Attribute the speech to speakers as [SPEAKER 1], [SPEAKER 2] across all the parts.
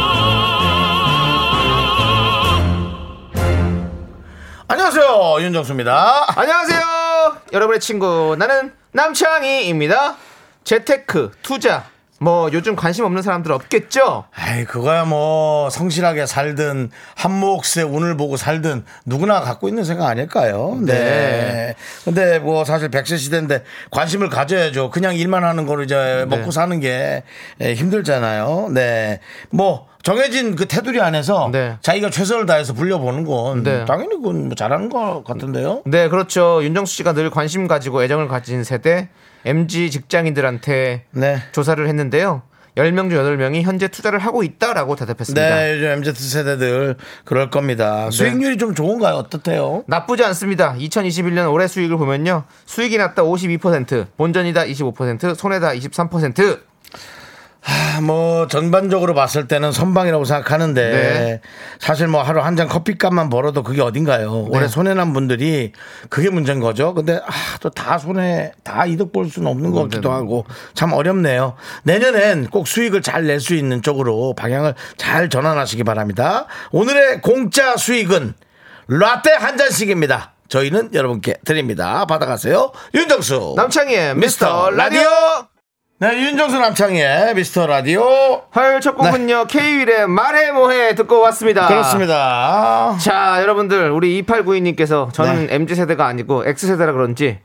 [SPEAKER 1] 안녕하세요 윤정수입니다.
[SPEAKER 2] 안녕하세요. 여러분의 친구 나는 남창희입니다. 재테크, 투자 뭐 요즘 관심 없는 사람들 없겠죠?
[SPEAKER 1] 아이 그거야 뭐 성실하게 살든 한몫의 운을 보고 살든 누구나 갖고 있는 생각 아닐까요? 네.
[SPEAKER 2] 네.
[SPEAKER 1] 근데 뭐 사실 백세 시대인데 관심을 가져야죠. 그냥 일만 하는 거로 이제 먹고 사는 게 예, 힘들잖아요. 네. 뭐 정해진 그 테두리 안에서
[SPEAKER 2] 네.
[SPEAKER 1] 자기가 최선을 다해서 불려보는 건
[SPEAKER 2] 네.
[SPEAKER 1] 당연히 그건 뭐 잘하는 것 같은데요.
[SPEAKER 2] 네, 그렇죠. 윤정수 씨가 늘 관심 가지고 애정을 가진 세대 MG 직장인들한테
[SPEAKER 1] 네.
[SPEAKER 2] 조사를 했는데요. 10명 중 8명이 현재 투자를 하고 있다라고 대답했습니다.
[SPEAKER 1] 네, 요즘 MZ 세대들 그럴 겁니다. 수익률이 좀 좋은가요? 어떻대요?
[SPEAKER 2] 나쁘지 않습니다. 2021년 올해 수익을 보면요. 수익이 났다 52%, 본전이다 25%, 손해다 23%.
[SPEAKER 1] 뭐 전반적으로 봤을 때는 선방이라고 생각하는데
[SPEAKER 2] 네.
[SPEAKER 1] 사실 뭐 하루 한 잔 커피값만 벌어도 그게 어딘가요? 올해 손해난 분들이 그게 문제인 거죠. 근데 아, 또 다 손해 다 이득 볼 수는 없는 것 같기도 하고 참 어렵네요. 내년엔 꼭 수익을 잘 낼 수 있는 쪽으로 방향을 잘 전환하시기 바랍니다. 오늘의 공짜 수익은 라떼 한 잔씩입니다. 저희는 여러분께 드립니다. 받아가세요. 윤정수
[SPEAKER 2] 남창희의 미스터 라디오!
[SPEAKER 1] 네, 윤정수 남창희의 미스터 라디오
[SPEAKER 2] 화요일 첫
[SPEAKER 1] 네.
[SPEAKER 2] 곡은요. K-윌의 말해 뭐해 듣고 왔습니다.
[SPEAKER 1] 그렇습니다.
[SPEAKER 2] 자, 여러분들, 우리 2892님께서 저는
[SPEAKER 1] 네.
[SPEAKER 2] MZ세대가 아니고 X세대라 그런지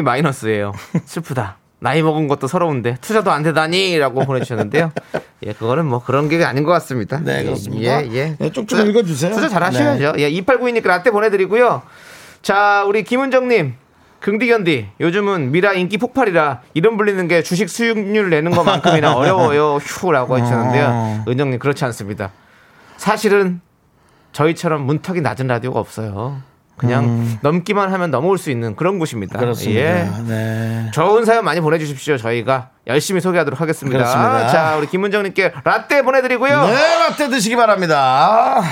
[SPEAKER 2] 마이너스예요. 슬프다. 나이 먹은 것도 서러운데 투자도 안 되다니 라고 보내주셨는데요. 예, 그거는 뭐 그런 게 아닌 것 같습니다.
[SPEAKER 1] 네,
[SPEAKER 2] 예,
[SPEAKER 1] 그렇습니다.
[SPEAKER 2] 예, 예.
[SPEAKER 1] 네, 쭉쭉
[SPEAKER 2] 투자-
[SPEAKER 1] 읽어주세요. 네,
[SPEAKER 2] 투자 잘 하셔야죠. 예, 2892님께 라떼 보내드리고요. 자, 우리 김은정님. 긍디견디 요즘은 미라 인기 폭발이라 이름 불리는 게 주식 수익률 내는 것만큼이나 어려워요 휴라고
[SPEAKER 1] 어.
[SPEAKER 2] 하셨는데요 은정님 그렇지 않습니다 사실은 저희처럼 문턱이 낮은 라디오가 없어요. 그냥 넘기만 하면 넘어올 수 있는 그런 곳입니다.
[SPEAKER 1] 음. 그렇습니다.
[SPEAKER 2] 예.
[SPEAKER 1] 네.
[SPEAKER 2] 좋은 사연 많이 보내주십시오. 저희가 열심히 소개하도록 하겠습니다.
[SPEAKER 1] 그렇습니다.
[SPEAKER 2] 자, 우리 김은정님께 라떼 보내드리고요.
[SPEAKER 1] 네, 라떼 드시기 바랍니다.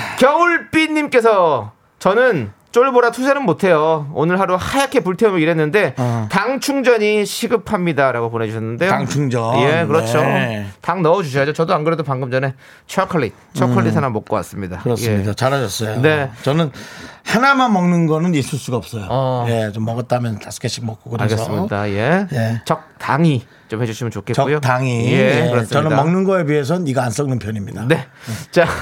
[SPEAKER 2] 겨울비님께서 저는 쫄보라 투자는 못해요. 오늘 하루 하얗게 불태우며 일했는데
[SPEAKER 1] 어.
[SPEAKER 2] 당 충전이 시급합니다라고 보내주셨는데요.
[SPEAKER 1] 당 충전.
[SPEAKER 2] 예, 그렇죠.
[SPEAKER 1] 네.
[SPEAKER 2] 당 넣어주셔야죠. 저도 안 그래도 방금 전에 초콜릿, 초콜릿 하나 먹고 왔습니다.
[SPEAKER 1] 음. 그렇습니다.
[SPEAKER 2] 예.
[SPEAKER 1] 잘하셨어요.
[SPEAKER 2] 네.
[SPEAKER 1] 저는 하나만 먹는 거는 있을 수가 없어요.
[SPEAKER 2] 어.
[SPEAKER 1] 예, 좀 먹었다면 다섯 개씩 먹고 그래서
[SPEAKER 2] 알겠습니다. 예.
[SPEAKER 1] 예.
[SPEAKER 2] 적당히 좀 해주시면 좋겠고요.
[SPEAKER 1] 적당히.
[SPEAKER 2] 예,
[SPEAKER 1] 예,
[SPEAKER 2] 그렇습니다.
[SPEAKER 1] 저는 먹는 거에 비해선 이거 안 썩는 편입니다.
[SPEAKER 2] 네. 자.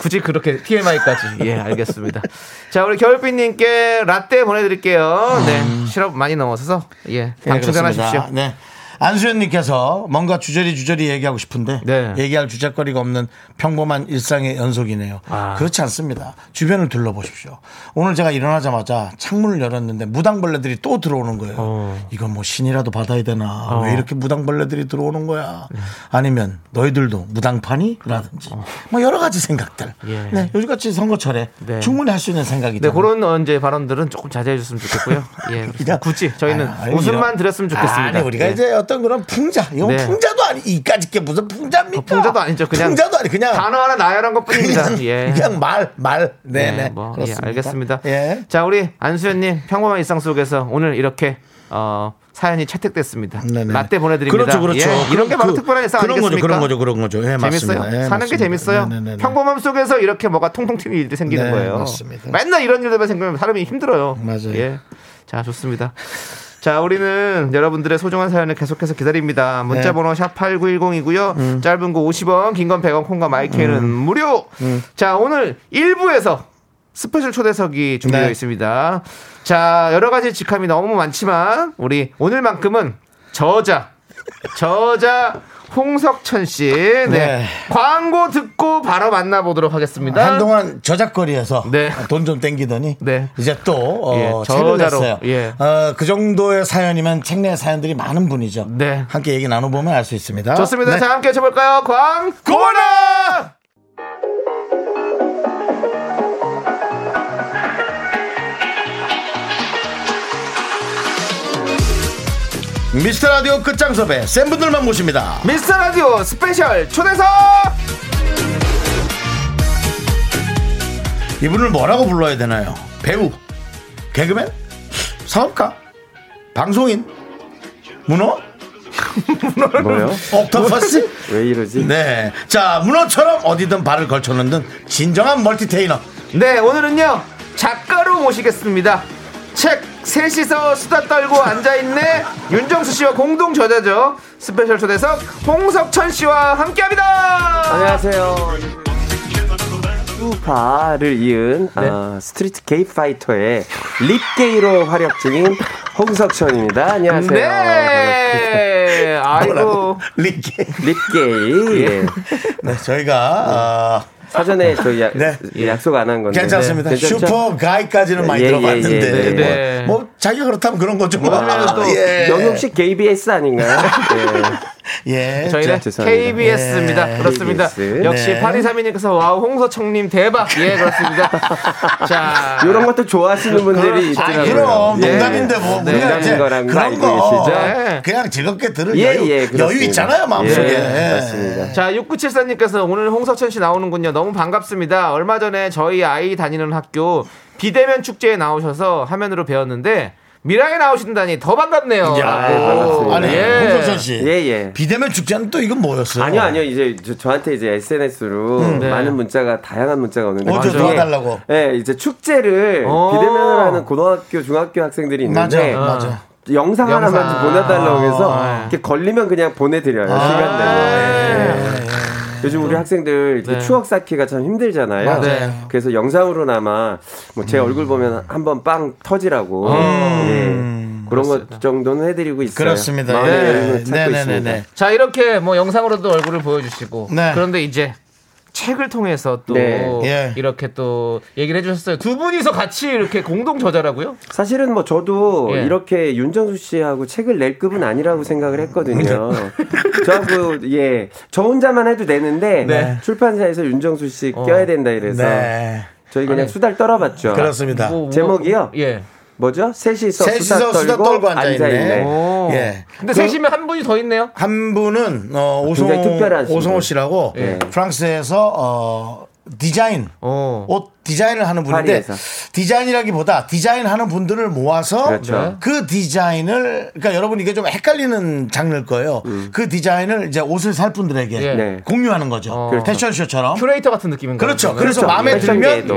[SPEAKER 2] 굳이 그렇게 TMI까지. 예, 알겠습니다. 자, 우리 겨울빛님께 라떼 보내드릴게요. 네. 시럽 많이 넣어서, 예.
[SPEAKER 1] 예,
[SPEAKER 2] 당충전하십시오
[SPEAKER 1] 그렇습니다. 네. 안수현님께서 뭔가 주저리 주저리 얘기하고 싶은데
[SPEAKER 2] 네.
[SPEAKER 1] 얘기할 주제거리가 없는 평범한 일상의 연속이네요.
[SPEAKER 2] 아.
[SPEAKER 1] 그렇지 않습니다. 주변을 둘러보십시오. 오늘 제가 일어나자마자 창문을 열었는데 무당벌레들이 또 들어오는 거예요. 이건 뭐 신이라도 받아야 되나?
[SPEAKER 2] 어.
[SPEAKER 1] 왜 이렇게 무당벌레들이 들어오는 거야? 아니면 너희들도 무당파니? 라든지 뭐 여러 가지 생각들.
[SPEAKER 2] 어. 예.
[SPEAKER 1] 네, 요즘같이 선거철에
[SPEAKER 2] 네.
[SPEAKER 1] 충분히 할 수 있는 생각이
[SPEAKER 2] 네, 그런 어, 이제 발언들은 조금 자제해 줬으면 좋겠고요. 예. 그렇습니다. 굳이 저희는
[SPEAKER 1] 아유,
[SPEAKER 2] 웃음만
[SPEAKER 1] 이런.
[SPEAKER 2] 드렸으면 좋겠습니다.
[SPEAKER 1] 아니, 우리가
[SPEAKER 2] 예.
[SPEAKER 1] 이제 어떤 그런 풍자, 이건
[SPEAKER 2] 네.
[SPEAKER 1] 풍자도 아니, 이까짓 게 무슨 풍자입니까?
[SPEAKER 2] 어, 풍자도 아니죠. 그냥
[SPEAKER 1] 풍자도 아니, 그냥.
[SPEAKER 2] 단어 하나 나열한 것 뿐입니다.
[SPEAKER 1] 그냥,
[SPEAKER 2] 예.
[SPEAKER 1] 그냥 말, 말. 네네.
[SPEAKER 2] 네, 뭐, 예,
[SPEAKER 1] 그렇습니다.
[SPEAKER 2] 알겠습니다.
[SPEAKER 1] 예.
[SPEAKER 2] 자, 우리 안수현님 평범한 일상 속에서 오늘 이렇게 어, 사연이 채택됐습니다.
[SPEAKER 1] 네네.
[SPEAKER 2] 라떼 보내드립니다.
[SPEAKER 1] 그렇죠, 그렇죠.
[SPEAKER 2] 예, 이런 게 바로 특별한 일상
[SPEAKER 1] 그런 거죠,
[SPEAKER 2] 아니겠습니까?
[SPEAKER 1] 그런 거죠, 그런 거죠. 예,
[SPEAKER 2] 재밌어요.
[SPEAKER 1] 맞습니다. 예,
[SPEAKER 2] 사는 게
[SPEAKER 1] 맞습니다.
[SPEAKER 2] 재밌어요.
[SPEAKER 1] 네네네네.
[SPEAKER 2] 평범함 속에서 이렇게 뭐가 통통 튀는 일들이 생기는
[SPEAKER 1] 네,
[SPEAKER 2] 거예요.
[SPEAKER 1] 맞습니다.
[SPEAKER 2] 맨날 이런 일들만 생기면 사람이 힘들어요.
[SPEAKER 1] 맞아요.
[SPEAKER 2] 예. 자, 좋습니다. 자, 우리는 여러분들의 소중한 사연을 계속해서 기다립니다. 문자
[SPEAKER 1] 네. 음.
[SPEAKER 2] 번호 샵 8910이고요. 짧은 거 50원, 긴 건 100원, 콩과 마이크는 무료.
[SPEAKER 1] 음.
[SPEAKER 2] 자, 오늘 1부에서 스페셜 초대석이 준비되어
[SPEAKER 1] 네.
[SPEAKER 2] 있습니다. 자, 여러 가지 직함이 너무 많지만 우리 오늘만큼은 저자 저자 홍석천 씨. 네.
[SPEAKER 1] 네.
[SPEAKER 2] 광고 듣고 바로 만나보도록 하겠습니다.
[SPEAKER 1] 한동안 저작거리에서
[SPEAKER 2] 네.
[SPEAKER 1] 돈 좀 땡기더니
[SPEAKER 2] 네.
[SPEAKER 1] 이제 또 어,
[SPEAKER 2] 예,
[SPEAKER 1] 책을
[SPEAKER 2] 저자로,
[SPEAKER 1] 냈어요.
[SPEAKER 2] 예.
[SPEAKER 1] 어, 그 정도의 사연이면 책 내 사연들이 많은 분이죠.
[SPEAKER 2] 네.
[SPEAKER 1] 함께 얘기 나눠보면 알 수 있습니다.
[SPEAKER 2] 좋습니다.
[SPEAKER 1] 네.
[SPEAKER 2] 자, 함께 해볼까요? 광.
[SPEAKER 1] 고나 미스터 라디오 끝장 섭외 센 분들만 모십니다.
[SPEAKER 2] 미스터 라디오 스페셜 초대석
[SPEAKER 1] 이분을 뭐라고 불러야 되나요? 배우, 개그맨, 사업가, 방송인, 문어,
[SPEAKER 3] 뭐요?
[SPEAKER 1] 옥토퍼스?
[SPEAKER 3] 왜 이러지?
[SPEAKER 1] 네. 자, 문어처럼 어디든 발을 걸쳐놓는 진정한 멀티테이너.
[SPEAKER 2] 네 오늘은요 작가로 모시겠습니다 책 셋이서 수다 떨고 앉아있네 윤정수 씨와 공동 저자죠 스페셜 초대석 홍석천 씨와 함께합니다
[SPEAKER 3] 안녕하세요. 우파를 이은
[SPEAKER 1] 네.
[SPEAKER 3] 어, 스트리트 게이 파이터의 립게이로 활약 중인 홍석천입니다. 안녕하세요.
[SPEAKER 2] 네 아이고
[SPEAKER 1] 리게.
[SPEAKER 3] 립게이. 예.
[SPEAKER 1] 네, 저희가, 어,
[SPEAKER 3] 사전에 저희 약, 예.
[SPEAKER 1] 네.
[SPEAKER 3] 약속 안 한 건데.
[SPEAKER 1] 괜찮습니다.
[SPEAKER 3] 네, 괜찮죠?
[SPEAKER 1] 슈퍼 가이까지는 많이
[SPEAKER 3] 예, 예,
[SPEAKER 1] 들어봤는데.
[SPEAKER 3] 예, 예.
[SPEAKER 1] 뭐,
[SPEAKER 2] 네.
[SPEAKER 1] 뭐 자기가 그렇다면 그런 거죠.
[SPEAKER 3] 아,
[SPEAKER 1] 뭐.
[SPEAKER 2] 그러면 또
[SPEAKER 1] 예.
[SPEAKER 3] 영국식 KBS 아닌가요? 예.
[SPEAKER 1] 예.
[SPEAKER 2] 저희는
[SPEAKER 3] 자, 죄송합니다.
[SPEAKER 2] KBS입니다.
[SPEAKER 1] 네,
[SPEAKER 2] 그렇습니다.
[SPEAKER 3] KBS.
[SPEAKER 2] 역시
[SPEAKER 1] 네.
[SPEAKER 2] 8232님께서 와우 홍서청님 대박. 예 그렇습니다. 자
[SPEAKER 3] 이런 것도 좋아하시는 분들이
[SPEAKER 1] 아,
[SPEAKER 3] 있더라고요.
[SPEAKER 1] 그럼
[SPEAKER 3] 예.
[SPEAKER 1] 농담인데 뭐
[SPEAKER 3] 네,
[SPEAKER 1] 우리가 이제
[SPEAKER 3] 농담인 거라는 거
[SPEAKER 1] 그런
[SPEAKER 3] 알고
[SPEAKER 1] 거 어,
[SPEAKER 3] 계시죠?
[SPEAKER 1] 그냥 즐겁게 들을
[SPEAKER 3] 예,
[SPEAKER 1] 여유,
[SPEAKER 3] 예,
[SPEAKER 1] 여유
[SPEAKER 3] 그렇습니다.
[SPEAKER 1] 있잖아요 마음속에
[SPEAKER 3] 예, 맞습니다.
[SPEAKER 2] 자, 6974님께서 오늘 홍석천 씨 나오는군요. 너무 반갑습니다. 얼마 전에 저희 아이 다니는 학교 비대면 축제에 나오셔서 화면으로 배웠는데 미라에 나오신다니 더 반갑네요.
[SPEAKER 1] 야,
[SPEAKER 3] 아이, 반갑습니다.
[SPEAKER 1] 아니
[SPEAKER 2] 예.
[SPEAKER 1] 홍석천 씨
[SPEAKER 3] 예, 예.
[SPEAKER 1] 비대면 축제는 또 이건 뭐였어요? 음.
[SPEAKER 3] 아니요, 아니요. 이제 저, 한테 이제 SNS로
[SPEAKER 2] 네.
[SPEAKER 3] 많은 문자가 다양한 문자가 오는데
[SPEAKER 1] 어, 저
[SPEAKER 3] 그중에,
[SPEAKER 1] 도와달라고.
[SPEAKER 3] 예, 이제 축제를
[SPEAKER 2] 어.
[SPEAKER 3] 비대면으로 하는 고등학교, 중학교 학생들이
[SPEAKER 1] 맞아,
[SPEAKER 3] 있는데
[SPEAKER 1] 맞아.
[SPEAKER 3] 영상, 하나만 좀
[SPEAKER 2] 영상.
[SPEAKER 3] 보내달라고 해서
[SPEAKER 2] 네.
[SPEAKER 3] 이렇게 걸리면 그냥 보내드려요 시간 내고. 아, 예. 요즘 우리 학생들 이렇게
[SPEAKER 2] 네.
[SPEAKER 3] 추억 쌓기가 참 힘들잖아요.
[SPEAKER 2] 네.
[SPEAKER 3] 그래서 영상으로나마 뭐 제 얼굴 보면 한번 빵 터지라고 예. 그런 것 정도는 해드리고 있어요.
[SPEAKER 1] 그렇습니다.
[SPEAKER 3] 마음의
[SPEAKER 1] 네,
[SPEAKER 3] 여유를 찾고
[SPEAKER 1] 네, 네, 네,
[SPEAKER 3] 있습니다.
[SPEAKER 1] 네.
[SPEAKER 2] 자, 이렇게 뭐 영상으로도 얼굴을 보여주시고
[SPEAKER 1] 네.
[SPEAKER 2] 그런데 이제 책을 통해서 또
[SPEAKER 3] 네.
[SPEAKER 1] 예.
[SPEAKER 2] 이렇게 또 얘기를 해주셨어요. 두 분이서 같이 이렇게 공동 저자라고요?
[SPEAKER 3] 사실은 뭐 저도
[SPEAKER 2] 예.
[SPEAKER 3] 이렇게 윤정수 씨하고 책을 낼 급은 아니라고 생각을 했거든요.
[SPEAKER 1] 네.
[SPEAKER 3] 저하고 예, 저 혼자만 해도 되는데
[SPEAKER 2] 네.
[SPEAKER 3] 출판사에서 윤정수 씨 껴야 된다 이래서
[SPEAKER 1] 어. 네,
[SPEAKER 3] 저희 그냥
[SPEAKER 2] 아니.
[SPEAKER 3] 수달 떨어봤죠.
[SPEAKER 1] 그렇습니다.
[SPEAKER 2] 뭐, 뭐,
[SPEAKER 3] 아, 제목이요?
[SPEAKER 2] 예.
[SPEAKER 3] 뭐죠? 셋이서,
[SPEAKER 1] 셋이서 수다 떨고 앉아있네.
[SPEAKER 2] 오.
[SPEAKER 1] 예.
[SPEAKER 2] 근데
[SPEAKER 1] 그-
[SPEAKER 2] 셋이면 한 분이 더 있네요.
[SPEAKER 1] 한 분은 어,
[SPEAKER 3] 굉장히
[SPEAKER 1] 오성호,
[SPEAKER 3] 특별한 친구.
[SPEAKER 1] 오성호 씨라고
[SPEAKER 3] 예.
[SPEAKER 1] 프랑스에서 어, 디자인
[SPEAKER 2] 어.
[SPEAKER 1] 옷 디자인을 하는 분인데
[SPEAKER 3] 파리에서.
[SPEAKER 1] 디자인이라기보다 디자인하는 분들을 모아서
[SPEAKER 2] 네.
[SPEAKER 3] 그렇죠.
[SPEAKER 1] 그 디자인을 그러니까 여러분 이게 좀 헷갈리는 장르일 거예요. 그 디자인을 이제 옷을 살 분들에게
[SPEAKER 2] 예.
[SPEAKER 3] 음. 네.
[SPEAKER 1] 공유하는 거죠.
[SPEAKER 2] 어.
[SPEAKER 1] 패션쇼처럼.
[SPEAKER 2] 큐레이터 같은 느낌인가요?
[SPEAKER 1] 그렇죠.
[SPEAKER 2] 그러면?
[SPEAKER 1] 그래서 마음에
[SPEAKER 3] 패션계에도.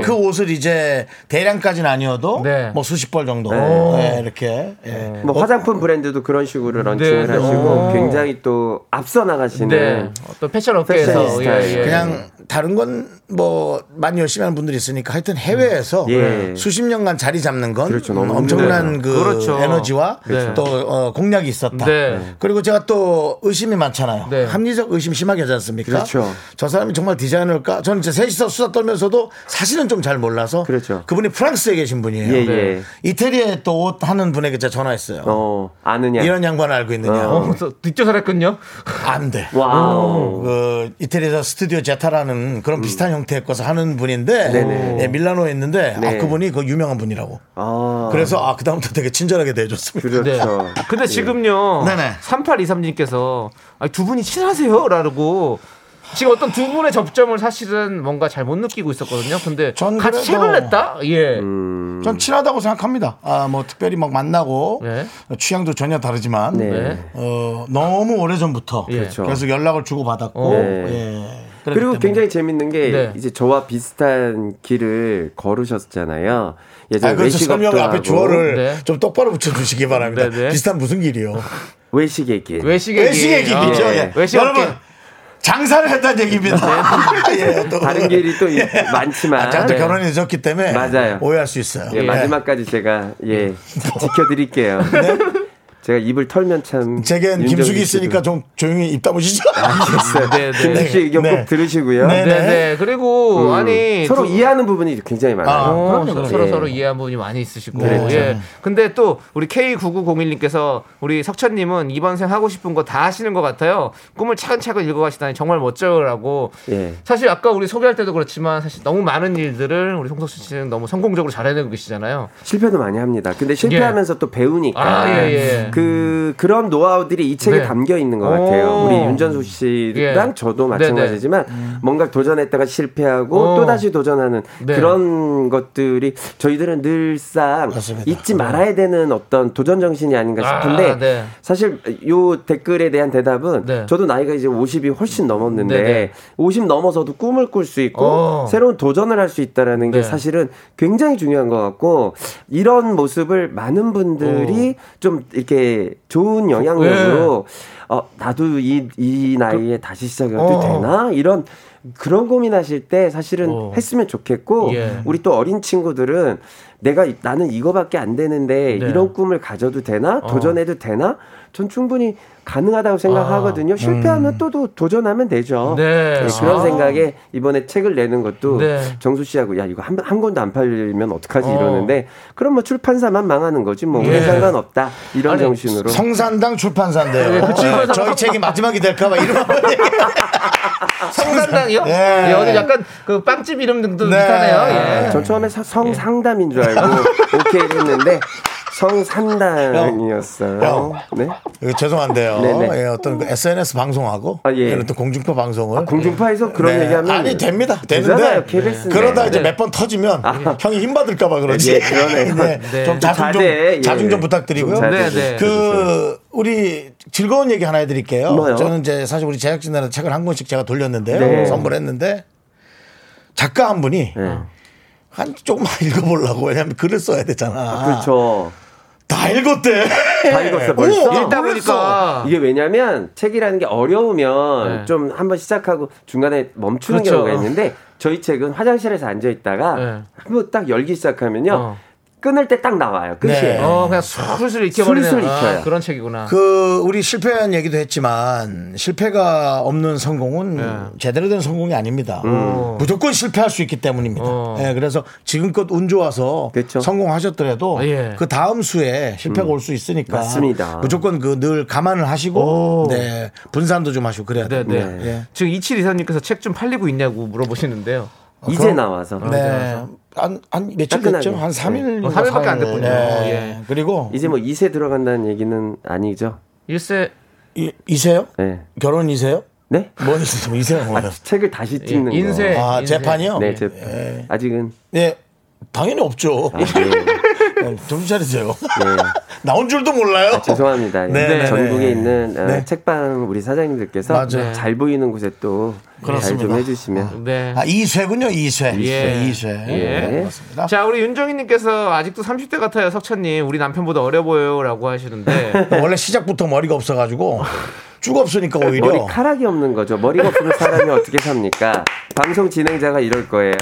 [SPEAKER 1] 들면 그 옷을 이제 대량까지는 아니어도
[SPEAKER 2] 네.
[SPEAKER 1] 뭐 수십 벌 정도 네, 이렇게 예.
[SPEAKER 3] 뭐 화장품 브랜드도 그런 식으로 런칭을
[SPEAKER 2] 네.
[SPEAKER 3] 하시고
[SPEAKER 2] 오.
[SPEAKER 3] 굉장히 또 앞서 나가시는
[SPEAKER 2] 네. 어떤 예, 패션 업계에서
[SPEAKER 3] 패션 스타일.
[SPEAKER 1] 그냥 다른 건 뭐 많이 열심히 하는 분들이 있으니까 하여튼
[SPEAKER 2] 음.
[SPEAKER 1] 해외에서
[SPEAKER 3] 예.
[SPEAKER 1] 수십 년간 자리 잡는 건
[SPEAKER 3] 그렇죠. 너무
[SPEAKER 1] 엄청난 그
[SPEAKER 2] 그렇죠.
[SPEAKER 1] 에너지와
[SPEAKER 2] 그렇죠.
[SPEAKER 1] 또 어, 공략이 있었다.
[SPEAKER 2] 네.
[SPEAKER 1] 그리고 제가 또 의심이 많잖아요.
[SPEAKER 2] 네.
[SPEAKER 1] 합리적 의심 심하게 하지 않습니까?
[SPEAKER 3] 그렇죠.
[SPEAKER 1] 저 사람이 정말 디자이너일까? 저는 이제 셋이서 수다 떨면서도 사실은 좀 잘 몰라서
[SPEAKER 3] 그렇죠.
[SPEAKER 1] 분이 프랑스에 계신 분이에요.
[SPEAKER 3] 예,
[SPEAKER 2] 네.
[SPEAKER 3] 예.
[SPEAKER 1] 이태리에 또 옷 하는 분에게 제가 전화했어요.
[SPEAKER 3] 어, 아느냐.
[SPEAKER 1] 이런 양반을 알고 있느냐?
[SPEAKER 3] 어.
[SPEAKER 2] 그래서 뒷조사를 했군요.
[SPEAKER 1] 안 돼.
[SPEAKER 3] 와우.
[SPEAKER 1] 그 이태리에서 스튜디오 제타라는 그런 비슷한 형태의 것을 하는 분인데
[SPEAKER 3] 음. 네네.
[SPEAKER 1] 예, 밀라노에 있는데 아,
[SPEAKER 3] 네.
[SPEAKER 1] 그분이 그 유명한 분이라고.
[SPEAKER 3] 아.
[SPEAKER 1] 그래서 아 그다음부터 되게 친절하게 대해줬습니다.
[SPEAKER 2] 네.
[SPEAKER 3] 그렇죠.
[SPEAKER 2] 근데 지금요.
[SPEAKER 1] 네네.
[SPEAKER 2] 3823님께서 두 분이 친하세요? 라고 지금 어떤 두 분의 접점을 사실은 뭔가 잘 못 느끼고 있었거든요. 근데
[SPEAKER 1] 전
[SPEAKER 2] 같이
[SPEAKER 1] 그래도-
[SPEAKER 2] 책을 냈다? 예.
[SPEAKER 3] 음,
[SPEAKER 1] 전 친하다고 생각합니다. 아 뭐 특별히 막 만나고
[SPEAKER 2] 네.
[SPEAKER 1] 취향도 전혀 다르지만
[SPEAKER 3] 네.
[SPEAKER 2] 네.
[SPEAKER 1] 어, 너무 오래 전부터
[SPEAKER 2] 예. 어.
[SPEAKER 3] 그렇죠.
[SPEAKER 1] 계속 연락을 주고 예. 받았고
[SPEAKER 3] 네. 그리고 굉장히 재밌는 게
[SPEAKER 2] 네.
[SPEAKER 3] 이제 저와 비슷한 길을 걸으셨잖아요. 예전에
[SPEAKER 1] 아, 그래서
[SPEAKER 3] 네, 외식업도
[SPEAKER 1] 설명을 앞에
[SPEAKER 3] 하고
[SPEAKER 1] 주어를
[SPEAKER 2] 네.
[SPEAKER 1] 좀 똑바로 붙여주시기 바랍니다.
[SPEAKER 2] 네네.
[SPEAKER 1] 비슷한 무슨 길이요?
[SPEAKER 3] 외식의 길.
[SPEAKER 2] 외식의
[SPEAKER 1] 외식의
[SPEAKER 2] 길.
[SPEAKER 1] 길이죠.
[SPEAKER 2] 아,
[SPEAKER 1] 예.
[SPEAKER 2] 외식 업계. 네.
[SPEAKER 1] 여러분 장사를 했다는 얘기입니다. 예, 또.
[SPEAKER 3] 다른 길이 또 이-
[SPEAKER 1] 아,
[SPEAKER 3] 많지만
[SPEAKER 1] 저도
[SPEAKER 3] 네.
[SPEAKER 1] 결혼이 늦었기 때문에
[SPEAKER 3] 맞아요.
[SPEAKER 1] 오해할 수 있어요.
[SPEAKER 3] 예,
[SPEAKER 1] 예.
[SPEAKER 3] 마지막까지 제가 예 지켜드릴게요. 제가 입을 털면 참.
[SPEAKER 1] 네. 제겐
[SPEAKER 3] 윤정수
[SPEAKER 1] 네. 김숙이
[SPEAKER 3] 씨도- 아,
[SPEAKER 1] 있으니까 좀 조용히 입 다무시죠.
[SPEAKER 3] 알겠어요.
[SPEAKER 2] 네, 네.
[SPEAKER 3] 김숙 씨 의견
[SPEAKER 1] 네.
[SPEAKER 3] 꼭 들으시고요.
[SPEAKER 1] 네,
[SPEAKER 2] 네, 네. 그리고
[SPEAKER 3] 음,
[SPEAKER 2] 아니
[SPEAKER 3] 서로
[SPEAKER 2] 두-
[SPEAKER 3] 이해하는 부분이 굉장히 많아요.
[SPEAKER 1] 아.
[SPEAKER 2] 어,
[SPEAKER 1] 그럼요, 그럼요.
[SPEAKER 2] 서로
[SPEAKER 3] 예.
[SPEAKER 2] 서로 이해한 부분이 많이 있으시고.
[SPEAKER 1] 그렇죠.
[SPEAKER 2] 예. 근데 또 우리 K9901님께서 우리 석천님은 이번 생 하고 싶은 거 다 하시는 것 같아요. 꿈을 차근차근 읽어가시다니 정말 멋져요라고.
[SPEAKER 3] 예.
[SPEAKER 2] 사실 아까 우리 소개할 때도 그렇지만 사실 너무 많은 일들을 우리 송석수 씨는 너무 성공적으로 잘 해내고 계시잖아요.
[SPEAKER 3] 실패도 많이 합니다. 근데 실패하면서 또 배우니까
[SPEAKER 2] 아, 예, 예.
[SPEAKER 3] 그 그런 노하우들이 이 책에
[SPEAKER 4] 네.
[SPEAKER 3] 담겨 있는 것
[SPEAKER 4] 오.
[SPEAKER 3] 같아요. 우리 윤전수 씨랑
[SPEAKER 4] 예.
[SPEAKER 3] 저도
[SPEAKER 4] 네네.
[SPEAKER 3] 마찬가지지만 뭔가 도전했다가 실패하고
[SPEAKER 4] 어.
[SPEAKER 3] 또 다시 도전하는
[SPEAKER 4] 네.
[SPEAKER 3] 그런 것들이 저희들은 늘상
[SPEAKER 1] 맞습니다. 네.
[SPEAKER 3] 잊지 말아야 되는 어떤 도전 정신이 아닌가 싶은데
[SPEAKER 4] 아, 네.
[SPEAKER 3] 사실 요 댓글에 대한 대답은
[SPEAKER 4] 네.
[SPEAKER 3] 저도 나이가 이제 50이 훨씬 넘었는데
[SPEAKER 4] 네네.
[SPEAKER 3] 50 넘어서도 꿈을 꿀 수 있고
[SPEAKER 4] 어.
[SPEAKER 3] 새로운 도전을 할 수 있다라는
[SPEAKER 4] 네.
[SPEAKER 3] 게 사실은 굉장히 중요한 것 같고 이런 모습을 많은 분들이
[SPEAKER 4] 어.
[SPEAKER 3] 좀 이렇게 좋은 영향력으로 어 나도 이 이 나이에 다시 시작해도
[SPEAKER 4] 네. 어.
[SPEAKER 3] 되나 이런 그런 고민하실 때 사실은
[SPEAKER 4] 어.
[SPEAKER 3] 했으면 좋겠고
[SPEAKER 4] 예.
[SPEAKER 3] 우리 또 어린 친구들은 내가 이- 나는 이거밖에 안 되는데
[SPEAKER 4] 네.
[SPEAKER 3] 이런 꿈을 가져도 되나
[SPEAKER 4] 어.
[SPEAKER 3] 도전해도 되나 전 충분히 가능하다고 생각하거든요 실패하면 또, 또 도전하면 되죠
[SPEAKER 4] 아, 음. 네.
[SPEAKER 3] 네, 그런
[SPEAKER 4] 아.
[SPEAKER 3] 생각에 이번에 책을 내는 것도
[SPEAKER 4] 네.
[SPEAKER 3] 정수 씨하고 야 이거 한, 한 권도 안 팔리면 어떡하지
[SPEAKER 4] 어.
[SPEAKER 3] 이러는데 그럼 뭐 출판사만 망하는 거지 뭐 우리
[SPEAKER 4] 예.
[SPEAKER 3] 상관없다 이런
[SPEAKER 4] 아니,
[SPEAKER 3] 정신으로
[SPEAKER 1] 성산당 출판사인데요.
[SPEAKER 3] 네, 그
[SPEAKER 1] 네,
[SPEAKER 4] 출판사
[SPEAKER 1] 저희 책이 마지막이 될까봐 이런
[SPEAKER 4] 성산당이요?
[SPEAKER 1] 예.
[SPEAKER 4] 예, 어디 약간 그 빵집 이름 등도
[SPEAKER 1] 네.
[SPEAKER 4] 비슷하네요. 예.
[SPEAKER 3] 전 처음에 서- 성상담인 줄 알고 오케이 했는데 성산담이었어요
[SPEAKER 1] 형.
[SPEAKER 3] 네
[SPEAKER 1] 이거 그 죄송한데요.
[SPEAKER 3] 네네.
[SPEAKER 1] 예, 어떤 그 SNS 방송하고
[SPEAKER 3] 아, 예. 아,
[SPEAKER 1] 이런 또 공중파 방송을
[SPEAKER 3] 공중파에서 그런
[SPEAKER 1] 네.
[SPEAKER 3] 얘기하면
[SPEAKER 1] 아니 됩니다.
[SPEAKER 3] 되잖아요,
[SPEAKER 1] 되는데
[SPEAKER 3] KBS 인데.
[SPEAKER 1] 그러다 이제
[SPEAKER 4] 네.
[SPEAKER 1] 몇 번 터지면 형이 힘 받을까봐 그러지.
[SPEAKER 3] 예, 그러네요.
[SPEAKER 4] 네.
[SPEAKER 1] 좀 자중 좀
[SPEAKER 3] 자제, 예.
[SPEAKER 1] 자중 좀 부탁드리고요.
[SPEAKER 3] 좀 자제
[SPEAKER 4] 네, 네.
[SPEAKER 1] 그 우리 즐거운 얘기 하나 해드릴게요.
[SPEAKER 3] 뭐요?
[SPEAKER 1] 저는 이제 사실 우리 제작진들한테 책을 한 권씩 제가 돌렸는데요.
[SPEAKER 3] 네.
[SPEAKER 1] 선물했는데 작가 한 분이
[SPEAKER 3] 네.
[SPEAKER 1] 한 조금만 읽어보려고 왜냐하면 글을 써야 되잖아.
[SPEAKER 3] 그렇죠
[SPEAKER 1] 다 읽었대.
[SPEAKER 3] 다 읽었어 벌써
[SPEAKER 1] 오,
[SPEAKER 4] 읽다 보니까
[SPEAKER 3] 이게 왜냐면 책이라는 게 어려우면
[SPEAKER 4] 네.
[SPEAKER 3] 좀 한번 시작하고 중간에 멈추는
[SPEAKER 4] 그렇죠.
[SPEAKER 3] 경우가 있는데 저희 책은 화장실에서 앉아 있다가
[SPEAKER 4] 네.
[SPEAKER 3] 한번 딱 열기 시작하면요
[SPEAKER 4] 어.
[SPEAKER 3] 끊을 때 딱 나와요 끝이에요.
[SPEAKER 1] 네.
[SPEAKER 4] 어, 그냥 술술 익혀버리는
[SPEAKER 3] 술술
[SPEAKER 4] 아,
[SPEAKER 3] 익혀요.
[SPEAKER 4] 그런 책이구나.
[SPEAKER 1] 그 우리 실패한 얘기도 했지만 실패가 없는 성공은
[SPEAKER 4] 네.
[SPEAKER 1] 제대로 된 성공이 아닙니다.
[SPEAKER 3] 음.
[SPEAKER 1] 무조건 실패할 수 있기 때문입니다.
[SPEAKER 4] 어.
[SPEAKER 1] 예, 그래서 지금껏 운 좋아서
[SPEAKER 3] 그쵸.
[SPEAKER 1] 성공하셨더라도
[SPEAKER 4] 아, 예.
[SPEAKER 1] 그 다음 수에 실패가 올 수 있으니까
[SPEAKER 3] 맞습니다.
[SPEAKER 1] 무조건 그 늘 감안을 하시고 네, 분산도 좀 하시고 그래야
[SPEAKER 4] 네,
[SPEAKER 1] 돼요.
[SPEAKER 4] 네.
[SPEAKER 1] 예.
[SPEAKER 4] 지금 이칠 이사님께서 책 좀 팔리고 있냐고 물어보시는데요.
[SPEAKER 3] 이제
[SPEAKER 1] 그럼-
[SPEAKER 3] 나와서
[SPEAKER 4] 아,
[SPEAKER 1] 네. 한, 한 며칠
[SPEAKER 3] 따끈하게.
[SPEAKER 1] 됐죠? 한 3일. 네.
[SPEAKER 4] 어, 삼일밖에 안 됐군요. 예.
[SPEAKER 1] 그리고
[SPEAKER 3] 이제 뭐 2세 들어간다는 얘기는 아니죠.
[SPEAKER 4] 일세
[SPEAKER 1] 이, 이세요?
[SPEAKER 3] 네.
[SPEAKER 1] 결혼이세요?
[SPEAKER 3] 네? 아,
[SPEAKER 1] 뭔 이세요? 이세요? 뭐예요?
[SPEAKER 3] 책을 다시
[SPEAKER 4] 예,
[SPEAKER 3] 찍는
[SPEAKER 4] 인쇄.
[SPEAKER 3] 거.
[SPEAKER 1] 아,
[SPEAKER 4] 인쇄.
[SPEAKER 1] 재판이요?
[SPEAKER 3] 네, 제
[SPEAKER 1] 예.
[SPEAKER 3] 아직은
[SPEAKER 1] 예, 당연히 없죠.
[SPEAKER 3] 아, 예.
[SPEAKER 1] 예, 정신 차리세요.
[SPEAKER 3] 예.
[SPEAKER 1] 나온 줄도 몰라요.
[SPEAKER 3] 죄송합니다.
[SPEAKER 1] 네,
[SPEAKER 3] 예.
[SPEAKER 1] 네,
[SPEAKER 3] 전국에
[SPEAKER 1] 네.
[SPEAKER 3] 있는 어,
[SPEAKER 1] 네.
[SPEAKER 3] 책방 우리 사장님들께서
[SPEAKER 1] 맞아요.
[SPEAKER 3] 잘 보이는 곳에 또 잘 좀
[SPEAKER 1] 네. 그렇습니다.
[SPEAKER 3] 해주시면
[SPEAKER 4] 네.
[SPEAKER 1] 아, 이쇠군요, 이쇠. 네,
[SPEAKER 4] 예.
[SPEAKER 1] 이쇠.
[SPEAKER 4] 예.
[SPEAKER 1] 그렇습니다.
[SPEAKER 4] 자, 우리 윤정희님께서 아직도 30대 같아요, 석찬님. 우리 남편보다 어려 보여요라고 하시는데.
[SPEAKER 1] 원래 시작부터 머리가 없어가지고 쭉 없으니까 오히려
[SPEAKER 3] 머리카락이 없는 거죠. 머리가 없는 사람이 어떻게 삽니까? 방송 진행자가 이럴 거예요.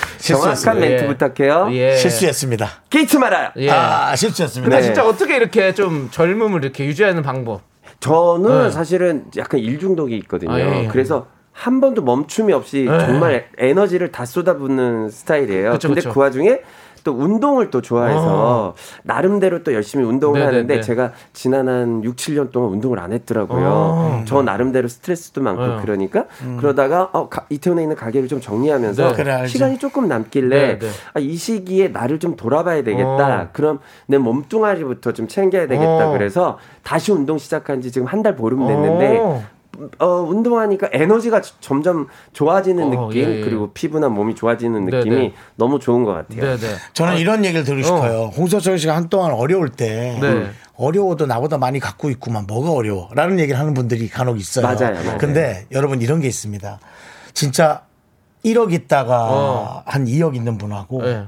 [SPEAKER 3] 정확한
[SPEAKER 1] 실수했습니다.
[SPEAKER 3] 멘트
[SPEAKER 4] 예.
[SPEAKER 3] 부탁해요.
[SPEAKER 4] 예.
[SPEAKER 1] 실수했습니다.
[SPEAKER 3] 게이트 말아요.
[SPEAKER 4] 예.
[SPEAKER 1] 아, 실수했습니다.
[SPEAKER 4] 근데
[SPEAKER 3] 네.
[SPEAKER 4] 진짜 어떻게 이렇게 좀 젊음을 이렇게 유지하는 방법?
[SPEAKER 3] 저는
[SPEAKER 4] 네.
[SPEAKER 3] 사실은 약간 일중독이 있거든요.
[SPEAKER 4] 아, 예, 예.
[SPEAKER 3] 그래서 한 번도 멈춤이 없이 정말 에너지를 다 쏟아붓는 스타일이에요.
[SPEAKER 4] 그쵸,
[SPEAKER 3] 근데
[SPEAKER 4] 그쵸. 어.
[SPEAKER 3] 그 와중에 또 운동을 또 좋아해서 나름대로 또 열심히 운동을
[SPEAKER 4] 네네네.
[SPEAKER 3] 하는데 제가 지난 한 6, 7년 동안 운동을 안 했더라고요. 저 나름대로 스트레스도 많고
[SPEAKER 4] 어.
[SPEAKER 3] 그러니까 그러다가 어, 가- 이태원에 있는 가게를 좀 정리하면서
[SPEAKER 4] 네.
[SPEAKER 1] 그래, 알지.
[SPEAKER 3] 시간이 조금 남길래
[SPEAKER 4] 네네.
[SPEAKER 3] 아, 이 시기에 나를 좀 돌아봐야 되겠다.
[SPEAKER 4] 어.
[SPEAKER 3] 그럼 내 몸뚱아리부터 좀 챙겨야 되겠다.
[SPEAKER 4] 어.
[SPEAKER 3] 그래서 다시 운동 시작한 지 지금 한 달 보름 됐는데
[SPEAKER 4] 오.
[SPEAKER 3] 어, 운동하니까 에너지가 저- 점점 좋아지는
[SPEAKER 4] 어,
[SPEAKER 3] 느낌
[SPEAKER 4] 예, 예.
[SPEAKER 3] 그리고 피부나 몸이 좋아지는
[SPEAKER 4] 네,
[SPEAKER 3] 느낌이
[SPEAKER 4] 네.
[SPEAKER 3] 너무 좋은 것 같아요.
[SPEAKER 4] 네, 네.
[SPEAKER 1] 저는 이런 얘기를 드리고 싶어요. 홍서철 씨가 한동안 어려울 때
[SPEAKER 4] 네.
[SPEAKER 1] 어려워도 나보다 많이 갖고 있구만 뭐가 어려워 라는 얘기를 하는 분들이 간혹 있어요.
[SPEAKER 3] 맞아요, 맞아요.
[SPEAKER 1] 근데 여러분 이런 게 있습니다. 진짜 1억 있다가
[SPEAKER 4] 어.
[SPEAKER 1] 한 2억 있는 분하고
[SPEAKER 2] 예.
[SPEAKER 4] 네.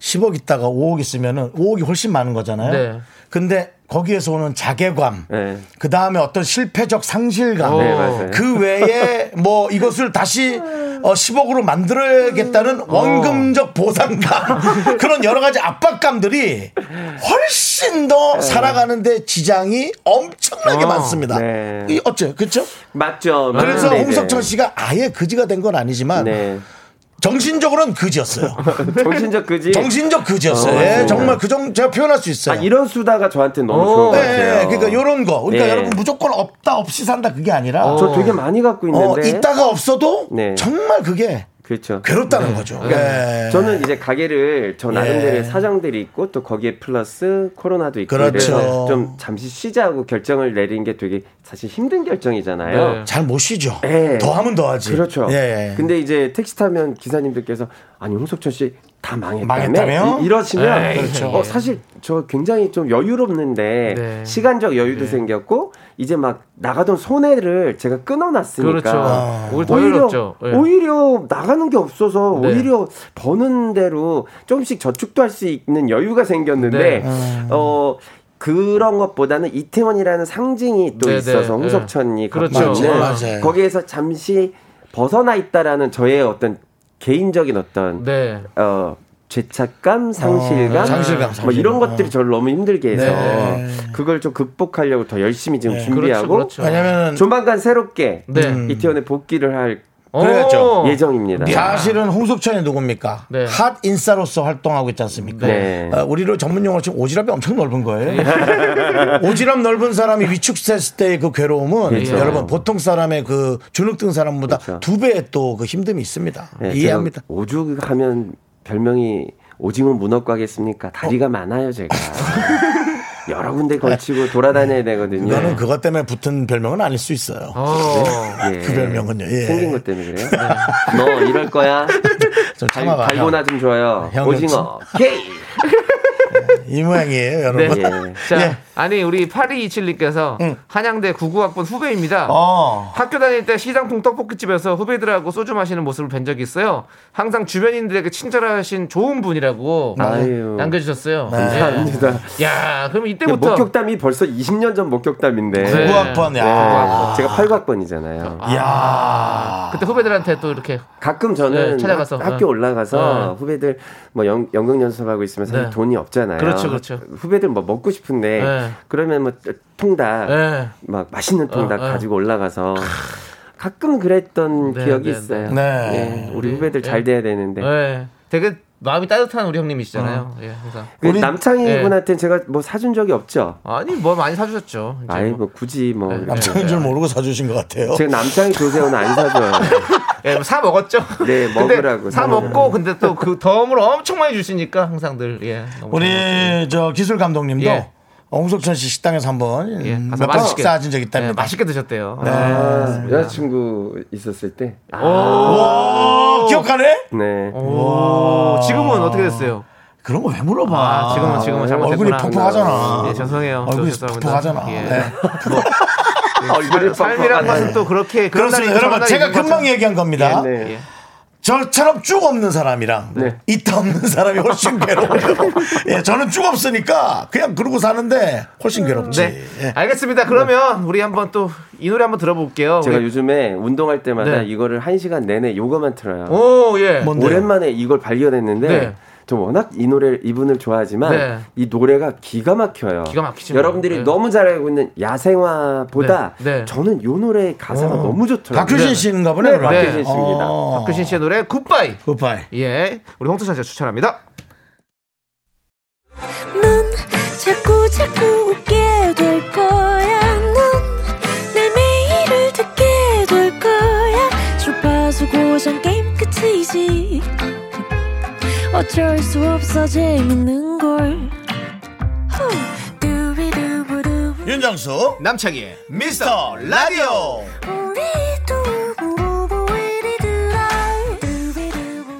[SPEAKER 1] 10억 있다가 5억 있으면은 5억이 훨씬 많은 거잖아요.
[SPEAKER 4] 네.
[SPEAKER 1] 근데 거기에서 오는 자괴감,
[SPEAKER 3] 네.
[SPEAKER 1] 그 다음에 어떤 실패적 상실감,
[SPEAKER 3] 네, 맞아요.
[SPEAKER 1] 그 외에 뭐 이것을 다시 어, 10억으로 만들어야겠다는 원금적 보상감 그런 여러 가지 압박감들이 훨씬 더 살아가는데 지장이 엄청나게
[SPEAKER 4] 어,
[SPEAKER 1] 많습니다.
[SPEAKER 3] 네.
[SPEAKER 1] 이 어째 그렇죠?
[SPEAKER 3] 맞죠.
[SPEAKER 1] 그래서
[SPEAKER 3] 맞는데,
[SPEAKER 1] 홍석천
[SPEAKER 3] 네.
[SPEAKER 1] 씨가 아예 그지가 된 건 아니지만
[SPEAKER 3] 네.
[SPEAKER 1] 정신적으로는 그지였어요.
[SPEAKER 3] 정신적 그지.
[SPEAKER 1] 정신적 그지였어요.
[SPEAKER 3] 어,
[SPEAKER 1] 예,
[SPEAKER 3] 맞습니다.
[SPEAKER 1] 정말 그 정 제가 표현할 수
[SPEAKER 3] 아,
[SPEAKER 1] 있어요.
[SPEAKER 3] 이런 수다가 저한테 너무 좋은 것 같아요.
[SPEAKER 1] 예, 그러니까 요런 거. 그러니까
[SPEAKER 3] 예.
[SPEAKER 1] 여러분 무조건
[SPEAKER 3] 어,
[SPEAKER 1] 없다 없이 산다 그게 아니라
[SPEAKER 3] 저 되게 많이 갖고
[SPEAKER 1] 어,
[SPEAKER 3] 있는데
[SPEAKER 1] 있다가 없어도
[SPEAKER 3] 네.
[SPEAKER 1] 정말 그게
[SPEAKER 3] 그렇죠.
[SPEAKER 1] 괴롭다는 거죠. 예.
[SPEAKER 3] 네. 저는 이제 가게를 저 나름대로
[SPEAKER 1] 예.
[SPEAKER 3] 사장들이 있고 또 거기에 플러스 코로나도 있고
[SPEAKER 1] 그렇죠.
[SPEAKER 3] 그래서 좀 잠시 쉬자고 결정을 내린 게 되게 사실 힘든 결정이잖아요.
[SPEAKER 2] 네.
[SPEAKER 1] 잘못 쉬죠.
[SPEAKER 3] 예.
[SPEAKER 1] 더 하면 더 하지.
[SPEAKER 3] 그렇죠.
[SPEAKER 1] 예.
[SPEAKER 3] 근데 이제 택시 타면 기사님들께서 아니 홍석천 씨 다 망했다며?
[SPEAKER 1] 망했다며?
[SPEAKER 3] 이- 이러시면
[SPEAKER 2] 에이, 그렇죠.
[SPEAKER 3] 어, 사실 저 굉장히 좀 여유롭는데
[SPEAKER 2] 네.
[SPEAKER 3] 시간적 여유도 생겼고 이제 막 나가던 손해를 제가 끊어놨으니까
[SPEAKER 2] 그렇죠.
[SPEAKER 1] 아.
[SPEAKER 2] 오히려 더
[SPEAKER 3] 그러니까. 오히려
[SPEAKER 2] 어렵죠. 예.
[SPEAKER 3] 오히려 나가는 게 없어서
[SPEAKER 2] 네.
[SPEAKER 3] 오히려 버는 대로 조금씩 저축도 할 수 있는 여유가 생겼는데
[SPEAKER 2] 네.
[SPEAKER 1] 아.
[SPEAKER 3] 어 그런 것보다는 이태원이라는 상징이 또
[SPEAKER 2] 네, 네.
[SPEAKER 3] 있어서
[SPEAKER 2] 네.
[SPEAKER 3] 홍석천이 갖고
[SPEAKER 2] 그렇죠.
[SPEAKER 3] 있는
[SPEAKER 1] 맞아요.
[SPEAKER 3] 거기에서 잠시 벗어나 있다라는 저의 어떤 개인적인 어떤
[SPEAKER 2] 네.
[SPEAKER 3] 어 죄책감, 상실감,
[SPEAKER 1] 어, 상실감,
[SPEAKER 3] 뭐
[SPEAKER 1] 상실감.
[SPEAKER 3] 이런 것들이
[SPEAKER 1] 어.
[SPEAKER 3] 저를 너무 힘들게 해서
[SPEAKER 1] 네.
[SPEAKER 3] 그걸 좀 극복하려고 더 열심히 지금
[SPEAKER 1] 네.
[SPEAKER 3] 준비하고
[SPEAKER 2] 그렇죠, 그렇죠.
[SPEAKER 1] 왜냐면은
[SPEAKER 3] 조만간 새롭게
[SPEAKER 2] 네.
[SPEAKER 3] 음. 이태원에 복귀를 할
[SPEAKER 1] 그래야죠.
[SPEAKER 2] 오.
[SPEAKER 3] 예정입니다.
[SPEAKER 1] 사실은 홍석천이 누굽니까?
[SPEAKER 2] 네.
[SPEAKER 1] 핫 인싸로서 활동하고 있지 않습니까?
[SPEAKER 3] 네.
[SPEAKER 1] 어, 우리로 전문 용어로 치면 오지랖이 엄청 넓은 거예요.
[SPEAKER 2] 네.
[SPEAKER 1] 오지랖 넓은 사람이 위축됐을 때의 그 괴로움은
[SPEAKER 3] 그렇죠.
[SPEAKER 1] 여러분 보통 사람의 그 주눅든 사람보다
[SPEAKER 3] 그렇죠.
[SPEAKER 1] 두 배의 또 그 힘듦이 있습니다.
[SPEAKER 3] 네,
[SPEAKER 1] 이해합니다.
[SPEAKER 3] 제가 오죽 하면 별명이 오징어 문어과겠습니까? 다리가 많아요 제가. 여러 군데 걸치고 돌아다녀야 되거든요.
[SPEAKER 1] 이거는 그것 때문에 붙은 별명은 아닐 수 있어요.
[SPEAKER 2] 어.
[SPEAKER 3] 예.
[SPEAKER 1] 그 별명은요. 예.
[SPEAKER 3] 생긴 것 때문에 그래요. 네. 너 이럴 거야.
[SPEAKER 1] 좀
[SPEAKER 3] 달,
[SPEAKER 1] 참아봐.
[SPEAKER 3] 고나
[SPEAKER 1] 형. 네,
[SPEAKER 3] 좀 줘요.
[SPEAKER 1] 형,
[SPEAKER 3] 오징어. 게이.
[SPEAKER 1] 이 모양이에요,
[SPEAKER 2] 네.
[SPEAKER 1] 여러분.
[SPEAKER 3] 예.
[SPEAKER 2] 자,
[SPEAKER 1] 예.
[SPEAKER 2] 아니 우리 8227님께서 한양대 99학번 후배입니다.
[SPEAKER 1] 어.
[SPEAKER 2] 학교 다닐 때 시장통 떡볶이집에서 후배들하고 소주 마시는 모습을 본 적이 있어요. 항상 주변인들에게 친절하신 좋은 분이라고
[SPEAKER 1] 네.
[SPEAKER 3] 아유.
[SPEAKER 1] 그-
[SPEAKER 2] 남겨주셨어요.
[SPEAKER 3] 음. 네. 감사합니다.
[SPEAKER 2] 예. 야, 그럼
[SPEAKER 3] 이게
[SPEAKER 2] 이때부터
[SPEAKER 3] 목격담이 벌써 20년 전 목격담인데.
[SPEAKER 2] 네.
[SPEAKER 3] 네.
[SPEAKER 1] 구학번 야.
[SPEAKER 3] 제가 8학번이잖아요.
[SPEAKER 1] 야.
[SPEAKER 2] 아. 그때 후배들한테 또 이렇게
[SPEAKER 3] 가끔 저는
[SPEAKER 2] 네, 찾아가서.
[SPEAKER 3] 학, 교
[SPEAKER 2] 네.
[SPEAKER 3] 올라가서
[SPEAKER 2] 네.
[SPEAKER 3] 후배들 뭐 연, 연극 연습하고 있으면 사실
[SPEAKER 2] 네.
[SPEAKER 3] 돈이 없잖아요.
[SPEAKER 2] 그렇죠, 그렇죠.
[SPEAKER 3] 후배들 뭐 먹고 싶은데
[SPEAKER 2] 네.
[SPEAKER 3] 그러면 뭐 통닭
[SPEAKER 2] 예.
[SPEAKER 3] 막 맛있는 통닭
[SPEAKER 2] 어, 어.
[SPEAKER 3] 가지고 올라가서 가끔 그랬던
[SPEAKER 2] 네,
[SPEAKER 3] 기억이
[SPEAKER 2] 네,
[SPEAKER 3] 있어요.
[SPEAKER 1] 네. 네.
[SPEAKER 3] 예, 우리 후배들 잘 돼야 되는데
[SPEAKER 2] 예. 되게 마음이 따뜻한 우리 형님이시잖아요. 예, 항상.
[SPEAKER 3] 그
[SPEAKER 1] 우리-
[SPEAKER 3] 남창희
[SPEAKER 2] 네.
[SPEAKER 3] 분한테 제가 뭐 사준 적이 없죠.
[SPEAKER 2] 아니 뭐 많이 사주셨죠. 이제
[SPEAKER 3] 아이
[SPEAKER 2] 뭐.
[SPEAKER 3] 뭐 굳이 뭐
[SPEAKER 2] 네.
[SPEAKER 1] 남창인 줄 모르고 사주신 것 같아요.
[SPEAKER 3] 제가 남창희 조세호는 안 사줘요.
[SPEAKER 2] 예, 뭐사 먹었죠.
[SPEAKER 3] 네,
[SPEAKER 2] 근데
[SPEAKER 3] 먹으라고.
[SPEAKER 2] 사 먹고 근데 또 그 덤으로 엄청 많이 주시니까 항상들 예. 너무 잘
[SPEAKER 1] 우리 저 기술 감독님도
[SPEAKER 2] 예.
[SPEAKER 1] 홍석천 씨 식당에서 한번
[SPEAKER 2] 먹었어요. 예, 가서
[SPEAKER 1] 몇번
[SPEAKER 2] 맛있게.
[SPEAKER 1] 식사하신 적 있다면
[SPEAKER 2] 예, 맛있게 드셨대요.
[SPEAKER 1] 네.
[SPEAKER 3] 아, 여자친구 있었을 때. 아,
[SPEAKER 2] 어?
[SPEAKER 1] 와 어, 기억하네?
[SPEAKER 3] 네.
[SPEAKER 2] 오, 지금은 어떻게 됐어요?
[SPEAKER 1] 그런 거 왜 물어봐?
[SPEAKER 2] 아, 지금은 지금은 잘못했구나.
[SPEAKER 1] 얼굴이 퍽퍽하잖아.
[SPEAKER 2] 예, 죄송해요.
[SPEAKER 1] 얼굴이
[SPEAKER 2] 저 죄송합니다.
[SPEAKER 1] 퍽퍽하잖아.
[SPEAKER 2] 예.
[SPEAKER 1] 네.
[SPEAKER 3] 얼굴이
[SPEAKER 2] 삶이란
[SPEAKER 3] 뻑뻑하다.
[SPEAKER 2] 것은 또 그렇게 그런
[SPEAKER 1] 그렇습니다.
[SPEAKER 2] 날이
[SPEAKER 1] 여러분
[SPEAKER 2] 저런
[SPEAKER 1] 제가
[SPEAKER 2] 날이 있는
[SPEAKER 1] 금방
[SPEAKER 2] 거죠.
[SPEAKER 1] 얘기한 겁니다.
[SPEAKER 3] 네.
[SPEAKER 2] 예. 네.
[SPEAKER 1] 저처럼 쭉 없는 사람이랑 이타 없는 사람이 훨씬 괴로워요. 예, 저는 쭉 없으니까 그냥 그러고 사는데 훨씬 괴롭지.
[SPEAKER 2] 네.
[SPEAKER 1] 예.
[SPEAKER 2] 알겠습니다. 그러면 우리 한번 또 이 노래 한번 들어볼게요.
[SPEAKER 3] 제가
[SPEAKER 2] 우리-
[SPEAKER 3] 요즘에 운동할 때마다
[SPEAKER 2] 네.
[SPEAKER 3] 이거를 한 시간 내내 요거만 틀어요.
[SPEAKER 2] 오, 예.
[SPEAKER 1] 뭔데요?
[SPEAKER 3] 오랜만에 이걸 발견했는데
[SPEAKER 2] 네.
[SPEAKER 3] 저 워낙 이 노래 이분을 좋아하지만
[SPEAKER 2] 네.
[SPEAKER 3] 이 노래가 기가 막혀요.
[SPEAKER 2] 기가 막히죠.
[SPEAKER 3] 여러분들이
[SPEAKER 2] 네.
[SPEAKER 3] 너무 잘 알고 있는 야생화보다
[SPEAKER 2] 네. 네.
[SPEAKER 3] 저는 요 노래 가사가 너무 좋더라고요.
[SPEAKER 1] 박효신
[SPEAKER 2] 네.
[SPEAKER 1] 씨인가 보네.
[SPEAKER 3] 네,
[SPEAKER 1] 그럼.
[SPEAKER 3] 박효신 씨입니다.
[SPEAKER 1] 어.
[SPEAKER 2] 박규신 씨의 노래 굿바이.
[SPEAKER 1] 굿바이.
[SPEAKER 2] 예. 우리 홍수찬 씨가 추천합니다.
[SPEAKER 5] 넌 자꾸 자꾸 웃게 될 거야. 넌내 매일을 듣게 될 거야. 주파수 고정 게임 끝이지. 어쩔 수 없어 재밌는 걸. 후. 두비두부두.
[SPEAKER 1] 윤정수
[SPEAKER 2] 남창희의
[SPEAKER 1] 미스터 라디오.
[SPEAKER 5] 우리 두부부부리두라. 두비두부부.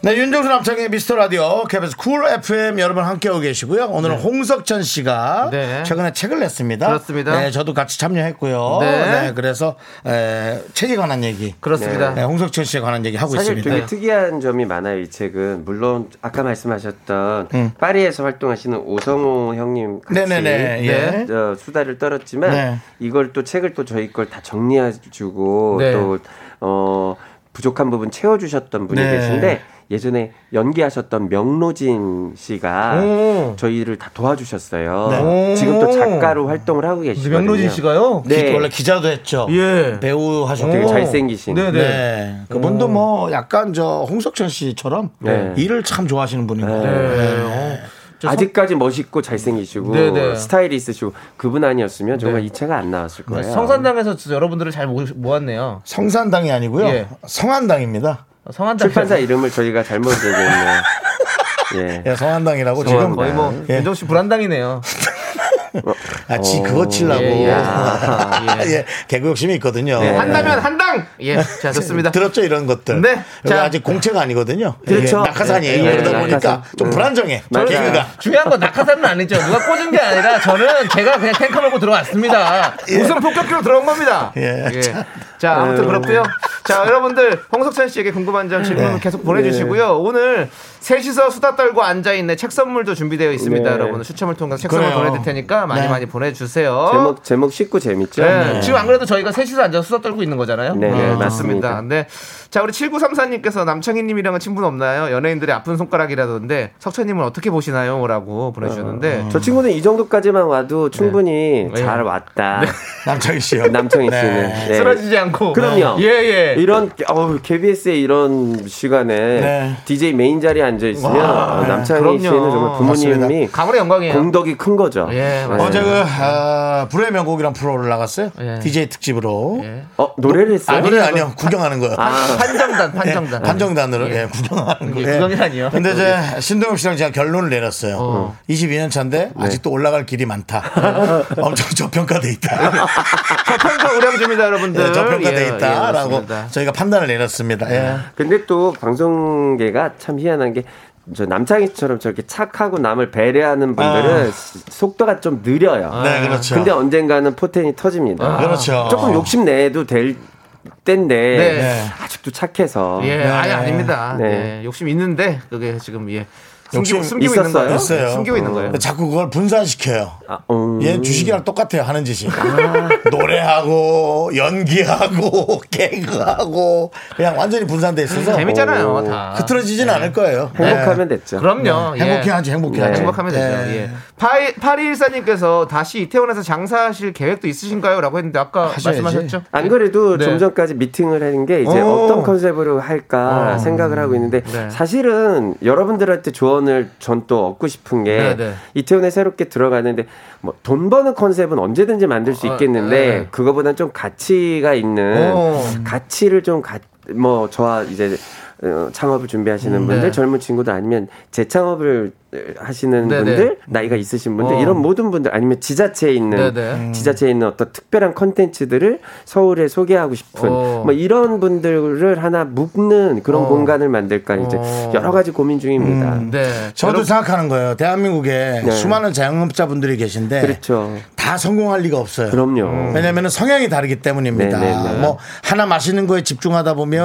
[SPEAKER 1] 네, 윤정수 남창의 미스터 라디오 KBS 쿨 FM 여러분 함께하고 계시고요. 오늘은 홍석천 씨가
[SPEAKER 2] 네.
[SPEAKER 1] 최근에 책을 냈습니다.
[SPEAKER 2] 그렇습니다.
[SPEAKER 1] 네, 저도 같이 참여했고요. 네,
[SPEAKER 2] 네.
[SPEAKER 1] 그래서 에, 책에 관한 얘기,
[SPEAKER 2] 그렇습니다.
[SPEAKER 1] 네, 홍석천 씨에 관한 얘기 하고
[SPEAKER 3] 사실
[SPEAKER 1] 있습니다.
[SPEAKER 3] 되게 특이한 점이 많아요. 이 책은 물론 아까 말씀하셨던 파리에서 활동하시는 오성호 형님 같이
[SPEAKER 1] 음. 네네네. 예.
[SPEAKER 3] 어, 수다를 떨었지만
[SPEAKER 1] 네.
[SPEAKER 3] 이걸 또 책을 또 저희 걸 다 정리해주고
[SPEAKER 2] 네.
[SPEAKER 3] 또 어, 부족한 부분 채워주셨던 분이
[SPEAKER 1] 네.
[SPEAKER 3] 계신데 예전에 연기하셨던 명로진 씨가
[SPEAKER 2] 오.
[SPEAKER 3] 저희를 다 도와주셨어요.
[SPEAKER 2] 네.
[SPEAKER 3] 지금 또
[SPEAKER 2] 오.
[SPEAKER 3] 작가로 활동을 하고 계시거든요.
[SPEAKER 2] 명로진 씨가요?
[SPEAKER 1] 기-
[SPEAKER 3] 네.
[SPEAKER 1] 원래 기자도 했죠.
[SPEAKER 2] 예.
[SPEAKER 1] 배우 하셨고.
[SPEAKER 3] 되게 잘생기신.
[SPEAKER 2] 네,
[SPEAKER 1] 네.
[SPEAKER 2] 네.
[SPEAKER 1] 그분도 뭐 약간 저 홍석천 씨처럼
[SPEAKER 3] 네.
[SPEAKER 1] 일을 참 좋아하시는 분인 거예요.
[SPEAKER 2] 네. 저
[SPEAKER 3] 아직까지 멋있고 잘생기시고
[SPEAKER 2] 네네. 네.
[SPEAKER 3] 스타일이 있으시고 그분 아니었으면 정말 이 차가 안 나왔을 거예요.
[SPEAKER 2] 성산당에서 진짜 여러분들을 잘 모- 모았네요.
[SPEAKER 1] 성산당이 아니고요.
[SPEAKER 2] 예.
[SPEAKER 1] 성한당입니다.
[SPEAKER 6] 성한당
[SPEAKER 3] 출판사 이름을 저희가 잘못 얘기했네요. 예.
[SPEAKER 1] 야, 성한당이라고
[SPEAKER 3] 성한당.
[SPEAKER 1] 지금
[SPEAKER 3] 거의 뭐
[SPEAKER 1] 예.
[SPEAKER 6] 윤정 씨 불안당이네요.
[SPEAKER 1] 아, 지 그거 치려고.
[SPEAKER 2] 예,
[SPEAKER 1] 예,
[SPEAKER 2] 예.
[SPEAKER 1] 개그 욕심이 있거든요.
[SPEAKER 3] 네.
[SPEAKER 2] 한다면 한당. 예, 자 좋습니다.
[SPEAKER 1] 들었죠 이런 것들.
[SPEAKER 2] 네,
[SPEAKER 1] 여기
[SPEAKER 2] 자.
[SPEAKER 1] 아직 공채가 아니거든요.
[SPEAKER 3] 그렇죠.
[SPEAKER 1] 예, 낙하산이에요.
[SPEAKER 3] 예,
[SPEAKER 1] 그러다
[SPEAKER 3] 예,
[SPEAKER 1] 보니까
[SPEAKER 3] 낙하산.
[SPEAKER 1] 좀
[SPEAKER 3] 음.
[SPEAKER 1] 불안정해.
[SPEAKER 3] 맞아요.
[SPEAKER 1] 개그가.
[SPEAKER 6] 중요한 건 낙하산은 아니죠. 누가 꽂은 게 아니라 저는 제가 그냥 탱커 몰고 들어왔습니다.
[SPEAKER 2] 우선 폭격기로 들어온 겁니다.
[SPEAKER 1] 예. 음.
[SPEAKER 2] 자, 아무튼
[SPEAKER 3] 아유.
[SPEAKER 2] 그렇고요. 자, 여러분들 홍석천 씨에게 궁금한 점 질문
[SPEAKER 1] 네.
[SPEAKER 2] 계속 보내주시고요. 오늘 셋이서 수다 떨고 앉아 있는 책 선물도 준비되어 있습니다.
[SPEAKER 3] 네.
[SPEAKER 2] 여러분 추첨을 통해서 책 선물
[SPEAKER 1] 예. 그래요.
[SPEAKER 2] 보내드릴 테니까 많이
[SPEAKER 1] 네.
[SPEAKER 2] 많이 보내주세요.
[SPEAKER 3] 제목 제목 쉽고 재밌죠.
[SPEAKER 2] 네.
[SPEAKER 6] 지금 안 그래도 저희가 셋이서 앉아서 수다 떨고 있는 거잖아요.
[SPEAKER 3] 네,
[SPEAKER 2] 예,
[SPEAKER 3] 네,
[SPEAKER 2] 맞습니다.
[SPEAKER 3] 맞습니다.
[SPEAKER 2] 네. 자, 우리 7934님께서 남창희님이랑은 친분 없나요? 연예인들의 아픈 손가락이라던데, 석천님은 어떻게 보시나요? 라고 보내주셨는데,
[SPEAKER 3] 저 친구는 이 정도까지만 와도 충분히
[SPEAKER 2] 네.
[SPEAKER 3] 잘 왔다.
[SPEAKER 1] 남창희 씨요.
[SPEAKER 3] 남청희
[SPEAKER 1] 네.
[SPEAKER 3] 씨는. 네.
[SPEAKER 2] 쓰러지지 않고.
[SPEAKER 3] 그럼요.
[SPEAKER 2] 예, 예.
[SPEAKER 3] 이런 어우, KBS의 이런 시간에
[SPEAKER 1] 네.
[SPEAKER 3] DJ 메인 자리에 앉아 있으면 어,
[SPEAKER 2] 네,
[SPEAKER 3] 남창희
[SPEAKER 2] 그럼요.
[SPEAKER 3] 씨는 정말 부모님이
[SPEAKER 2] 가문의 영광이에요.
[SPEAKER 3] 공덕이 큰 거죠. 네.
[SPEAKER 2] 예, 맞아요.
[SPEAKER 1] 어제 그 아, 불의 명곡이란 프로를 나갔어요.
[SPEAKER 2] 예.
[SPEAKER 1] DJ 특집으로.
[SPEAKER 2] 예.
[SPEAKER 3] 어, 노래를 했어요.
[SPEAKER 1] 아, 노래 아니요. 구경하는 거요.
[SPEAKER 2] 판정단, 판정단.
[SPEAKER 1] 예, 판정단으로 예, 구경하는
[SPEAKER 6] 이게
[SPEAKER 1] 거예요.
[SPEAKER 6] 구경이라니요?
[SPEAKER 1] 근데 이제 신동엽 씨랑 제가 결론을 내렸어요. 22년 차인데 아직도 올라갈 길이 많다. 엄청 저평가돼 있다.
[SPEAKER 2] 네, 저평가 우량주입니다, 여러분들.
[SPEAKER 1] 예, 저평가돼
[SPEAKER 2] 예, 예,
[SPEAKER 1] 있다라고
[SPEAKER 2] 맞습니다. 네.
[SPEAKER 1] 저희가 판단을 내렸습니다. 예.
[SPEAKER 3] 근데 또 방송계가 참 희한한 게 저 남창희 씨처럼 저렇게 착하고 남을 배려하는 분들은 속도가 좀 느려요.
[SPEAKER 1] 아. 네, 그렇죠.
[SPEAKER 3] 근데 언젠가는 포텐이 터집니다.
[SPEAKER 1] 그렇죠.
[SPEAKER 3] 조금 욕심 내도 될 때인데
[SPEAKER 2] 네.
[SPEAKER 3] 아직도 착해서
[SPEAKER 2] 예, 아니, 아닙니다.
[SPEAKER 3] 네.
[SPEAKER 2] 예, 욕심 있는데, 그게 지금, 예. 숨기고,
[SPEAKER 1] 욕심
[SPEAKER 2] 숨기고 있는
[SPEAKER 3] 있었어요?
[SPEAKER 2] 거예요.
[SPEAKER 1] 있어요.
[SPEAKER 2] 숨기고 있는 거예요.
[SPEAKER 1] 자꾸 그걸 분산시켜요.
[SPEAKER 3] 아, 음.
[SPEAKER 1] 얘 주식이랑 똑같아요 하는 짓이 노래하고 연기하고 개그하고 그냥 완전히 분산돼 있어서
[SPEAKER 2] 재밌잖아요, 다.
[SPEAKER 1] 흐트러지진 않을 거예요.
[SPEAKER 3] 행복하면
[SPEAKER 1] 네.
[SPEAKER 3] 됐죠.
[SPEAKER 2] 그럼요. 예.
[SPEAKER 1] 행복해야지, 행복해야지.
[SPEAKER 2] 네, 행복하면
[SPEAKER 1] 네.
[SPEAKER 2] 되죠. 예. 파이 파리일사님께서 다시 이태원에서 장사하실 계획도 있으신가요?라고 했는데 아까
[SPEAKER 1] 하셔야지.
[SPEAKER 2] 말씀하셨죠.
[SPEAKER 3] 안 그래도
[SPEAKER 2] 네.
[SPEAKER 3] 좀 전까지 미팅을 하는 게 이제
[SPEAKER 2] 오.
[SPEAKER 3] 어떤 컨셉으로 할까 생각을 하고 있는데
[SPEAKER 2] 어. 네.
[SPEAKER 3] 사실은 여러분들한테 조언을 전 또 얻고 싶은 게
[SPEAKER 2] 네, 네.
[SPEAKER 3] 이태원에 새롭게 들어가는데 뭐 돈 버는 컨셉은 언제든지 만들 수
[SPEAKER 2] 어,
[SPEAKER 3] 있겠는데
[SPEAKER 2] 네. 어.
[SPEAKER 3] 그거보단 좀 가치가 있는
[SPEAKER 2] 오.
[SPEAKER 3] 가치를 좀 뭐 저와 이제 어, 창업을 준비하시는 분들
[SPEAKER 2] 네.
[SPEAKER 3] 젊은 친구들 아니면 재창업을 어, 하시는
[SPEAKER 2] 네, 네.
[SPEAKER 3] 분들 나이가 있으신 분들
[SPEAKER 2] 어.
[SPEAKER 3] 이런 모든 분들 아니면 지자체에 있는
[SPEAKER 2] 네, 네.
[SPEAKER 3] 지자체에 있는 어떤 특별한 컨텐츠들을 서울에 소개하고 싶은
[SPEAKER 2] 어.
[SPEAKER 3] 뭐 이런 분들을 하나 묶는 그런
[SPEAKER 2] 어.
[SPEAKER 3] 공간을 만들까 이제
[SPEAKER 2] 어.
[SPEAKER 3] 여러 가지 고민 중입니다.
[SPEAKER 2] 네.
[SPEAKER 1] 저도
[SPEAKER 2] 여러분,
[SPEAKER 1] 생각하는 거예요. 대한민국에
[SPEAKER 3] 네.
[SPEAKER 1] 수많은 자영업자분들이 계신데
[SPEAKER 3] 그렇죠.
[SPEAKER 1] 다 성공할 리가 없어요. 음.
[SPEAKER 3] 그럼요.
[SPEAKER 1] 왜냐하면 성향이 다르기 때문입니다.
[SPEAKER 3] 네, 네, 네.
[SPEAKER 1] 뭐 하나 맛있는 거에 집중하다 보면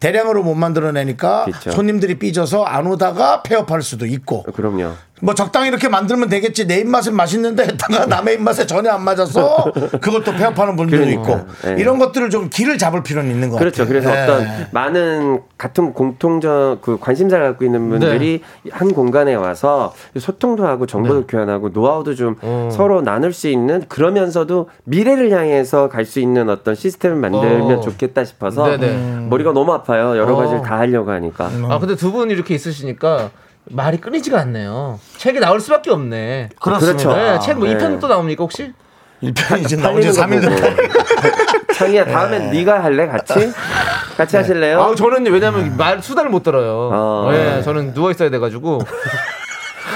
[SPEAKER 1] 대량으로 못 만들어내니까
[SPEAKER 3] 그렇죠.
[SPEAKER 1] 손님들이 삐져서 안 오다가 폐업할 수도 있고
[SPEAKER 3] 그럼요.
[SPEAKER 1] 뭐 적당히 이렇게 만들면 되겠지 내 입맛은 맛있는데 했다가 남의 입맛에 전혀 안 맞아서 그걸 또 폐업하는 분들도
[SPEAKER 3] 그러니까,
[SPEAKER 1] 있고
[SPEAKER 3] 예.
[SPEAKER 1] 이런 것들을 좀 길을 잡을 필요는 있는 것
[SPEAKER 3] 그렇죠.
[SPEAKER 1] 같아요.
[SPEAKER 3] 그래서
[SPEAKER 2] 네.
[SPEAKER 1] 예.
[SPEAKER 3] 어떤 많은 같은 공통적 그 관심사를 갖고
[SPEAKER 2] 네.
[SPEAKER 3] 있는 분들이 한 공간에 와서 소통도 하고 정보도
[SPEAKER 2] 네.
[SPEAKER 3] 교환하고 노하우도 좀
[SPEAKER 2] 음.
[SPEAKER 3] 서로 나눌 수 있는 그러면서도 미래를 향해서 갈 수 있는 어떤 시스템을 만들면
[SPEAKER 2] 어.
[SPEAKER 3] 좋겠다 싶어서
[SPEAKER 2] 네네.
[SPEAKER 3] 머리가 너무 아파요. 여러
[SPEAKER 2] 어. 음.
[SPEAKER 3] 가지를 다 하려고 하니까.
[SPEAKER 6] 아 근데 두 분 이렇게 있으시니까 말이 끊이지가 않네요. 책이 나올 수밖에 없네.
[SPEAKER 3] 그렇죠.
[SPEAKER 6] 네, 책뭐
[SPEAKER 3] 네.
[SPEAKER 6] 2편 또 나옵니까 혹시?
[SPEAKER 1] 이 편이 이제 나온 지 3일
[SPEAKER 3] 팔리는 거
[SPEAKER 1] 됐다.
[SPEAKER 3] 보고. 창희야 다음엔 네가 할래 같이? 같이 하실래요?
[SPEAKER 2] 아 저는
[SPEAKER 1] 네.
[SPEAKER 2] 왜냐면 말 수다를 못 들어요.
[SPEAKER 3] 아.
[SPEAKER 2] 예, 저는 누워 있어야 돼가지고.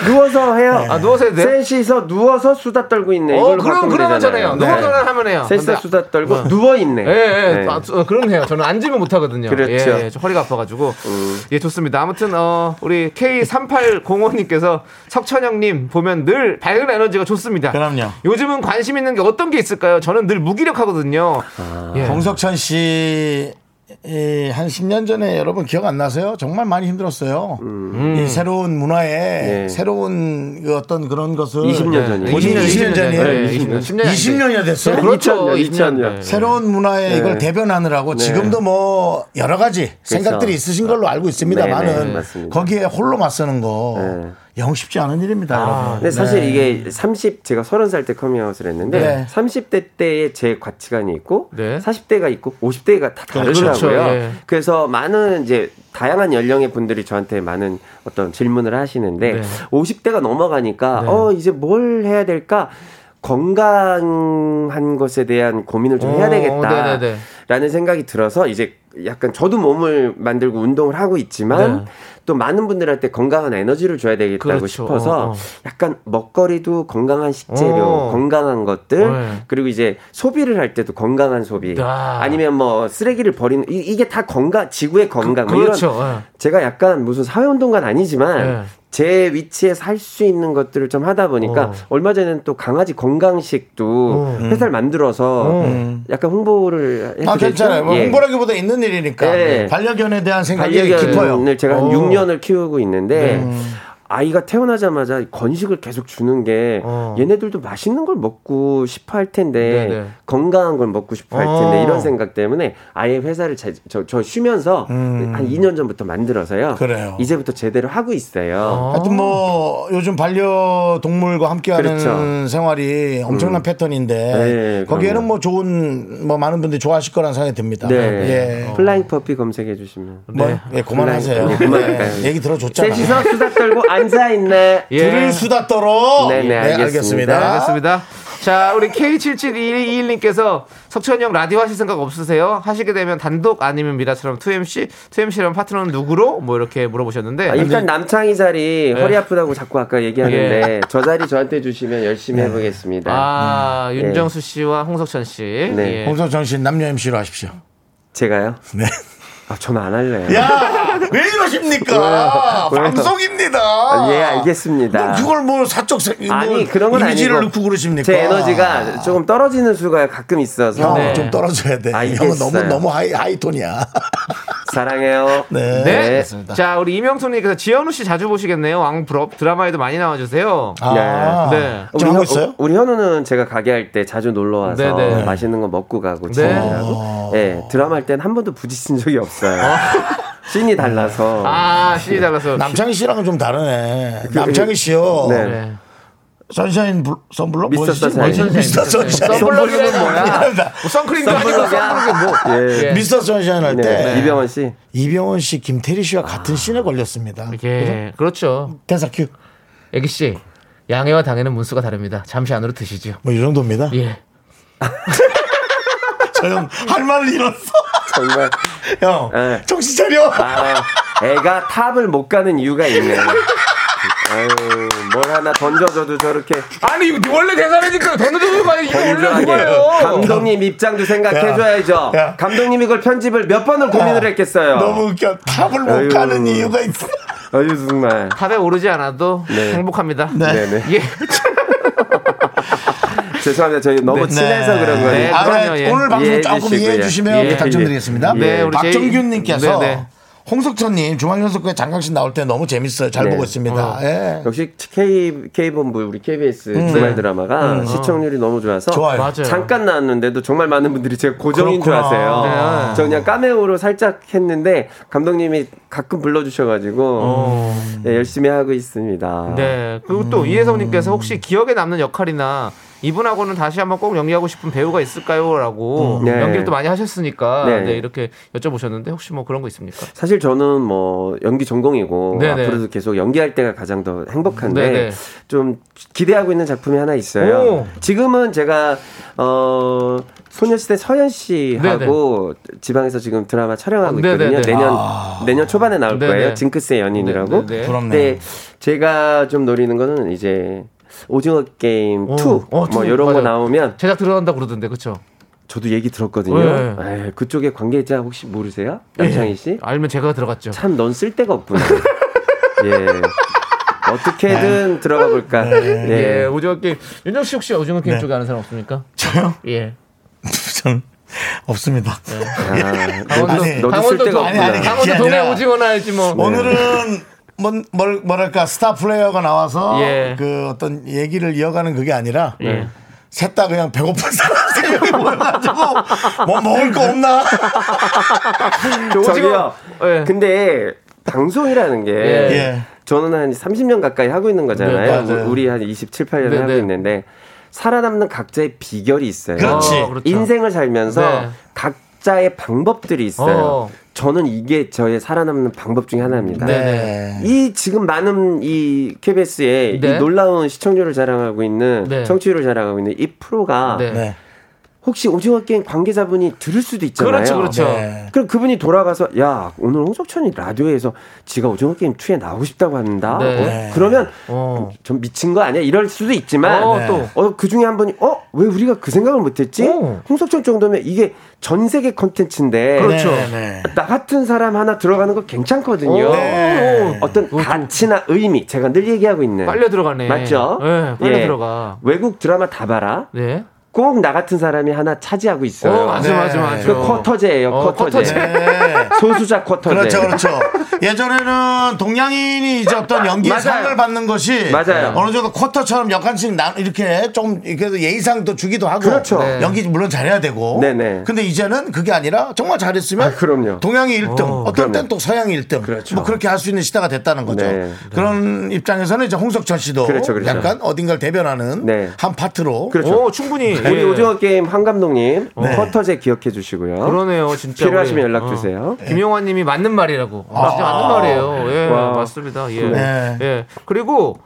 [SPEAKER 3] 누워서 해요.
[SPEAKER 2] 아 누워서 해야 돼.
[SPEAKER 3] 셋이서 누워서 수다 떨고 있네.
[SPEAKER 2] 어
[SPEAKER 3] 이걸로
[SPEAKER 2] 그럼
[SPEAKER 3] 바꾸면
[SPEAKER 2] 그러면
[SPEAKER 3] 되잖아요.
[SPEAKER 2] 저네요. 누워서 하면 해요.
[SPEAKER 3] 셋이서
[SPEAKER 2] 근데
[SPEAKER 3] 수다 떨고 누워 있네.
[SPEAKER 2] 예, 예. 아, 어, 그럼 해요. 저는 앉으면 못 하거든요.
[SPEAKER 3] 그렇죠. 음.
[SPEAKER 2] 예, 예. 저 허리가 아파가지고. 예, 좋습니다. 아무튼, 어, 우리 K3805님께서 석천형님 보면 늘 밝은 에너지가 좋습니다.
[SPEAKER 1] 그럼요.
[SPEAKER 2] 요즘은 관심 있는 게 어떤 게 있을까요? 저는 늘 무기력하거든요.
[SPEAKER 1] 아.
[SPEAKER 2] 예.
[SPEAKER 1] 공석천 씨. 이, 한 10년 전에 여러분 기억 안 나세요? 정말 많이 힘들었어요. 이 새로운 문화에
[SPEAKER 3] 예.
[SPEAKER 1] 새로운 그 어떤 그런 것을 네.
[SPEAKER 3] 20년 전이에요.
[SPEAKER 1] 본인이
[SPEAKER 2] 20년,
[SPEAKER 1] 20년, 전이에요.
[SPEAKER 2] 네, 20년.
[SPEAKER 1] 20년, 20년이 됐어. 요
[SPEAKER 2] 그렇죠.
[SPEAKER 3] 2000년,
[SPEAKER 2] 2000년.
[SPEAKER 3] 2000년.
[SPEAKER 1] 새로운 문화에 이걸 대변하느라고 지금도 뭐 여러 가지 생각들이 있으신 걸로 알고
[SPEAKER 3] 네, 네,
[SPEAKER 1] 있습니다만은
[SPEAKER 3] 맞습니다.
[SPEAKER 1] 거기에 홀로 맞서는 거 영 쉽지 않은 일입니다. 여러분.
[SPEAKER 3] 근데 사실 이게 30 제가 30살 때 커밍아웃을 했는데
[SPEAKER 1] 네.
[SPEAKER 3] 30대 때의 제 가치관이 있고
[SPEAKER 2] 네.
[SPEAKER 3] 40대가 있고 50대가 다 다르더라고요.
[SPEAKER 2] 그렇죠.
[SPEAKER 3] 그
[SPEAKER 2] 예.
[SPEAKER 3] 래서 많은 이제 다양한 연령의 분들이 저한테 많은 어떤 질문을 하시는데
[SPEAKER 2] 네.
[SPEAKER 3] 50대가 넘어가니까 어 이제 뭘 해야 될까? 건강한 것에 대한 고민을 좀 해야
[SPEAKER 2] 오, 네네네.
[SPEAKER 3] 되겠다라는 생각이 들어서 이제 약간 저도 몸을 만들고 운동을 하고 있지만
[SPEAKER 2] 네.
[SPEAKER 3] 또 많은 분들한테 건강한 에너지를 줘야 되겠다고
[SPEAKER 2] 그렇죠.
[SPEAKER 3] 싶어서
[SPEAKER 2] 어, 어.
[SPEAKER 3] 약간 먹거리도 건강한 식재료,
[SPEAKER 2] 어.
[SPEAKER 3] 건강한 것들
[SPEAKER 2] 네.
[SPEAKER 3] 그리고 이제 소비를 할 때도 건강한 소비
[SPEAKER 2] 아.
[SPEAKER 3] 아니면 뭐 쓰레기를 버리는 이- 이게 다 건강 지구의 건강 뭐
[SPEAKER 2] 그렇죠.
[SPEAKER 3] 이런
[SPEAKER 2] 예.
[SPEAKER 3] 제가 약간 무슨 사회운동가는 아니지만
[SPEAKER 2] 네.
[SPEAKER 3] 제 위치에 살 수 있는 것들을 좀 하다 보니까
[SPEAKER 2] 어.
[SPEAKER 3] 얼마 전에는 또 강아지 건강식도
[SPEAKER 2] 어.
[SPEAKER 3] 회사를 만들어서
[SPEAKER 1] 음.
[SPEAKER 3] 약간 홍보를 해도
[SPEAKER 1] 아 괜찮아요.
[SPEAKER 3] 되죠?
[SPEAKER 1] 뭐
[SPEAKER 3] 예.
[SPEAKER 1] 홍보라기보다 있는 일이니까
[SPEAKER 3] 네.
[SPEAKER 1] 반려견에 대한 생각이 깊어요.
[SPEAKER 3] 반려견을 제가 한
[SPEAKER 2] 어. 네.
[SPEAKER 3] 6년을 키우고 있는데
[SPEAKER 1] 음.
[SPEAKER 3] 아이가 태어나자마자 건식을 계속 주는 게
[SPEAKER 2] 어.
[SPEAKER 3] 얘네들도 맛있는 걸 먹고 싶어 할 텐데
[SPEAKER 2] 네네.
[SPEAKER 3] 건강한 걸 먹고 싶어 할
[SPEAKER 2] 어.
[SPEAKER 3] 텐데 이런 생각 때문에 아예 회사를 제- 저, 저 쉬면서
[SPEAKER 1] 음.
[SPEAKER 3] 한 2년 전부터 만들어서요.
[SPEAKER 1] 그래요.
[SPEAKER 3] 이제부터 제대로 하고 있어요.
[SPEAKER 1] 하여튼 뭐 요즘 반려동물과 함께하는
[SPEAKER 3] 그렇죠.
[SPEAKER 1] 생활이 엄청난 패턴인데
[SPEAKER 3] 네,
[SPEAKER 1] 거기에는
[SPEAKER 3] 그럼요.
[SPEAKER 1] 뭐 좋은 뭐 많은 분들이 좋아하실 거라는 생각이 듭니다.
[SPEAKER 3] 네.
[SPEAKER 1] 예.
[SPEAKER 3] 플라잉 퍼피 검색해 주시면.
[SPEAKER 1] 뭐, 예, 그만하세요.
[SPEAKER 3] 네, 그만할까요?
[SPEAKER 1] 예, 얘기 들어줬잖아요.
[SPEAKER 3] 셋이서 수다 떨고 앉아 있네.
[SPEAKER 2] 예.
[SPEAKER 1] 둘을 수다 떨어.
[SPEAKER 3] 네, 네, 알겠습니다.
[SPEAKER 2] 알겠습니다. 자, 우리 K772121님께서 석천이 형 라디오 하실 생각 없으세요? 하시게 되면 단독 아니면 미라처럼 2MC? 2MC라면 파트너는 누구로? 뭐 이렇게 물어보셨는데. 네.
[SPEAKER 3] 아, 일단 남창희 자리
[SPEAKER 1] 예.
[SPEAKER 3] 허리 아프다고 자꾸 아까 얘기하는데
[SPEAKER 2] 예.
[SPEAKER 3] 저 자리 저한테 주시면 열심히
[SPEAKER 1] 네.
[SPEAKER 3] 해보겠습니다.
[SPEAKER 2] 아, 윤정수 씨와 홍석천 씨.
[SPEAKER 3] 네.
[SPEAKER 2] 예.
[SPEAKER 1] 홍석 정신 남녀 MC로 하십시오.
[SPEAKER 3] 제가요?
[SPEAKER 1] 네.
[SPEAKER 3] 아, 저는 안 할래요.
[SPEAKER 1] 야, 왜 이러십니까?
[SPEAKER 3] 왜요? 왜요?
[SPEAKER 1] 방송입니다.
[SPEAKER 3] 아, 예, 알겠습니다.
[SPEAKER 1] 뭐 그걸 뭐 사적 세- 뭐
[SPEAKER 3] 아니 그런 건
[SPEAKER 1] 이미지를
[SPEAKER 3] 아니고
[SPEAKER 1] 넣고 그러십니까?
[SPEAKER 3] 제 에너지가 조금 떨어지는 수가 가끔 있어서
[SPEAKER 1] 형,
[SPEAKER 2] 네.
[SPEAKER 1] 좀 떨어져야 돼.
[SPEAKER 3] 알겠어요.
[SPEAKER 1] 형은 너무 너무 하이 하이톤이야.
[SPEAKER 3] 사랑해요.
[SPEAKER 1] 네.
[SPEAKER 2] 네.
[SPEAKER 1] 알겠습니다.
[SPEAKER 2] 자, 우리 이명수님께서 지현우 씨 자주 보시겠네요. 왕부럽 드라마에도 많이 나와주세요.
[SPEAKER 1] 아,
[SPEAKER 2] 네.
[SPEAKER 1] 지금
[SPEAKER 3] 현-
[SPEAKER 1] 하고 있어요?
[SPEAKER 3] 우리 현우는 제가 가게 할 때 자주 놀러 와서
[SPEAKER 2] 네, 네.
[SPEAKER 3] 맛있는 거 먹고 가고
[SPEAKER 2] 네.
[SPEAKER 3] 친구들하고 예, 드라마 할 땐 한 번도 부딪힌 적이 없어요. 씬이 달라서
[SPEAKER 2] 아, 신이 달라서.
[SPEAKER 1] 남창희 씨랑은 좀 다르네. 남창희 씨요.
[SPEAKER 3] 어, 그, 네.
[SPEAKER 2] 네.
[SPEAKER 1] 선샤인 블- 선블럭
[SPEAKER 3] 미스터
[SPEAKER 1] 뭐였지?
[SPEAKER 3] 선샤인.
[SPEAKER 1] 뭐지? 미스터 선샤인.
[SPEAKER 2] 선블럭이는 뭐야?
[SPEAKER 1] 미안합니다.
[SPEAKER 2] 뭐 선크림도 아니고 선블럭이 뭐.
[SPEAKER 3] 예.
[SPEAKER 2] 예.
[SPEAKER 1] 미스터 선샤인 할
[SPEAKER 3] 네.
[SPEAKER 1] 때
[SPEAKER 3] 이병헌 아. 씨
[SPEAKER 1] 이병헌 씨, 김태리 씨와 같은 씬에 걸렸습니다.
[SPEAKER 2] 예, 그렇죠.
[SPEAKER 1] 대사 큐.
[SPEAKER 2] 애기 씨, 양해와 당해는 문수가 다릅니다. 잠시 안으로 드시죠.
[SPEAKER 1] 뭐 이 정도입니다.
[SPEAKER 2] 예.
[SPEAKER 1] 저 형 할 말을 잃었어.
[SPEAKER 3] 정말
[SPEAKER 1] 형
[SPEAKER 3] 네.
[SPEAKER 1] 정신 차려.
[SPEAKER 3] 아, 애가 탑을 못 가는 이유가 있네. 아유, 뭘 하나 던져줘도 저렇게
[SPEAKER 2] 아니 이거 원래 계산해니까 돈을 주는 거 아니에요?
[SPEAKER 3] 건전하게 감독님 입장도 생각해줘야죠.
[SPEAKER 1] 야.
[SPEAKER 3] 감독님 이걸 편집을 몇 번을 고민을
[SPEAKER 1] 야.
[SPEAKER 3] 했겠어요.
[SPEAKER 1] 너무 웃겨. 탑을 못
[SPEAKER 3] 아유.
[SPEAKER 1] 가는 이유가 있어.
[SPEAKER 3] 아유 정말.
[SPEAKER 2] 탑에 오르지 않아도
[SPEAKER 3] 네.
[SPEAKER 2] 행복합니다.
[SPEAKER 3] 네네.
[SPEAKER 2] 예.
[SPEAKER 3] 죄송합니다. 저희 너무 친해서 그런 거예요.
[SPEAKER 2] 네,
[SPEAKER 1] 아,
[SPEAKER 2] 그럼요,
[SPEAKER 1] 네.
[SPEAKER 2] 예.
[SPEAKER 1] 오늘 방송
[SPEAKER 3] 이해해
[SPEAKER 1] 조금
[SPEAKER 3] 주시고요.
[SPEAKER 1] 이해해 주시면
[SPEAKER 2] 예.
[SPEAKER 1] 당첨드리겠습니다.
[SPEAKER 2] 네, 우리
[SPEAKER 1] 박정균님께서
[SPEAKER 2] 제이- 네, 네.
[SPEAKER 1] 홍석천님 주말연속회 장강신 나올 때 너무 재밌어요. 잘
[SPEAKER 3] 네.
[SPEAKER 1] 보고 있습니다.
[SPEAKER 2] 어.
[SPEAKER 1] 예.
[SPEAKER 3] 역시 K K 본부 우리 KBS 주말 드라마가 시청률이 너무 좋아서
[SPEAKER 1] 좋아요.
[SPEAKER 2] 음. 어. 맞아요.
[SPEAKER 3] 잠깐 나왔는데도 정말 많은 분들이 제가 고정인 줄
[SPEAKER 1] 그렇구나.
[SPEAKER 3] 아세요.
[SPEAKER 2] 네.
[SPEAKER 3] 저 그냥 까메오로 살짝 했는데 감독님이 가끔 불러주셔가지고 네, 열심히 하고 있습니다.
[SPEAKER 2] 어. 네. 그리고
[SPEAKER 3] 음.
[SPEAKER 2] 또 이혜성님께서 혹시 기억에 남는 역할이나 이분하고는 다시 한번 꼭 연기하고 싶은 배우가 있을까요?라고
[SPEAKER 3] 네.
[SPEAKER 2] 연기를 또 많이 하셨으니까
[SPEAKER 3] 네.
[SPEAKER 2] 네, 이렇게 여쭤보셨는데 혹시 뭐 그런 거 있습니까?
[SPEAKER 3] 사실 저는 뭐 연기 전공이고
[SPEAKER 2] 네네.
[SPEAKER 3] 앞으로도 계속 연기할 때가 가장 더 행복한데
[SPEAKER 2] 네네.
[SPEAKER 3] 좀 기대하고 있는 작품이 하나 있어요.
[SPEAKER 2] 오.
[SPEAKER 3] 지금은 제가 어 소녀시대 서현 씨하고 지방에서 지금 드라마 촬영하고
[SPEAKER 2] 어, 네, 네네네.
[SPEAKER 3] 있거든요. 내년 내년 초반에 나올
[SPEAKER 2] 네네.
[SPEAKER 3] 거예요. 징크스의
[SPEAKER 2] 네,
[SPEAKER 3] 연인이라고.
[SPEAKER 2] 네, 네.
[SPEAKER 1] 아. 부럽네요.
[SPEAKER 3] 근데 제가 좀 노리는 거는 이제 오징어 게임
[SPEAKER 2] 어,
[SPEAKER 3] 2
[SPEAKER 2] 어,
[SPEAKER 3] 뭐
[SPEAKER 2] 투,
[SPEAKER 3] 이런 거
[SPEAKER 2] 맞아요.
[SPEAKER 3] 나오면
[SPEAKER 2] 제작 들어간다 고 그러던데 그렇죠?
[SPEAKER 3] 저도 얘기 들었거든요.
[SPEAKER 2] 네. 예.
[SPEAKER 3] 에이, 그쪽에 관계자 혹시 모르세요? 남창희 씨?
[SPEAKER 2] 알면 제가 들어갔죠.
[SPEAKER 3] 참 넌 쓸데가 없구나. 예. 어떻게든
[SPEAKER 1] 네.
[SPEAKER 3] 들어가 볼까.
[SPEAKER 2] 예,
[SPEAKER 3] 예.
[SPEAKER 2] 오징어 게임. 윤정 씨 혹시 오징어 게임
[SPEAKER 1] 네.
[SPEAKER 2] 쪽에 아는 사람 없습니까?
[SPEAKER 1] 저요?
[SPEAKER 2] 예.
[SPEAKER 1] 저는 없습니다.
[SPEAKER 2] 네.
[SPEAKER 3] 아,
[SPEAKER 2] 강원도,
[SPEAKER 1] 아니,
[SPEAKER 3] 너도
[SPEAKER 2] 강원도
[SPEAKER 3] 쓸데가
[SPEAKER 2] 도-
[SPEAKER 1] 아니, 아니,
[SPEAKER 3] 없구나.
[SPEAKER 2] 강원도
[SPEAKER 1] 그게
[SPEAKER 2] 동해
[SPEAKER 1] 아니라-
[SPEAKER 2] 오징어나 알지 뭐.
[SPEAKER 1] 오늘은 뭔, 뭘, 뭐랄까, 스타 플레이어가 나와서
[SPEAKER 2] 예.
[SPEAKER 1] 그 어떤 얘기를 이어가는 그게 아니라
[SPEAKER 3] 네.
[SPEAKER 2] 예.
[SPEAKER 1] 셋 다 그냥 배고픈 사람 생각이 모여가지고 뭐 먹을 거 없나?
[SPEAKER 3] 저기요.
[SPEAKER 2] 예.
[SPEAKER 3] 근데 방송이라는 게
[SPEAKER 2] 예.
[SPEAKER 1] 예.
[SPEAKER 3] 저는 한 30년 가까이 하고 있는 거잖아요.
[SPEAKER 1] 네, 맞아요.
[SPEAKER 3] 우리 한 27, 8년
[SPEAKER 2] 네,
[SPEAKER 3] 하고
[SPEAKER 2] 네.
[SPEAKER 3] 있는데 살아남는 각자의 비결이 있어요.
[SPEAKER 1] 그렇지.
[SPEAKER 2] 어, 그렇죠.
[SPEAKER 3] 인생을 살면서
[SPEAKER 2] 네.
[SPEAKER 3] 각자의 방법들이 있어요.
[SPEAKER 2] 어.
[SPEAKER 3] 저는 이게 저의 살아남는 방법 중에 하나입니다.
[SPEAKER 1] 네.
[SPEAKER 3] 이 지금 많은 이 KBS에
[SPEAKER 2] 네.
[SPEAKER 3] 이 놀라운 시청률을 자랑하고 있는
[SPEAKER 2] 네.
[SPEAKER 3] 청취율을 자랑하고 있는 이 프로가
[SPEAKER 2] 네.
[SPEAKER 1] 네.
[SPEAKER 3] 혹시 오징어 게임 관계자분이 들을 수도 있잖아요.
[SPEAKER 2] 그렇죠, 그렇죠.
[SPEAKER 1] 네.
[SPEAKER 3] 그럼 그분이 돌아가서 야 오늘 홍석천이 라디오에서 지가 오징어 게임 2에 나오고 싶다고 한다.
[SPEAKER 2] 네.
[SPEAKER 3] 어, 그러면
[SPEAKER 2] 어.
[SPEAKER 3] 좀 미친 거 아니야? 이럴 수도 있지만
[SPEAKER 2] 어,
[SPEAKER 3] 어,
[SPEAKER 2] 또.
[SPEAKER 3] 그 중에 한 분이 어 왜 우리가 그 생각을 못했지?
[SPEAKER 2] 어.
[SPEAKER 3] 홍석천 정도면 이게 전 세계 컨텐츠인데
[SPEAKER 2] 그렇죠.
[SPEAKER 1] 네, 네.
[SPEAKER 3] 나 같은 사람 하나 들어가는 거 괜찮거든요.
[SPEAKER 2] 오,
[SPEAKER 1] 네.
[SPEAKER 3] 어떤 가치나 의미 제가 늘 얘기하고 있는
[SPEAKER 2] 빨려 들어가네.
[SPEAKER 3] 맞죠?
[SPEAKER 2] 네, 빨려
[SPEAKER 3] 예.
[SPEAKER 2] 들어가.
[SPEAKER 3] 외국 드라마 다 봐라.
[SPEAKER 2] 네.
[SPEAKER 3] 꼭 나 같은 사람이 하나 차지하고
[SPEAKER 2] 어,
[SPEAKER 3] 있어요.
[SPEAKER 2] 맞아,
[SPEAKER 1] 네.
[SPEAKER 2] 맞아, 맞아.
[SPEAKER 3] 그 쿼터제예요.
[SPEAKER 2] 어, 쿼터제.
[SPEAKER 3] 쿼터제.
[SPEAKER 1] 네.
[SPEAKER 3] 소수자 쿼터제.
[SPEAKER 1] 그렇죠, 그렇죠. 예전에는 동양인이 이제 어떤 연기의
[SPEAKER 3] 맞아요.
[SPEAKER 1] 상을 받는 것이
[SPEAKER 3] 맞아요.
[SPEAKER 1] 어느 정도 쿼터처럼 약간씩 나, 이렇게 좀 그래서 예의상도 주기도 하고
[SPEAKER 3] 그렇죠.
[SPEAKER 2] 네.
[SPEAKER 1] 연기 물론 잘해야 되고
[SPEAKER 3] 네네.
[SPEAKER 1] 근데 이제는 그게 아니라 정말 잘했으면
[SPEAKER 3] 아, 그럼요.
[SPEAKER 1] 동양이 1등 어떨
[SPEAKER 3] 그럼요.
[SPEAKER 1] 땐 또 서양이 1등
[SPEAKER 3] 그렇죠.
[SPEAKER 1] 뭐 그렇게 할 수 있는 시대가 됐다는 거죠.
[SPEAKER 3] 네.
[SPEAKER 1] 그런 입장에서는 이제 홍석천 씨도
[SPEAKER 3] 그렇죠, 그렇죠.
[SPEAKER 1] 약간 어딘가를 대변하는
[SPEAKER 3] 네.
[SPEAKER 1] 한 파트로
[SPEAKER 3] 그렇죠.
[SPEAKER 2] 오, 충분히.
[SPEAKER 3] 우리
[SPEAKER 2] 예.
[SPEAKER 3] 오징어 게임 한 감독님
[SPEAKER 1] 네.
[SPEAKER 3] 쿼터제 기억해 주시고요.
[SPEAKER 2] 어. 그러네요, 진짜.
[SPEAKER 3] 어? 필요하시면
[SPEAKER 2] 우리.
[SPEAKER 3] 연락
[SPEAKER 2] 어.
[SPEAKER 3] 주세요.
[SPEAKER 2] 김용환님이 맞는 말이라고. 아, 진짜 맞는 말이에요. 예,
[SPEAKER 3] 와.
[SPEAKER 2] 맞습니다. 예.
[SPEAKER 1] 네.
[SPEAKER 2] 예. 그리고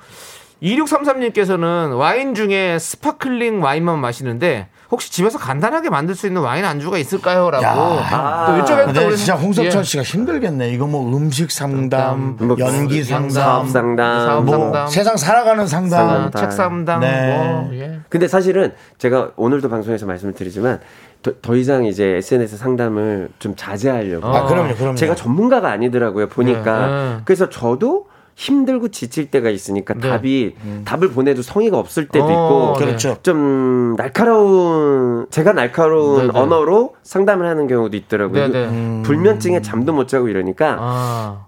[SPEAKER 2] 2633님께서는 와인 중에 스파클링 와인만 마시는데 혹시 집에서 간단하게 만들 수 있는 와인 안주가 있을까요? 라고 아.
[SPEAKER 1] 야. 아.
[SPEAKER 2] 또
[SPEAKER 3] 그러니까
[SPEAKER 2] 여쭤봤다고
[SPEAKER 1] 근데 진짜
[SPEAKER 2] 그래서-
[SPEAKER 1] 홍석천
[SPEAKER 2] 예.
[SPEAKER 1] 씨가 힘들겠네. 이거 뭐 음식 상담,
[SPEAKER 3] 뭐
[SPEAKER 1] 연기
[SPEAKER 3] 사업
[SPEAKER 1] 상담,
[SPEAKER 3] 상담.
[SPEAKER 2] 사업
[SPEAKER 1] 뭐
[SPEAKER 2] 상담.
[SPEAKER 1] 세상 살아가는 상담.
[SPEAKER 2] 아, 책 상담
[SPEAKER 1] 네.
[SPEAKER 2] 뭐 예.
[SPEAKER 3] 근데 사실은 제가 오늘도 방송에서 말씀을 드리지만 더, 더 이상 이제 SNS 상담을 좀 자제하려고.
[SPEAKER 1] 아, 그럼요, 그럼요.
[SPEAKER 3] 제가 전문가가 아니더라고요 보니까
[SPEAKER 2] 네, 네.
[SPEAKER 3] 그래서 저도 힘들고 지칠 때가 있으니까
[SPEAKER 2] 네.
[SPEAKER 3] 답이 답을 보내도 성의가 없을 때도
[SPEAKER 2] 어,
[SPEAKER 3] 있고
[SPEAKER 2] 네.
[SPEAKER 1] 그렇죠.
[SPEAKER 3] 좀 날카로운 제가 날카로운
[SPEAKER 2] 네, 네.
[SPEAKER 3] 언어로 상담을 하는 경우도 있더라고요
[SPEAKER 2] 네, 네.
[SPEAKER 3] 불면증에 잠도 못 자고 이러니까
[SPEAKER 2] 아.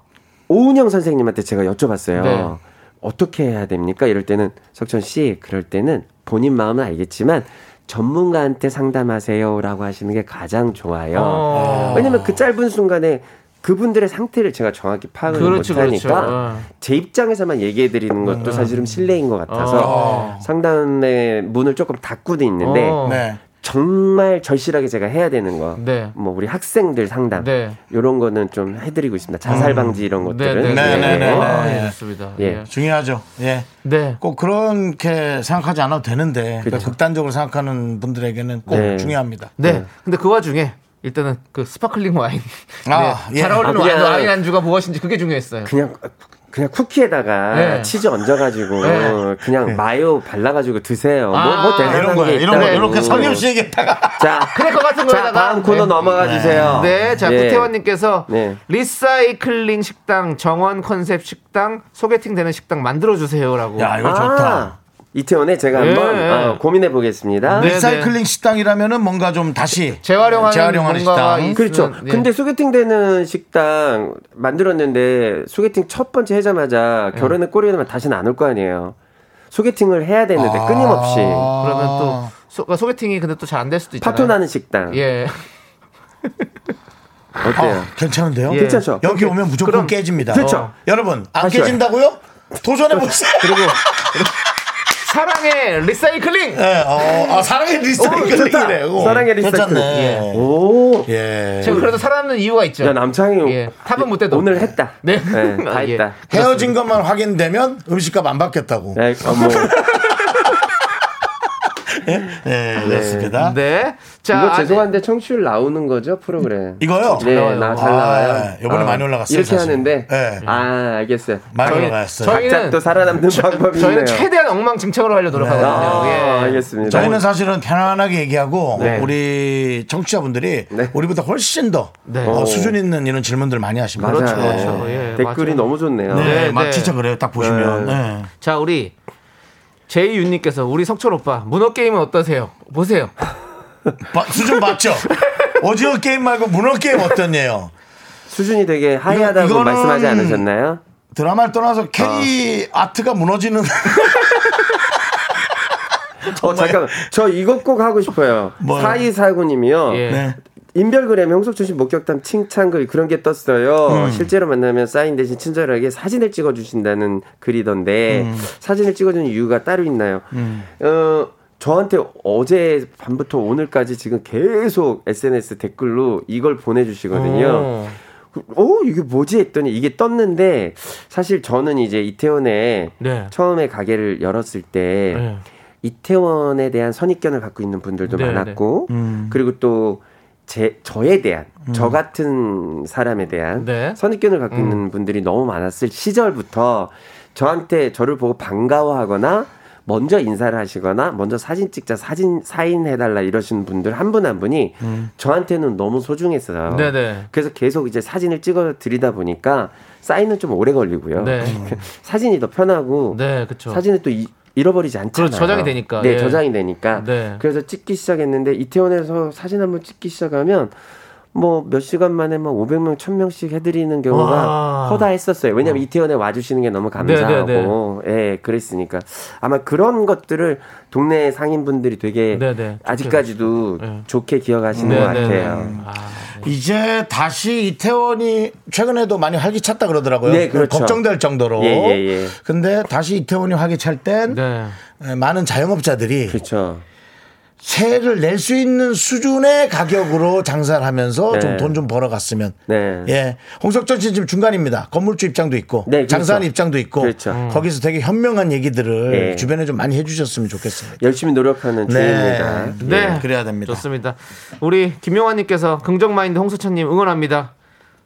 [SPEAKER 3] 오은영 선생님한테 제가 여쭤봤어요.
[SPEAKER 2] 네.
[SPEAKER 3] 어떻게 해야 됩니까? 이럴 때는 석천 씨, 그럴 때는 본인 마음은 알겠지만 전문가한테 상담하세요라고 하시는 게 가장 좋아요.
[SPEAKER 2] 어.
[SPEAKER 3] 왜냐면 그 짧은 순간에 그분들의 상태를 제가 정확히 파악을
[SPEAKER 2] 그렇죠,
[SPEAKER 3] 못하니까
[SPEAKER 2] 그렇죠. 어. 음.
[SPEAKER 3] 제 입장에서만 얘기해 드리는 것도 사실은 실례인 것 같아서 상담의 문을 조금 닫고도 있는데
[SPEAKER 2] 어.
[SPEAKER 1] 네.
[SPEAKER 3] 정말 절실하게 제가 해야 되는 거.
[SPEAKER 2] 네.
[SPEAKER 3] 뭐 우리 학생들 상담
[SPEAKER 2] 네.
[SPEAKER 3] 이런 거는 좀 해드리고 있습니다. 자살 방지 이런
[SPEAKER 2] 네,
[SPEAKER 3] 것들은
[SPEAKER 2] 네,
[SPEAKER 1] 네, 네, 네.
[SPEAKER 2] 아, 예, 좋습니다.
[SPEAKER 3] 예.
[SPEAKER 2] 예.
[SPEAKER 1] 중요하죠. 예.
[SPEAKER 2] 네.
[SPEAKER 1] 꼭 그렇게 생각하지 않아도 되는데 그러니까 극단적으로 생각하는 분들에게는 꼭
[SPEAKER 3] 네.
[SPEAKER 1] 중요합니다.
[SPEAKER 2] 그렇죠. 네. 근데 그 와중에 일단은 그 스파클링 와인.
[SPEAKER 1] 아,
[SPEAKER 2] 네.
[SPEAKER 1] 예.
[SPEAKER 2] 잘 어울리는
[SPEAKER 3] 아,
[SPEAKER 2] 와인,
[SPEAKER 3] 그냥-
[SPEAKER 2] 와인 안주가 무엇인지 그게 중요했어요.
[SPEAKER 3] 그냥 그냥 쿠키에다가
[SPEAKER 2] 네.
[SPEAKER 3] 치즈 얹어가지고
[SPEAKER 2] 네.
[SPEAKER 3] 그냥 마요 발라가지고 드세요.
[SPEAKER 2] 아,
[SPEAKER 3] 뭐뭐
[SPEAKER 1] 이런
[SPEAKER 3] 대단한
[SPEAKER 1] 거예요.
[SPEAKER 3] 게
[SPEAKER 1] 이런 거
[SPEAKER 3] 있다고.
[SPEAKER 1] 이렇게
[SPEAKER 2] 네.
[SPEAKER 1] 성엽 씨 얘기했다가
[SPEAKER 3] 자,
[SPEAKER 2] 크래커 같은
[SPEAKER 3] 자
[SPEAKER 2] 거에다가
[SPEAKER 3] 다음
[SPEAKER 2] 네.
[SPEAKER 3] 코너 넘어가 주세요.
[SPEAKER 2] 네, 자
[SPEAKER 3] 예.
[SPEAKER 2] 구태원님께서
[SPEAKER 3] 네.
[SPEAKER 2] 리사이클링 식당 정원 컨셉 식당 소개팅 되는 식당 만들어 주세요라고.
[SPEAKER 1] 야, 이거
[SPEAKER 3] 아,
[SPEAKER 1] 좋다.
[SPEAKER 3] 이태원에 제가
[SPEAKER 2] 예.
[SPEAKER 3] 한번 어, 고민해 보겠습니다.
[SPEAKER 2] 네.
[SPEAKER 1] 리사이클링 식당이라면은 뭔가 좀 다시
[SPEAKER 2] 재활용하는 뭔가가
[SPEAKER 1] 식당.
[SPEAKER 2] 있-
[SPEAKER 3] 그렇죠.
[SPEAKER 2] 네.
[SPEAKER 3] 근데 소개팅 되는 식당 만들었는데 소개팅 첫 번째 하자마자
[SPEAKER 2] 예.
[SPEAKER 3] 결혼의 꼬리에만 다시는 안 올 거 아니에요. 소개팅을 해야 되는데
[SPEAKER 2] 아,
[SPEAKER 3] 끊임없이
[SPEAKER 2] 그러면 또 소, 그러니까 소개팅이 근데 또 잘 안 될 수도 있잖아요.
[SPEAKER 3] 파토 나는 식당
[SPEAKER 2] 예.
[SPEAKER 3] 어때요?
[SPEAKER 1] 아, 괜찮은데요?
[SPEAKER 3] 괜찮죠?
[SPEAKER 1] 여기 오면 무조건
[SPEAKER 2] 네. 예. 그럼-
[SPEAKER 1] 깨집니다.
[SPEAKER 3] 그렇죠.
[SPEAKER 1] 어. 여러분, 안
[SPEAKER 3] 다시 와요.
[SPEAKER 1] 깨진다고요? 도전해 보세요.
[SPEAKER 2] 그렇죠. 그리고 사랑의 리사이클링.
[SPEAKER 1] 네, 어, 아, 사랑의 리사이클링이래. 요
[SPEAKER 3] 사랑의 리사이클링.
[SPEAKER 1] 괜찮네.
[SPEAKER 3] 오,
[SPEAKER 1] 예.
[SPEAKER 2] 제가 그래도 살아남는 이유가 있죠.
[SPEAKER 3] 야 남창이
[SPEAKER 2] 예. 탑은 못 해도.
[SPEAKER 3] 오늘 했다.
[SPEAKER 2] 네.
[SPEAKER 3] 네, 다
[SPEAKER 2] 아, 예.
[SPEAKER 3] 했다.
[SPEAKER 1] 헤어진 것만 확인되면 음식값 안 받겠다고.
[SPEAKER 3] 네, 어, 뭐
[SPEAKER 1] 네, 그렇습니다.
[SPEAKER 2] 네. 자,
[SPEAKER 3] 이거
[SPEAKER 2] 아,
[SPEAKER 3] 죄송한데 청취율 나오는 거죠 프로그램?
[SPEAKER 1] 이거요?
[SPEAKER 3] 네, 나잘
[SPEAKER 1] 아,
[SPEAKER 3] 나와요.
[SPEAKER 1] 예. 요번에 많이 올라갔어요,
[SPEAKER 3] 이렇게
[SPEAKER 1] 사실.
[SPEAKER 3] 하는데,
[SPEAKER 1] 예.
[SPEAKER 3] 아 알겠어요.
[SPEAKER 1] 많이
[SPEAKER 2] 저희-
[SPEAKER 1] 올라갔어요.
[SPEAKER 2] 저희-
[SPEAKER 3] 각자 또 살아남는 방법이 있네요.
[SPEAKER 2] 저희는 최대한 엉망진창으로 하려 노력하거든요.
[SPEAKER 3] 아,
[SPEAKER 2] 예.
[SPEAKER 3] 알겠습니다.
[SPEAKER 1] 저희는 사실은 편안하게 얘기하고
[SPEAKER 3] 네.
[SPEAKER 1] 우리 청취자분들이
[SPEAKER 3] 네.
[SPEAKER 1] 우리보다 훨씬 더
[SPEAKER 2] 네.
[SPEAKER 1] 어,
[SPEAKER 3] 오.
[SPEAKER 1] 수준 있는 이런 질문들 많이 하십니다.
[SPEAKER 3] 맞아요.
[SPEAKER 2] 그렇죠, 그렇죠.
[SPEAKER 3] 네.
[SPEAKER 2] 예,
[SPEAKER 3] 댓글이
[SPEAKER 2] 맞아요.
[SPEAKER 3] 너무 좋네요.
[SPEAKER 1] 네,
[SPEAKER 2] 네,
[SPEAKER 1] 막
[SPEAKER 2] 네.
[SPEAKER 1] 진짜 그래요. 딱 보시면.
[SPEAKER 3] 네.
[SPEAKER 1] 네.
[SPEAKER 2] 자, 우리 제이윤님께서 우리 석철 오빠 문어 게임은 어떠세요? 보세요.
[SPEAKER 1] 바- 수준 맞죠? 오징어 게임 말고 문어 게임 어떻냐요?
[SPEAKER 3] 수준이 되게 하이하다고
[SPEAKER 1] 이거는-
[SPEAKER 3] 말씀하지 않으셨나요?
[SPEAKER 1] 드라마를 떠나서 K 아트가 무너지는
[SPEAKER 3] 어 잠깐, 만저 이거 꼭 하고 싶어요.
[SPEAKER 1] 뭐요?
[SPEAKER 3] 사이사구님이요.
[SPEAKER 2] 예.
[SPEAKER 1] 네.
[SPEAKER 3] 인별그램에 홍석준 씨 목격담 칭찬글 그런 게
[SPEAKER 2] 음.
[SPEAKER 3] 떴어요. 실제로 만나면 사인 대신 친절하게 사진을 찍어주신다는 글이던데
[SPEAKER 2] 음.
[SPEAKER 3] 사진을 찍어주는 이유가 따로 있나요? 어, 저한테 어제 밤부터 오늘까지 지금 계속 SNS 댓글로 이걸 보내주시거든요.
[SPEAKER 2] 오.
[SPEAKER 3] 어 이게 뭐지 했더니 이게 떴는데 사실 저는 이제 이태원에
[SPEAKER 2] 네.
[SPEAKER 3] 처음에 가게를 열었을 때
[SPEAKER 2] 네.
[SPEAKER 3] 이태원에 대한 선입견을 갖고 있는 분들도
[SPEAKER 2] 네,
[SPEAKER 3] 많았고 그리고 또 제 저에 대한 저 같은 사람에 대한
[SPEAKER 2] 네.
[SPEAKER 3] 선입견을 갖고 있는 분들이 너무 많았을 시절부터 저한테 저를 보고 반가워하거나 먼저 인사를 하시거나 먼저 사진 찍자 사진 사인해달라 이러시는 분들 한 분 한 분이 저한테는 너무 소중했어요.
[SPEAKER 2] 네네.
[SPEAKER 3] 그래서 계속 이제 사진을 찍어 드리다 보니까 사인은 좀 오래 걸리고요.
[SPEAKER 2] 네.
[SPEAKER 3] 사진이 더 편하고
[SPEAKER 2] 네, 그쵸.
[SPEAKER 3] 사진을 또 이- 잃어버리지 않잖아요.
[SPEAKER 2] 그렇죠. 저장이 되니까.
[SPEAKER 3] 네,
[SPEAKER 2] 예.
[SPEAKER 3] 저장이 되니까.
[SPEAKER 2] 네.
[SPEAKER 3] 그래서 찍기 시작했는데 이태원에서 사진 한번 찍기 시작하면 뭐 몇 시간 만에 막 500명, 1000명씩 해드리는
[SPEAKER 2] 와.
[SPEAKER 3] 경우가 허다했었어요. 왜냐면 이태원에 와주시는 게 너무
[SPEAKER 2] 네,
[SPEAKER 3] 감사하고, 예, 그랬으니까 아마 그런 것들을 동네 상인분들이 되게
[SPEAKER 2] 네, 네.
[SPEAKER 3] 아직까지도
[SPEAKER 2] 네.
[SPEAKER 3] 좋게 기억하시는
[SPEAKER 2] 네,
[SPEAKER 3] 것
[SPEAKER 2] 네,
[SPEAKER 3] 같아요.
[SPEAKER 2] 네. 아,
[SPEAKER 1] 이제 다시 이태원이 최근에도 많이 활기찼다 그러더라고요.
[SPEAKER 3] 네, 그렇죠.
[SPEAKER 1] 걱정될 정도로.
[SPEAKER 3] 예, 예, 예.
[SPEAKER 1] 근데 다시 이태원이 활기찰 땐
[SPEAKER 2] 네.
[SPEAKER 1] 에, 많은 자영업자들이
[SPEAKER 3] 그렇죠.
[SPEAKER 1] 세를 낼 수 있는 수준의 가격으로 장사를 하면서
[SPEAKER 3] 네.
[SPEAKER 1] 좀 돈 좀 벌어갔으면.
[SPEAKER 3] 네.
[SPEAKER 1] 예. 홍석천 씨는 지금 중간입니다. 건물주 입장도 있고
[SPEAKER 3] 네, 그렇죠.
[SPEAKER 1] 장사하는 입장도 있고
[SPEAKER 3] 그렇죠. 음.
[SPEAKER 1] 거기서 되게 현명한 얘기들을
[SPEAKER 3] 네.
[SPEAKER 1] 주변에 좀 많이 해주셨으면 좋겠습니다.
[SPEAKER 3] 열심히 노력하는
[SPEAKER 1] 네.
[SPEAKER 3] 중입니다. 예.
[SPEAKER 2] 네.
[SPEAKER 1] 그래야 됩니다.
[SPEAKER 2] 좋습니다. 우리 김용환님께서 긍정마인드 홍수천님 응원합니다.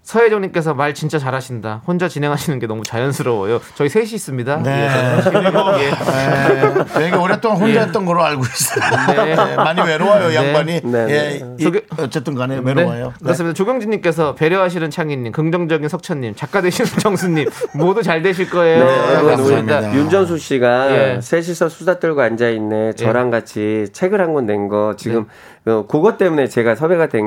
[SPEAKER 2] 서혜정님께서 말 진짜 잘하신다. 혼자 진행하시는 게 너무 자연스러워요. 저희 셋이 있습니다.
[SPEAKER 1] 네.
[SPEAKER 2] 예, 그리고 예.
[SPEAKER 1] 예, 되게 오랫동안 혼자 했던 거로 알고 있어요.
[SPEAKER 2] 네.
[SPEAKER 1] 예, 많이 외로워요, 이
[SPEAKER 2] 네.
[SPEAKER 1] 양반이.
[SPEAKER 3] 네,
[SPEAKER 1] 예,
[SPEAKER 3] 네.
[SPEAKER 1] 이-
[SPEAKER 2] 저기-
[SPEAKER 1] 어쨌든 간에 외로워요.
[SPEAKER 2] 네, 그렇습니다. 조경진님께서 배려하시는 창희님, 긍정적인 석천님, 작가 되시는 정수님 모두 잘 되실 거예요.
[SPEAKER 3] 네,
[SPEAKER 1] 네,
[SPEAKER 3] 그건 우리
[SPEAKER 1] 감사합니다.
[SPEAKER 3] 윤정수 씨가
[SPEAKER 2] 예.
[SPEAKER 3] 셋이서 수다 떨고 앉아 있네. 저랑 같이 책을 한 권 낸 거 지금 어, 그것 때문에 제가 섭외가 된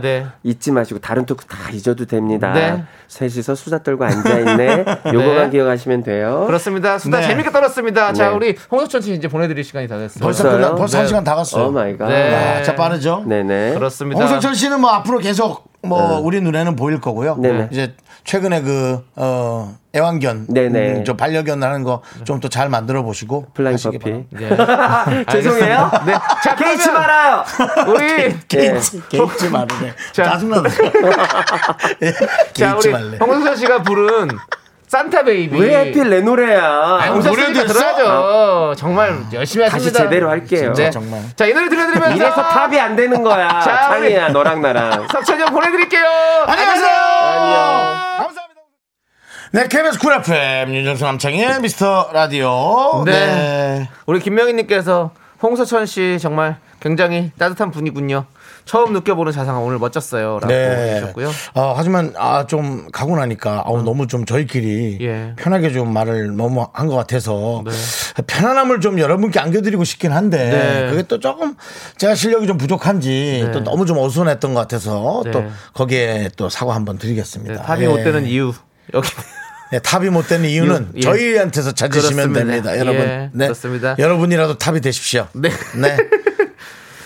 [SPEAKER 2] 네, 네.
[SPEAKER 3] 잊지 마시고 다른 토크 다 잊어도 됩니다.
[SPEAKER 2] 네.
[SPEAKER 3] 셋이서 수다 떨고 앉아 있네. 요거만 기억하시면 돼요.
[SPEAKER 2] 그렇습니다. 수다
[SPEAKER 1] 네.
[SPEAKER 2] 재밌게 떨었습니다. 자,
[SPEAKER 3] 네.
[SPEAKER 2] 우리 홍석천 씨 이제 보내드릴 시간이 다 됐어요.
[SPEAKER 1] 벌써
[SPEAKER 3] 벌써요?
[SPEAKER 1] 끝나, 벌써 한
[SPEAKER 2] 네.
[SPEAKER 1] 시간 다 갔어요.
[SPEAKER 3] 오 마이 갓.
[SPEAKER 2] 네.
[SPEAKER 1] 야, 진짜 빠르죠?
[SPEAKER 3] 네네.
[SPEAKER 2] 그렇습니다. 네.
[SPEAKER 1] 홍석천 씨는 뭐 앞으로 계속 뭐 우리 눈에는 보일 거고요.
[SPEAKER 3] 네네.
[SPEAKER 1] 이제 최근에 그, 어, 애완견.
[SPEAKER 3] 네네.
[SPEAKER 1] 음, 저 반려견 하는 거 좀 또 잘 만들어 보시고.
[SPEAKER 3] 플라잉
[SPEAKER 1] 하시기
[SPEAKER 3] 커피.
[SPEAKER 2] 네.
[SPEAKER 3] 죄송해요.
[SPEAKER 2] 알겠습니다. 네. 자,
[SPEAKER 3] 개의치
[SPEAKER 2] 그러면
[SPEAKER 3] 말아요.
[SPEAKER 2] 우리
[SPEAKER 1] 개의치, 개의치 말래.
[SPEAKER 2] 네. 자.
[SPEAKER 1] 짜증나네. 예,
[SPEAKER 2] 자,
[SPEAKER 1] 개의치
[SPEAKER 2] 우리
[SPEAKER 1] 말래.
[SPEAKER 2] 홍석천 씨가 부른 산타 베이비.
[SPEAKER 3] 왜 하필 내 노래야?
[SPEAKER 2] 아니, 웃었으니까
[SPEAKER 1] 노래도
[SPEAKER 2] 들어야죠. 정말 열심히
[SPEAKER 3] 다시
[SPEAKER 2] 하겠습니다.
[SPEAKER 3] 제대로 할게요.
[SPEAKER 2] 네.
[SPEAKER 1] 정말.
[SPEAKER 2] 자, 이 노래 들려드리면서
[SPEAKER 3] 이래서 탑이 안 되는 거야.
[SPEAKER 2] 자, 우리-
[SPEAKER 3] 창이야 너랑 나랑.
[SPEAKER 2] 석천이 형 보내드릴게요.
[SPEAKER 1] 안녕하세요. 감사합니다. 네, KBS 쿨 FM 윤정수 남창의 미스터 라디오.
[SPEAKER 2] 네.
[SPEAKER 1] 네.
[SPEAKER 2] 우리 김명희님께서 홍서천 씨 정말 굉장히 따뜻한 분이군요. 처음 느껴보는 자상함 오늘 멋졌어요라고
[SPEAKER 1] 네.
[SPEAKER 2] 해주셨고요. 음.
[SPEAKER 1] 아, 하지만 아, 좀 가고 나니까 아우 너무 좀 저희끼리
[SPEAKER 2] 예.
[SPEAKER 1] 편하게 좀 말을 너무 한 것 같아서 편안함을 좀 여러분께 안겨드리고 싶긴 한데
[SPEAKER 2] 네.
[SPEAKER 1] 그게 또 조금 제가 실력이 좀 부족한지
[SPEAKER 2] 네.
[SPEAKER 1] 또 너무 좀 어수선했던 것 같아서
[SPEAKER 2] 네.
[SPEAKER 1] 또 거기에 또 사과 한번
[SPEAKER 2] 네,
[SPEAKER 1] 드리겠습니다.
[SPEAKER 2] 탑이
[SPEAKER 1] 예.
[SPEAKER 2] 못 되는 이유 여기
[SPEAKER 1] 네, 탑이 못 되는 이유는
[SPEAKER 2] 이유, 예.
[SPEAKER 1] 저희한테서 찾으시면
[SPEAKER 2] 그렇습니다.
[SPEAKER 1] 됩니다,
[SPEAKER 2] 예,
[SPEAKER 1] 여러분. 네.
[SPEAKER 2] 그렇습니다.
[SPEAKER 1] 여러분이라도 탑이 되십시오.
[SPEAKER 2] 네.
[SPEAKER 1] 네.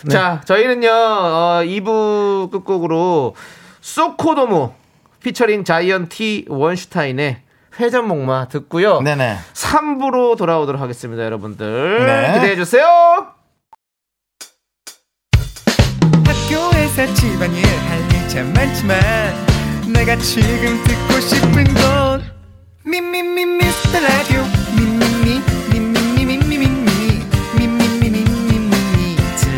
[SPEAKER 2] 자 저희는요 어, 2부 끝곡으로 소코도모 피처링 자이언티 원슈타인의 회전목마 듣고요.
[SPEAKER 1] 네네.
[SPEAKER 2] 3부로 돌아오도록 하겠습니다, 여러분들.
[SPEAKER 1] 네.
[SPEAKER 2] 기대해 주세요.
[SPEAKER 7] 학교에서 집안일 할 일 참 많지만 내가 지금 듣고 싶은 건 미미미 미스터 라디오 미미미 미미미미미미 미미미미미미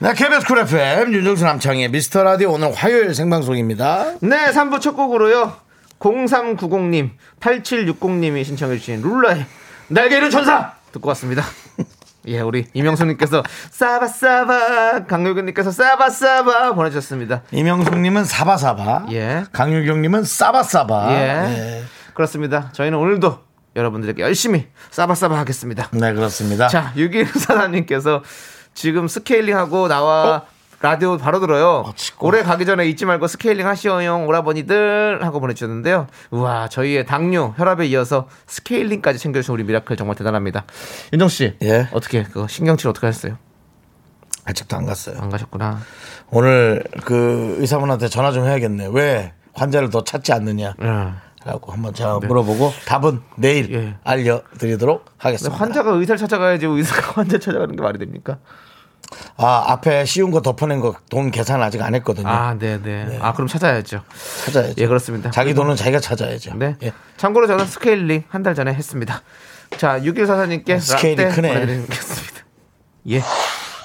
[SPEAKER 1] 네, KBS 쿨 FM 윤정수 남창의 미스터 라디오 오늘 화요일 생방송입니다.
[SPEAKER 2] 네, 3부 첫 곡으로요. 0390님, 8760님이 신청해주신 룰라의 날개 잃은 천사! 듣고 왔습니다. 예, 우리 이명수님께서 싸바싸바, 강효근님께서 싸바싸바 보내주셨습니다.
[SPEAKER 1] 이명숙님은 사바사바.
[SPEAKER 2] 예.
[SPEAKER 1] 강유경님은 싸바싸바.
[SPEAKER 2] 예.
[SPEAKER 1] 예.
[SPEAKER 2] 그렇습니다. 저희는 오늘도 여러분들에게 열심히 싸바싸바 하겠습니다.
[SPEAKER 1] 네, 그렇습니다.
[SPEAKER 2] 자, 6일 사장님께서 지금 스케일링하고 나와
[SPEAKER 1] 어?
[SPEAKER 2] 라디오 바로 들어요.
[SPEAKER 1] 친구.
[SPEAKER 2] 올해 가기 전에 잊지 말고 스케일링 하시오용 오라버니들 하고 보내주셨는데요. 우와, 저희의 당뇨, 혈압에 이어서 스케일링까지 챙겨주신 우리 미라클 정말 대단합니다. 윤정씨,
[SPEAKER 1] 예.
[SPEAKER 2] 어떻게, 그거 신경치료 어떻게 하셨어요?
[SPEAKER 1] 아직도 안 갔어요.
[SPEAKER 2] 안 가셨구나.
[SPEAKER 1] 오늘 그 의사분한테 전화 좀 해야겠네. 왜 환자를 더 찾지 않느냐?
[SPEAKER 2] 예.
[SPEAKER 1] 라고 한번 제가 물어보고 답은 내일
[SPEAKER 2] 네. 예.
[SPEAKER 1] 알려드리도록
[SPEAKER 2] 근데
[SPEAKER 1] 하겠습니다.
[SPEAKER 2] 환자가 의사를 찾아가야지 의사가 환자 찾아가는 게 말이 됩니까?
[SPEAKER 1] 아 앞에 쉬운 거 덮어낸 거 돈 계산 아직 안 했거든요.
[SPEAKER 2] 아, 네, 네. 아, 그럼 찾아야죠.
[SPEAKER 1] 찾아야죠.
[SPEAKER 2] 예, 그렇습니다.
[SPEAKER 1] 자기 돈은 자기가 찾아야죠.
[SPEAKER 2] 네.
[SPEAKER 1] 예.
[SPEAKER 2] 참고로 저는 스케일링 한 달 전에 했습니다. 자, 6144님께
[SPEAKER 1] 아, 스케일이
[SPEAKER 2] 라떼
[SPEAKER 1] 크네.
[SPEAKER 2] 보내드리겠습니다. 예.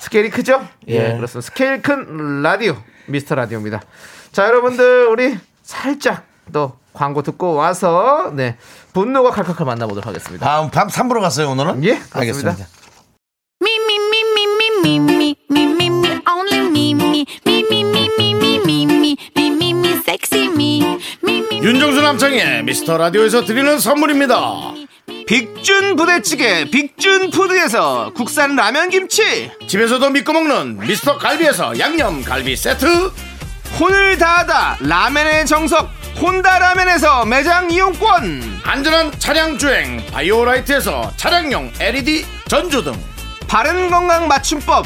[SPEAKER 2] 스케일이 크죠?
[SPEAKER 1] 예.
[SPEAKER 2] 예. 그렇습니다. 스케일 큰 라디오, 미스터 라디오입니다. 자, 여러분들, 우리 살짝 또 광고 듣고 와서, 네. 분노가 칼칼칼 만나보도록 하겠습니다.
[SPEAKER 1] 다음 밤 3부로 갔어요 오늘은?
[SPEAKER 2] 예, 그렇습니다.
[SPEAKER 1] 알겠습니다.
[SPEAKER 5] Me, me, me, me, me, me, me, me, me, me, only me, me, me, me, me, me, me, me, me, me, me, me, sexy me, me, me,
[SPEAKER 1] 윤정수 남창의 미스터 라디오에서 드리는 선물입니다.
[SPEAKER 2] 빅준 부대찌개, 빅준 푸드에서 국산 라면 김치,
[SPEAKER 1] 집에서도 믿고 먹는 미스터 갈비에서 양념 갈비 세트.
[SPEAKER 2] 혼을 다하다, 라면의 정석, 혼다 라면에서 매장 이용권.
[SPEAKER 1] 안전한 차량 주행 바이오라이트에서 차량용 LED 전조등
[SPEAKER 2] 바른 건강 맞춤법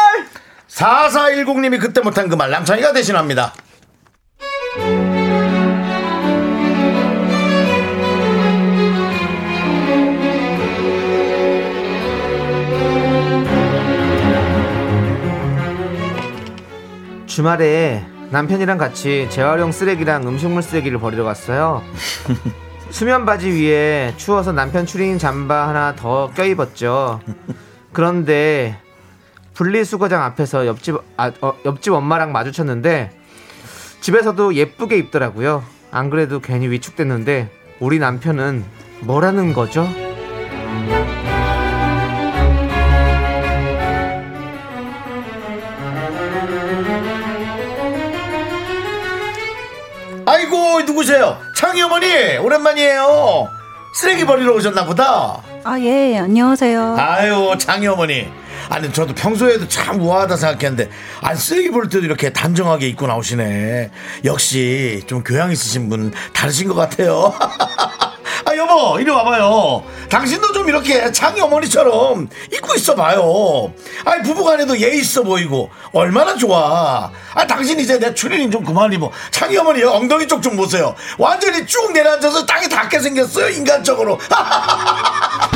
[SPEAKER 1] 4410님이 그때 못한 그 말 남창희가 대신합니다
[SPEAKER 2] 주말에 남편이랑 같이 재활용 쓰레기랑 음식물 쓰레기를 버리러 갔어요. 수면 바지 위에 추워서 남편 추리닝 잠바 하나 더 껴입었죠. 그런데 분리수거장 앞에서 옆집 아, 어, 옆집 엄마랑 마주쳤는데 집에서도 예쁘게 입더라고요. 안 그래도 괜히 위축됐는데 우리 남편은 뭐라는 거죠?
[SPEAKER 1] 아이고 누구세요 창희 어머니 오랜만이에요 쓰레기 버리러 오셨나 보다
[SPEAKER 8] 아, 예, 안녕하세요.
[SPEAKER 1] 아유 장희 어머니 아니 저도 평소에도 참 우아하다 생각했는데 안 쓰레기 볼 때도 이렇게 단정하게 입고 나오시네 역시 좀 교양 있으신 분 다르신 것 같아요 아 여보 이리 와봐요 당신도 좀 이렇게 장희 어머니처럼 입고 있어봐요 아이 부부간에도 예의 있어 보이고 얼마나 좋아 아 당신 이제 내 추리닝 좀 그만 입어 장희 어머니 엉덩이 쪽 좀 보세요 완전히 쭉 내려앉아서 땅에 닿게 생겼어요 인간적으로 아,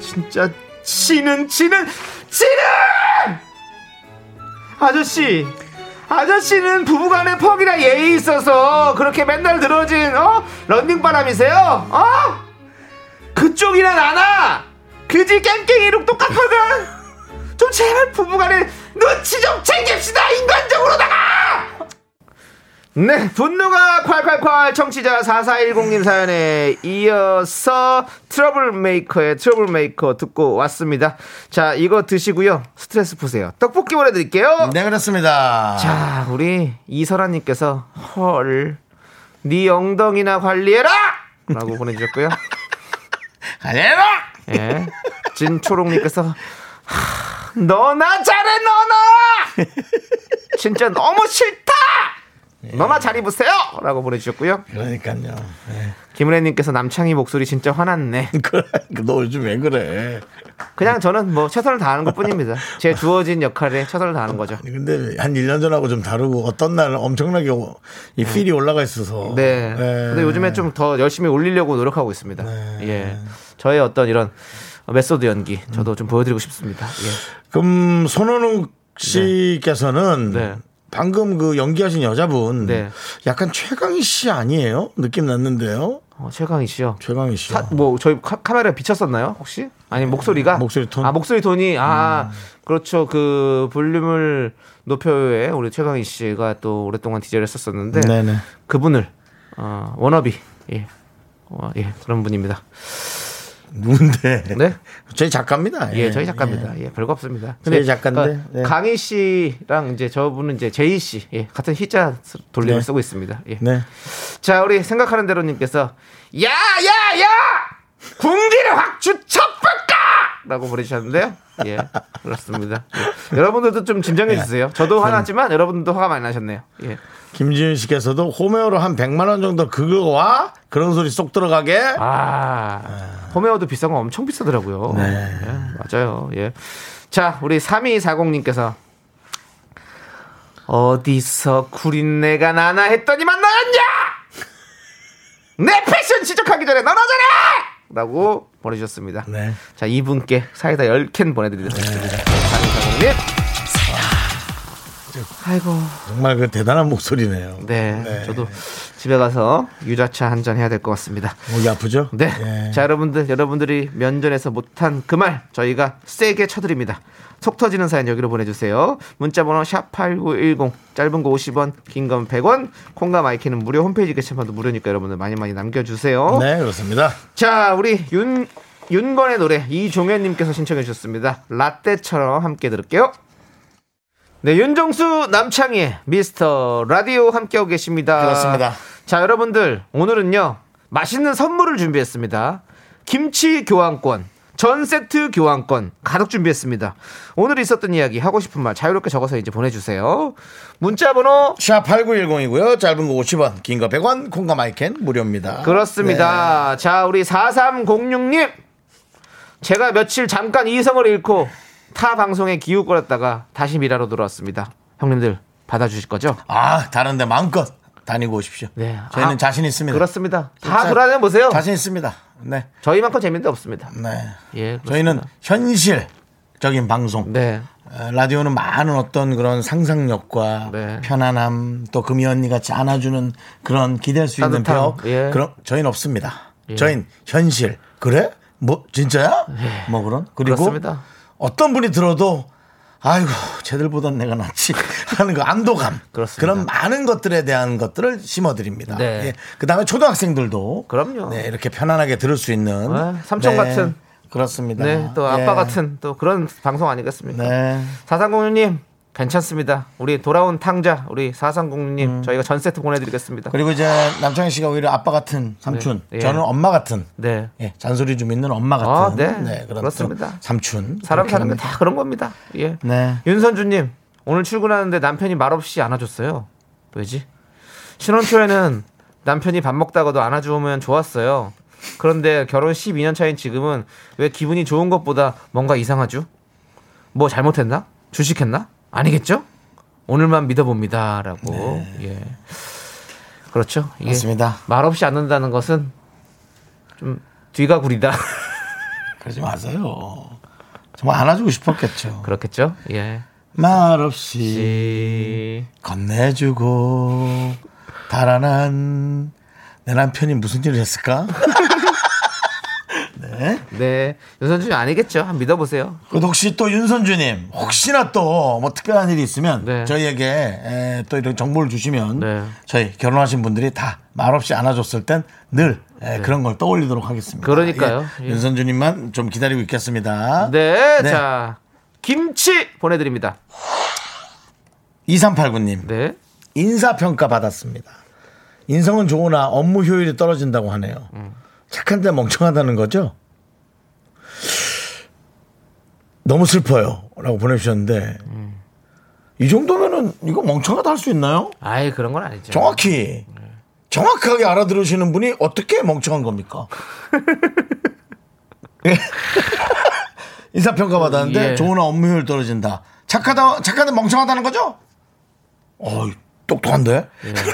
[SPEAKER 2] 진짜 치는 치는 치는 아저씨 아저씨는 부부간의 퍽이라 예의 있어서 그렇게 맨날 늘어진 어 런닝 바람이세요 어 그쪽이나 나나 그지 깽깽이룩 똑같거든 좀 제발 부부간의 눈치 좀 챙깁시다 인간적으로다가 네, 분노가 콸콸콸 청취자 4410님 사연에 이어서 트러블메이커의 트러블메이커 듣고 왔습니다. 자, 이거 드시고요. 스트레스 푸세요. 떡볶이 보내드릴게요.
[SPEAKER 1] 네 그렇습니다
[SPEAKER 2] 자, 우리 이설아님께서 헐, 네 엉덩이나 관리해라! 라고 보내주셨고요.
[SPEAKER 1] 가려라
[SPEAKER 2] 예. 진초롱님께서 하, 너나 잘해 너나 진짜 너무 싫다 너나 잘 입으세요! 라고 보내주셨고요.
[SPEAKER 1] 그러니까요.
[SPEAKER 2] 김은혜님께서 남창희 목소리 진짜 화났네.
[SPEAKER 1] 그래, 너 요즘 왜 그래?
[SPEAKER 2] 그냥 저는 뭐 최선을 다하는 것 뿐입니다. 제 주어진 역할에 최선을 다하는 거죠.
[SPEAKER 1] 근데 한 1년 전하고 좀 다르고 어떤 날은 엄청나게 오- 이 필이 올라가 있어서.
[SPEAKER 2] 네.
[SPEAKER 1] 예.
[SPEAKER 2] 근데 요즘에 좀 더 열심히 올리려고 노력하고 있습니다. 예. 저의 어떤 이런 메소드 연기 저도 좀 보여드리고 싶습니다. 예.
[SPEAKER 1] 그럼 손원웅 씨께서는
[SPEAKER 2] 네.
[SPEAKER 1] 방금 그 연기하신 여자분
[SPEAKER 2] 네.
[SPEAKER 1] 약간 최강희 씨 아니에요? 느낌 났는데요.
[SPEAKER 2] 어, 최강희 씨요.
[SPEAKER 1] 최강희 씨.
[SPEAKER 2] 사- 뭐 저희 카, 카메라 비쳤었나요 혹시? 아니 목소리가
[SPEAKER 1] 목소리 톤?
[SPEAKER 2] 아 목소리 톤이 아 그렇죠 그 볼륨을 높여요에 우리 최강희 씨가 또 오랫동안 디제를 했었었는데
[SPEAKER 1] 네네.
[SPEAKER 2] 그분을 어, 워너비 예. 어, 예 그런 분입니다.
[SPEAKER 1] 누군데?
[SPEAKER 2] 네?
[SPEAKER 1] 저희 작가입니다.
[SPEAKER 2] 예, 저희 작가입니다. 예, 별거 없습니다.
[SPEAKER 1] 저희 작가인데,
[SPEAKER 2] 어,
[SPEAKER 1] 네.
[SPEAKER 2] 강희 씨랑 이제 저분은 이제 제이 씨, 예, 같은 희자 돌림을
[SPEAKER 1] 네.
[SPEAKER 2] 쓰고 있습니다. 예.
[SPEAKER 1] 네.
[SPEAKER 2] 자, 우리 생각하는 대로님께서 야, 야, 야, 궁디를 확 주첩할까라고 보내주셨는데요. 예, 그렇습니다. 예. 여러분들도 좀
[SPEAKER 1] 네.
[SPEAKER 2] 진정해 주세요. 저도 화났지만 여러분도 화가 많이 나셨네요. 예.
[SPEAKER 1] 김지윤 씨께서도 호메오로 한 100만 원 정도 그거와 그런 소리 쏙 들어가게.
[SPEAKER 2] 아, 홈웨어도 비싼 거 엄청 비싸더라고요. 예, 맞아요. 예. 자, 우리 3240님께서 어디서 구린내가 나나 했더니만 나였냐! 내 패션 지적하기 전에 나눠져라! 라고 보내주셨습니다.
[SPEAKER 1] 네.
[SPEAKER 2] 자, 이분께 사이다 10캔 보내드리도록 하겠습니다. 3240님. 아이고.
[SPEAKER 1] 정말 그 대단한 목소리네요.
[SPEAKER 2] 네, 저도 집에 가서 유자차 한 잔 해야 될 것 같습니다.
[SPEAKER 1] 목이 아프죠?
[SPEAKER 2] 네.
[SPEAKER 1] 예.
[SPEAKER 2] 자, 여러분들, 여러분들이 면전에서 못한 그 말 저희가 세게 쳐드립니다. 속 터지는 사연 여기로 보내주세요. 문자번호 샵8910, 짧은 거 50원, 긴 건 100원, 콩과 마이키는 무료 홈페이지 게시판도 무료니까 여러분들 많이 많이 남겨주세요.
[SPEAKER 1] 네, 그렇습니다.
[SPEAKER 2] 자, 우리 윤, 윤건의 노래, 이종현님께서 신청해 주셨습니다. 라떼처럼 함께 들을게요. 네, 윤정수 남창희의 미스터 라디오 함께하고 계십니다.
[SPEAKER 1] 그렇습니다.
[SPEAKER 2] 자, 여러분들, 오늘은요, 맛있는 선물을 준비했습니다. 김치 교환권, 전 세트 교환권 가득 준비했습니다. 오늘 있었던 이야기, 하고 싶은 말 자유롭게 적어서 이제 보내주세요. 문자번호
[SPEAKER 1] 샵 8910이고요. 짧은 거 50원, 긴 거 100원, 콩과 마이캔 무료입니다. 네.
[SPEAKER 2] 그렇습니다. 자, 우리 4306님. 제가 며칠 잠깐 이성을 잃고 타 방송에 기웃거렸다가 다시 미라로 돌아왔습니다. 형님들 받아주실 거죠?
[SPEAKER 1] 아, 다른데 마음껏 다니고 오십시오.
[SPEAKER 2] 네.
[SPEAKER 1] 저희는
[SPEAKER 2] 아,
[SPEAKER 1] 자신 있습니다.
[SPEAKER 2] 그렇습니다. 다
[SPEAKER 1] 자-
[SPEAKER 2] 돌아다녀 보세요.
[SPEAKER 1] 자신 있습니다. 네.
[SPEAKER 2] 저희만큼 재미도 없습니다.
[SPEAKER 1] 네.
[SPEAKER 2] 예, 그렇습니다.
[SPEAKER 1] 저희는 현실적인 방송.
[SPEAKER 2] 네.
[SPEAKER 1] 어, 라디오는 많은 어떤 그런 상상력과
[SPEAKER 2] 네.
[SPEAKER 1] 편안함 또 금이 언니 같이 안아주는 그런 기댈 수 있는
[SPEAKER 2] 따뜻함,
[SPEAKER 1] 벽
[SPEAKER 2] 예.
[SPEAKER 1] 그런 저희는 없습니다. 저희는 현실 그래 뭐 진짜야 뭐 그런 그리고
[SPEAKER 2] 예. 그렇습니다.
[SPEAKER 1] 어떤 분이 들어도 아이고 쟤들보단 내가 낫지 하는 그 안도감
[SPEAKER 2] 그렇습니다.
[SPEAKER 1] 런 많은 것들에 대한 것들을 심어드립니다. 예.
[SPEAKER 2] 네.
[SPEAKER 1] 그다음에 초등학생들도
[SPEAKER 2] 그럼요.
[SPEAKER 1] 네, 이렇게 편안하게 들을 수 있는 네.
[SPEAKER 2] 아, 삼촌 같은.
[SPEAKER 1] 그렇습니다.
[SPEAKER 2] 네. 또 아빠
[SPEAKER 1] 예.
[SPEAKER 2] 같은 또 그런 방송 아니겠습니까?
[SPEAKER 1] 네.
[SPEAKER 2] 4306님. 괜찮습니다. 우리 돌아온 탕자, 우리 4306님, 저희가 전 세트 보내드리겠습니다.
[SPEAKER 1] 음. 그리고 이제 남창희 씨가 오히려 아빠 같은 삼촌,
[SPEAKER 2] 네. 예.
[SPEAKER 1] 저는 엄마 같은.
[SPEAKER 2] 네.
[SPEAKER 1] 예, 잔소리 좀 있는 엄마 같은.
[SPEAKER 2] 아, 네.
[SPEAKER 1] 그런
[SPEAKER 2] 그렇습니다.
[SPEAKER 1] 또 삼촌.
[SPEAKER 2] 사람
[SPEAKER 1] 그렇게
[SPEAKER 2] 사는
[SPEAKER 1] 합니다.
[SPEAKER 2] 게다 그런 겁니다. 예.
[SPEAKER 1] 네.
[SPEAKER 2] 윤선주님 오늘 출근하는데 남편이 말없이 안아줬어요. 왜지? 신혼 초에는 남편이 밥 먹다가도 안아주면 좋았어요. 그런데 결혼 12년 차인 지금은 왜 기분이 좋은 것보다 뭔가 이상하죠? 뭐 잘못했나? 주식했나? 아니겠죠? 오늘만 믿어봅니다라고. 예. 그렇죠. 이게
[SPEAKER 1] 네. 맞습니다.
[SPEAKER 2] 말없이 안는다는 것은 좀 뒤가 구리다.
[SPEAKER 1] 그러지 마세요. 정말 안아주고 싶었겠죠.
[SPEAKER 2] 그렇겠죠? 예.
[SPEAKER 1] 말 없이
[SPEAKER 2] 이...
[SPEAKER 1] 건네주고 달아난 내 남편이 무슨 일을 했을까?
[SPEAKER 2] 네, 윤선준이 아니겠죠? 한번 믿어보세요.
[SPEAKER 1] 그래도 혹시 또 윤선주님 혹시나 또 뭐 특별한 일이 있으면
[SPEAKER 2] 네.
[SPEAKER 1] 저희에게 에, 또 이런 정보를 주시면
[SPEAKER 2] 네.
[SPEAKER 1] 저희 결혼하신 분들이 다 말없이 안아줬을 땐 늘 그런 걸 떠올리도록 하겠습니다.
[SPEAKER 2] 네. 그러니까요. 예.
[SPEAKER 1] 윤선주님만 좀 기다리고 있겠습니다.
[SPEAKER 2] 네,
[SPEAKER 1] 네.
[SPEAKER 2] 자 김치 보내드립니다.
[SPEAKER 1] 2389님
[SPEAKER 2] 네,
[SPEAKER 1] 인사평가 받았습니다. 인성은 좋으나 업무 효율이 떨어진다고 하네요. 착한데 멍청하다는 거죠? 너무 슬퍼요. 라고 보내주셨는데 이 정도면은 이거 멍청하다 할 수 있나요?
[SPEAKER 2] 아예 그런 건 아니죠.
[SPEAKER 1] 정확히 정확하게 알아들으시는 분이 어떻게 멍청한 겁니까? 예. 인사평가 받았는데
[SPEAKER 2] 예.
[SPEAKER 1] 좋은 업무 효율 떨어진다. 착하다, 착한데 멍청하다는 거죠? 어이, 똑똑한데?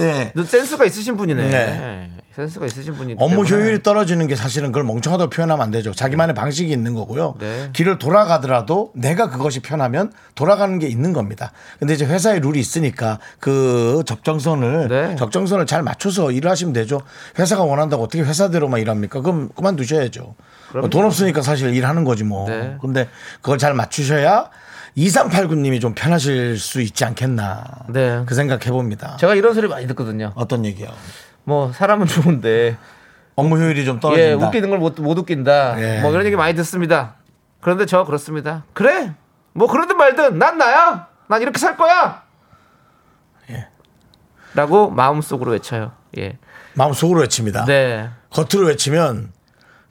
[SPEAKER 1] 예.
[SPEAKER 2] 너 센스가 있으신 분이네.
[SPEAKER 1] 네.
[SPEAKER 2] 센스가 있으신 분이
[SPEAKER 1] 업무 효율이 떨어지는 게 사실은 그걸 멍청하다고 표현하면 안 되죠. 자기만의 방식이 있는 거고요.
[SPEAKER 2] 네.
[SPEAKER 1] 길을 돌아가더라도 내가 그것이 편하면 돌아가는 게 있는 겁니다. 근데 이제 회사에 룰이 있으니까 그 적정선을
[SPEAKER 2] 네.
[SPEAKER 1] 적정선을 잘 맞춰서 일을 하시면 되죠. 회사가 원한다고 어떻게 회사대로만 일합니까? 그럼 그만두셔야죠. 돈 없으니까 사실 일하는 거지 뭐.
[SPEAKER 2] 네.
[SPEAKER 1] 근데 그걸 잘 맞추셔야 2389님이 좀 편하실 수 있지 않겠나.
[SPEAKER 2] 네.
[SPEAKER 1] 그 생각해 봅니다.
[SPEAKER 2] 제가 이런 소리 많이 듣거든요.
[SPEAKER 1] 어떤 얘기요?
[SPEAKER 2] 뭐 사람은 좋은데
[SPEAKER 1] 업무 효율이 좀 떨어진다.
[SPEAKER 2] 예, 웃기는 걸 못 못 웃긴다.
[SPEAKER 1] 예.
[SPEAKER 2] 뭐 이런 얘기 많이 듣습니다. 그런데 저 그렇습니다. 그래. 뭐 그러든 말든 난 나야. 난 이렇게 살 거야.
[SPEAKER 1] 예.
[SPEAKER 2] 라고 마음속으로 외쳐요. 예.
[SPEAKER 1] 마음속으로 외칩니다.
[SPEAKER 2] 네.
[SPEAKER 1] 겉으로 외치면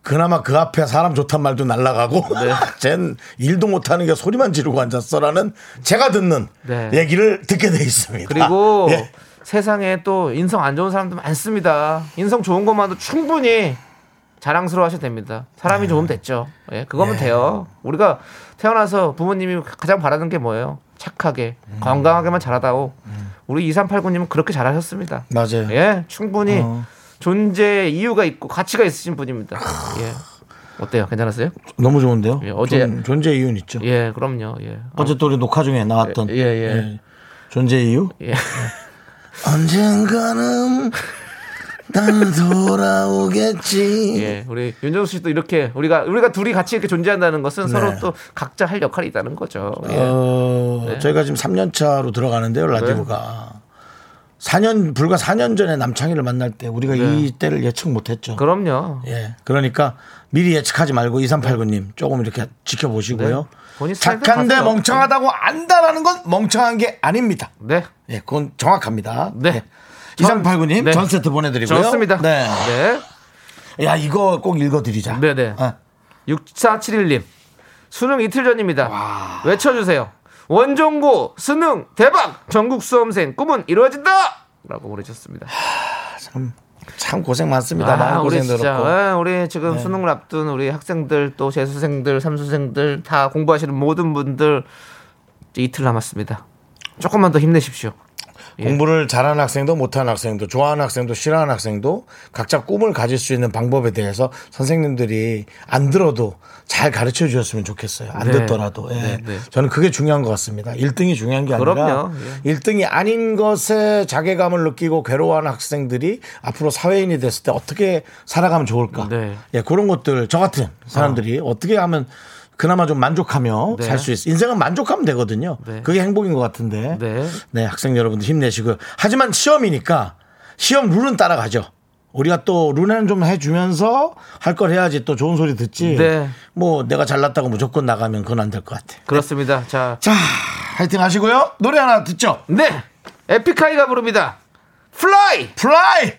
[SPEAKER 1] 그나마 그 앞에 사람 좋단 말도 날라가고
[SPEAKER 2] 네.
[SPEAKER 1] 쟨 일도 못하는 게 소리만 지르고 앉았어라는 제가 듣는
[SPEAKER 2] 네.
[SPEAKER 1] 얘기를 듣게 돼 있습니다.
[SPEAKER 2] 그리고
[SPEAKER 1] 예.
[SPEAKER 2] 세상에 또 인성 안 좋은 사람도 많습니다. 인성 좋은 것만도 충분히 자랑스러워 하셔도 됩니다.
[SPEAKER 1] 네.
[SPEAKER 2] 사람이 좋으면 됐죠. 예, 그거면 돼요. 우리가 태어나서 부모님이 가장 바라는 게 뭐예요? 착하게,
[SPEAKER 1] 음.
[SPEAKER 2] 건강하게만 자라다오. 우리 2389님은 그렇게 잘하셨습니다.
[SPEAKER 1] 맞아요.
[SPEAKER 2] 예, 충분히
[SPEAKER 1] 어.
[SPEAKER 2] 존재 이유가 있고 가치가 있으신 분입니다. 예. 어때요? 괜찮았어요?
[SPEAKER 1] 너무 좋은데요.
[SPEAKER 2] 예, 어제-
[SPEAKER 1] 존- 존재 이유는 있죠.
[SPEAKER 2] 예, 그럼요. 예.
[SPEAKER 1] 어제 또 우리 녹화 중에 나왔던
[SPEAKER 2] 예, 예, 예.
[SPEAKER 1] 존재 이유.
[SPEAKER 2] 예.
[SPEAKER 1] 언젠가는 난 돌아오겠지.
[SPEAKER 2] 예, 우리 윤정수 씨도 이렇게 우리가 우리가 둘이 같이 이렇게 존재한다는 것은 서로 또 각자 할 역할이 있다는 거죠. 예.
[SPEAKER 1] 네.
[SPEAKER 2] 네.
[SPEAKER 1] 어, 저희가 지금 3년 차로 들어가는데요, 라디오가. 4년, 불과 4년 전에 남창희를 만날 때 우리가 이 때를 예측 못 했죠.
[SPEAKER 2] 네. 그럼요.
[SPEAKER 1] 예. 그러니까 미리 예측하지 말고 2389님 조금 이렇게 지켜보시고요.
[SPEAKER 2] 네. 본인 스타일도
[SPEAKER 1] 착한데
[SPEAKER 2] 봤어요.
[SPEAKER 1] 멍청하다고 안다라는 건 멍청한 게 아닙니다.
[SPEAKER 2] 네.
[SPEAKER 1] 예, 그건 정확합니다.
[SPEAKER 2] 네.
[SPEAKER 1] 예. 2389님
[SPEAKER 2] 네.
[SPEAKER 1] 전 세트 보내드리고요.
[SPEAKER 2] 좋습니다.
[SPEAKER 1] 네.
[SPEAKER 2] 네.
[SPEAKER 1] 야, 이거 꼭 읽어드리자.
[SPEAKER 2] 네, 네.
[SPEAKER 1] 아,
[SPEAKER 2] 6471님. 수능 이틀 전입니다. 외쳐 주세요. 원종고 수능 대박 전국 수험생 꿈은 이루어진다! 라고 보내셨습니다.
[SPEAKER 1] 참 고생 많습니다.
[SPEAKER 2] 아,
[SPEAKER 1] 마음
[SPEAKER 2] 우리
[SPEAKER 1] 고생
[SPEAKER 2] 진짜
[SPEAKER 1] 들었고. 네.
[SPEAKER 2] 예, 우리 지금 수능을 앞둔 우리 학생들 또 재수생들 삼수생들 다 공부하시는 모든 분들 이제 이틀 남았습니다. 조금만 더 힘내십시오. 예.
[SPEAKER 1] 공부를 잘하는 학생도 못하는 학생도 좋아하는 학생도 싫어하는 학생도 각자 꿈을 가질 수 있는 방법에 대해서 선생님들이 안 들어도 잘 가르쳐 주셨으면 좋겠어요. 안
[SPEAKER 2] 네.
[SPEAKER 1] 듣더라도. 예.
[SPEAKER 2] 네.
[SPEAKER 1] 저는 그게 중요한 것 같습니다. 1등이 중요한 게 아니라
[SPEAKER 2] 그럼요. 예.
[SPEAKER 1] 1등이 아닌 것에 자괴감을 느끼고 괴로워하는 학생들이 앞으로 사회인이 됐을 때 어떻게 살아가면 좋을까.
[SPEAKER 2] 네. 아.
[SPEAKER 1] 예, 그런 것들 저 같은 사람들이 어. 떻게 하면 그나마 좀 만족하며
[SPEAKER 2] 네.
[SPEAKER 1] 살 수 있어. 인생은 만족하면 되거든요.
[SPEAKER 2] 네.
[SPEAKER 1] 그게 행복인 것 같은데.
[SPEAKER 2] 네.
[SPEAKER 1] 네, 학생 여러분들 힘내시고요. 하지만 시험이니까 시험 룰은 따라가죠. 우리가 또 룰에는 좀 해주면서 할 걸 해야지 또 좋은 소리 듣지.
[SPEAKER 2] 네.
[SPEAKER 1] 뭐 내가 잘났다고 무조건 나가면 그건 안 될 것 같아.
[SPEAKER 2] 그렇습니다. 자,
[SPEAKER 1] 자, 화이팅 하시고요. 노래 하나 듣죠.
[SPEAKER 2] 네! 에픽하이가 부릅니다. 플라이!
[SPEAKER 1] 플라이!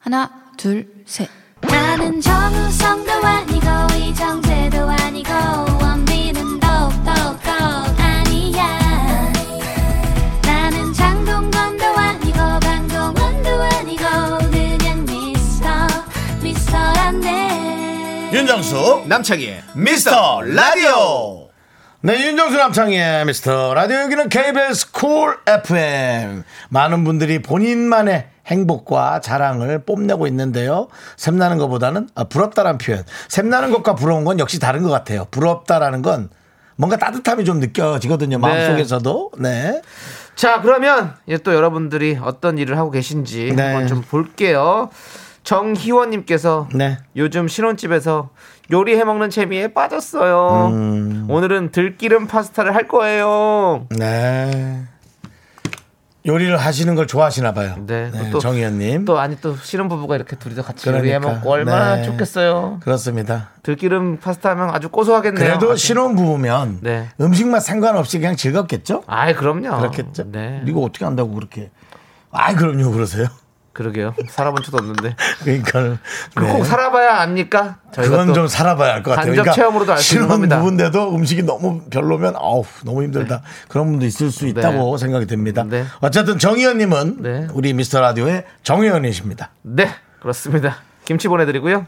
[SPEAKER 9] 하나, 둘, 셋.
[SPEAKER 5] 나는 정우성도 아니고 이정재도 아니고 원빈은 더욱더 아니야 나는 장동건도 아니고 강동원도 아니고 그냥 미스터 미스터란데
[SPEAKER 1] 윤정수 남창희의 미스터 라디오 네 윤정수 남창희의 미스터 라디오 여기는 KBS 쿨 FM 많은 분들이 본인만의 행복과 자랑을 뽐내고 있는데요 샘나는 것보다는 아, 부럽다란 표현 샘나는 것과 부러운 건 역시 다른 것 같아요 부럽다라는 건 뭔가 따뜻함이 좀 느껴지거든요 마음속에서도 네
[SPEAKER 2] 자 그러면 이제 또 여러분들이 어떤 일을 하고 계신지
[SPEAKER 1] 네.
[SPEAKER 2] 한번 좀 볼게요. 정희원님께서
[SPEAKER 1] 네.
[SPEAKER 2] 요즘 신혼집에서 요리 해먹는 재미에 빠졌어요.
[SPEAKER 1] 음.
[SPEAKER 2] 오늘은 들기름 파스타를 할 거예요.
[SPEAKER 1] 네. 요리를 하시는 걸 좋아하시나 봐요
[SPEAKER 2] 네,
[SPEAKER 1] 네,
[SPEAKER 2] 또-
[SPEAKER 1] 정의연님
[SPEAKER 2] 또 아니 또 신혼부부가 이렇게 둘이서 같이 요리
[SPEAKER 1] 그러니까.
[SPEAKER 2] 해먹고 얼마나
[SPEAKER 1] 네.
[SPEAKER 2] 좋겠어요.
[SPEAKER 1] 그렇습니다
[SPEAKER 2] 들기름 파스타 하면 아주 고소하겠네요.
[SPEAKER 1] 그래도
[SPEAKER 2] 아주.
[SPEAKER 1] 신혼 부부면
[SPEAKER 2] 네.
[SPEAKER 1] 음식만 상관없이 그냥 즐겁겠죠?
[SPEAKER 2] 아이 그럼요.
[SPEAKER 1] 그렇겠죠?
[SPEAKER 2] 네.
[SPEAKER 1] 이거 어떻게 한다고 그렇게? 아이 그럼요 그러세요?
[SPEAKER 2] 그러게요. 살아본 적도 없는데.
[SPEAKER 1] 그러니까
[SPEAKER 2] 꼭 살아봐야 압니까? 저희가
[SPEAKER 1] 그건
[SPEAKER 2] 또
[SPEAKER 1] 좀 살아봐야 할 것 같아요.
[SPEAKER 2] 간접 체험으로도 알수 있는
[SPEAKER 1] 실은
[SPEAKER 2] 겁니다.
[SPEAKER 1] 누군데도 음식이 너무 별로면 아우 너무 힘들다 그런 분도 있을 수 있다고 생각이 됩니다.
[SPEAKER 2] 네.
[SPEAKER 1] 어쨌든 정의원님은
[SPEAKER 2] 네.
[SPEAKER 1] 우리 미스터 라디오의 정의원이십니다.
[SPEAKER 2] 네, 그렇습니다. 김치 보내드리고요.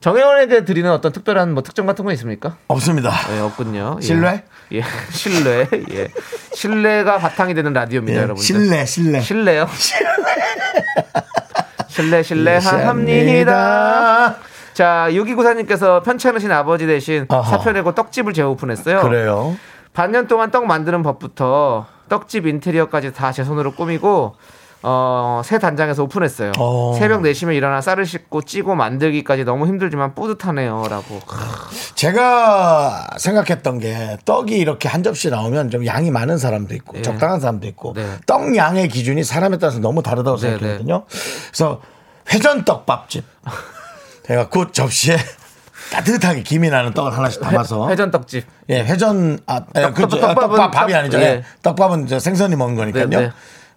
[SPEAKER 2] 정혜원에게 드리는 어떤 특별한 뭐 특정 같은 거 있습니까?
[SPEAKER 1] 없습니다.
[SPEAKER 2] 네, 없군요. 예.
[SPEAKER 1] 신뢰?
[SPEAKER 2] 예, 신뢰. 예, 신뢰가 바탕이 되는 라디오입니다,
[SPEAKER 1] 예,
[SPEAKER 2] 네, 여러분.
[SPEAKER 1] 실례 실례.
[SPEAKER 2] 신뢰요. 신뢰, 신뢰 합니다.
[SPEAKER 1] 실례합니다.
[SPEAKER 2] 자, 6294님께서 편찮으신 아버지 대신
[SPEAKER 1] 어허.
[SPEAKER 2] 사표 내고 떡집을 재오픈했어요.
[SPEAKER 1] 그래요.
[SPEAKER 2] 반년 동안 떡 만드는 법부터 떡집 인테리어까지 다 제 손으로 꾸미고 어, 새 단장에서 오픈했어요.
[SPEAKER 1] 어.
[SPEAKER 2] 새벽 4시면 일어나 쌀을 씻고 찌고 만들기까지 너무 힘들지만 뿌듯하네요라고.
[SPEAKER 1] 제가 생각했던 게 떡이 이렇게 한 접시 나오면 좀 양이 많은 사람도 있고 적당한 사람도 있고
[SPEAKER 2] 예. 네.
[SPEAKER 1] 떡 양의 기준이 사람에 따라서 너무 다르다고
[SPEAKER 2] 네,
[SPEAKER 1] 생각했거든요. 그래서 회전 떡밥집 제가 그 접시에 따뜻하게 김이 나는 떡을 하나씩 담아서
[SPEAKER 2] 회전 떡집.
[SPEAKER 1] 예 회전 아 예,
[SPEAKER 2] 떡-
[SPEAKER 1] 그죠.
[SPEAKER 2] 떡- 떡밥은
[SPEAKER 1] 떡밥 밥이
[SPEAKER 2] 떡-
[SPEAKER 1] 아니죠.
[SPEAKER 2] 예.
[SPEAKER 1] 예. 떡밥은 저 생선이 먹는 거니까요.
[SPEAKER 2] 네, 네.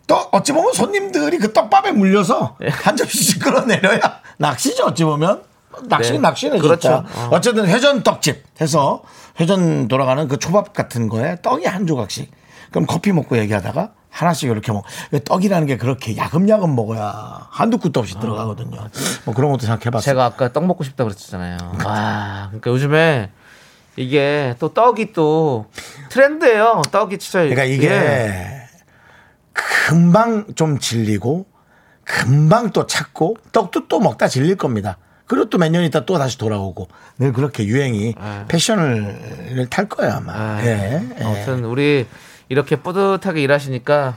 [SPEAKER 1] 또 어찌 보면 손님들이 그 떡밥에 물려서
[SPEAKER 2] 예.
[SPEAKER 1] 한 접시씩 끌어내려야 낚시죠. 어찌 보면 낚시는
[SPEAKER 2] 네.
[SPEAKER 1] 낚시는
[SPEAKER 2] 그렇죠.
[SPEAKER 1] 진짜. 어쨌든 회전 떡집 해서 회전 돌아가는 그 초밥 같은 거에 떡이 한 조각씩. 그럼 커피 먹고 얘기하다가 하나씩 이렇게 먹. 그 떡이라는 게 그렇게 야금야금 먹어야 한두 끗도
[SPEAKER 2] 아.
[SPEAKER 1] 없이 들어가거든요. 뭐 그런 것도 생각해봤어요.
[SPEAKER 2] 제가 아까 떡 먹고 싶다 그랬잖아요. 와, 그러니까 요즘에 이게 또 떡이 또 트렌드예요. 떡이 진짜
[SPEAKER 1] 그러니까 이게
[SPEAKER 2] 예.
[SPEAKER 1] 금방 좀 질리고 금방 또 찾고 떡도 또 먹다 질릴 겁니다. 그리고 또 몇 년 있다 또 다시 돌아오고 늘 그렇게 유행이
[SPEAKER 2] 예.
[SPEAKER 1] 패션을 탈 거예요 아마. 예. 예.
[SPEAKER 2] 아무튼 우리 이렇게 뿌듯하게 일하시니까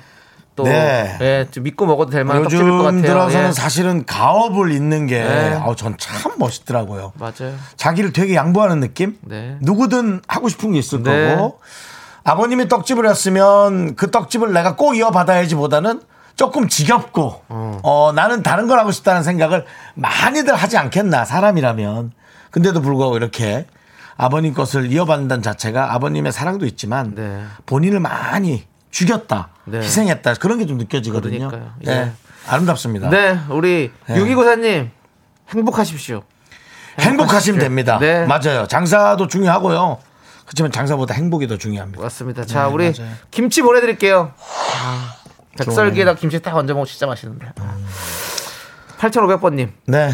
[SPEAKER 2] 또
[SPEAKER 1] 네.
[SPEAKER 2] 예, 좀 믿고 먹어도 될 만한 떡집일 것
[SPEAKER 1] 요즘
[SPEAKER 2] 같아요.
[SPEAKER 1] 들어서는
[SPEAKER 2] 예.
[SPEAKER 1] 사실은 가업을 잇는 게
[SPEAKER 2] 네.
[SPEAKER 1] 아우 전 참 멋있더라고요.
[SPEAKER 2] 맞아요.
[SPEAKER 1] 자기를 되게 양보하는 느낌?
[SPEAKER 2] 네.
[SPEAKER 1] 누구든 하고 싶은 게 있을
[SPEAKER 2] 네.
[SPEAKER 1] 거고 아버님이 떡집을 했으면 그 떡집을 내가 꼭 이어받아야지 보다는 조금 지겹고 어. 나는 다른 걸 하고 싶다는 생각을 많이들 하지 않겠나 사람이라면 근데도 불구하고 이렇게 아버님 것을 이어받는다는 자체가 아버님의 사랑도 있지만
[SPEAKER 2] 네.
[SPEAKER 1] 본인을 많이 죽였다
[SPEAKER 2] 네.
[SPEAKER 1] 희생했다 그런 게 좀 느껴지거든요
[SPEAKER 2] 그러니까요.
[SPEAKER 1] 예.
[SPEAKER 2] 예.
[SPEAKER 1] 아름답습니다
[SPEAKER 2] 네, 우리
[SPEAKER 1] 예.
[SPEAKER 2] 유기고사님 행복하십시오.
[SPEAKER 1] 행복하시면 됩니다.
[SPEAKER 2] 네.
[SPEAKER 1] 맞아요. 장사도 중요하고요. 그렇지만 장사보다 행복이 더 중요합니다.
[SPEAKER 2] 맞습니다. 자,
[SPEAKER 1] 네,
[SPEAKER 2] 우리
[SPEAKER 1] 맞아요.
[SPEAKER 2] 김치 보내드릴게요. 아, 백설기에다 김치 딱 얹어 먹으면 진짜 맛있는데. 8,500번님,
[SPEAKER 1] 네.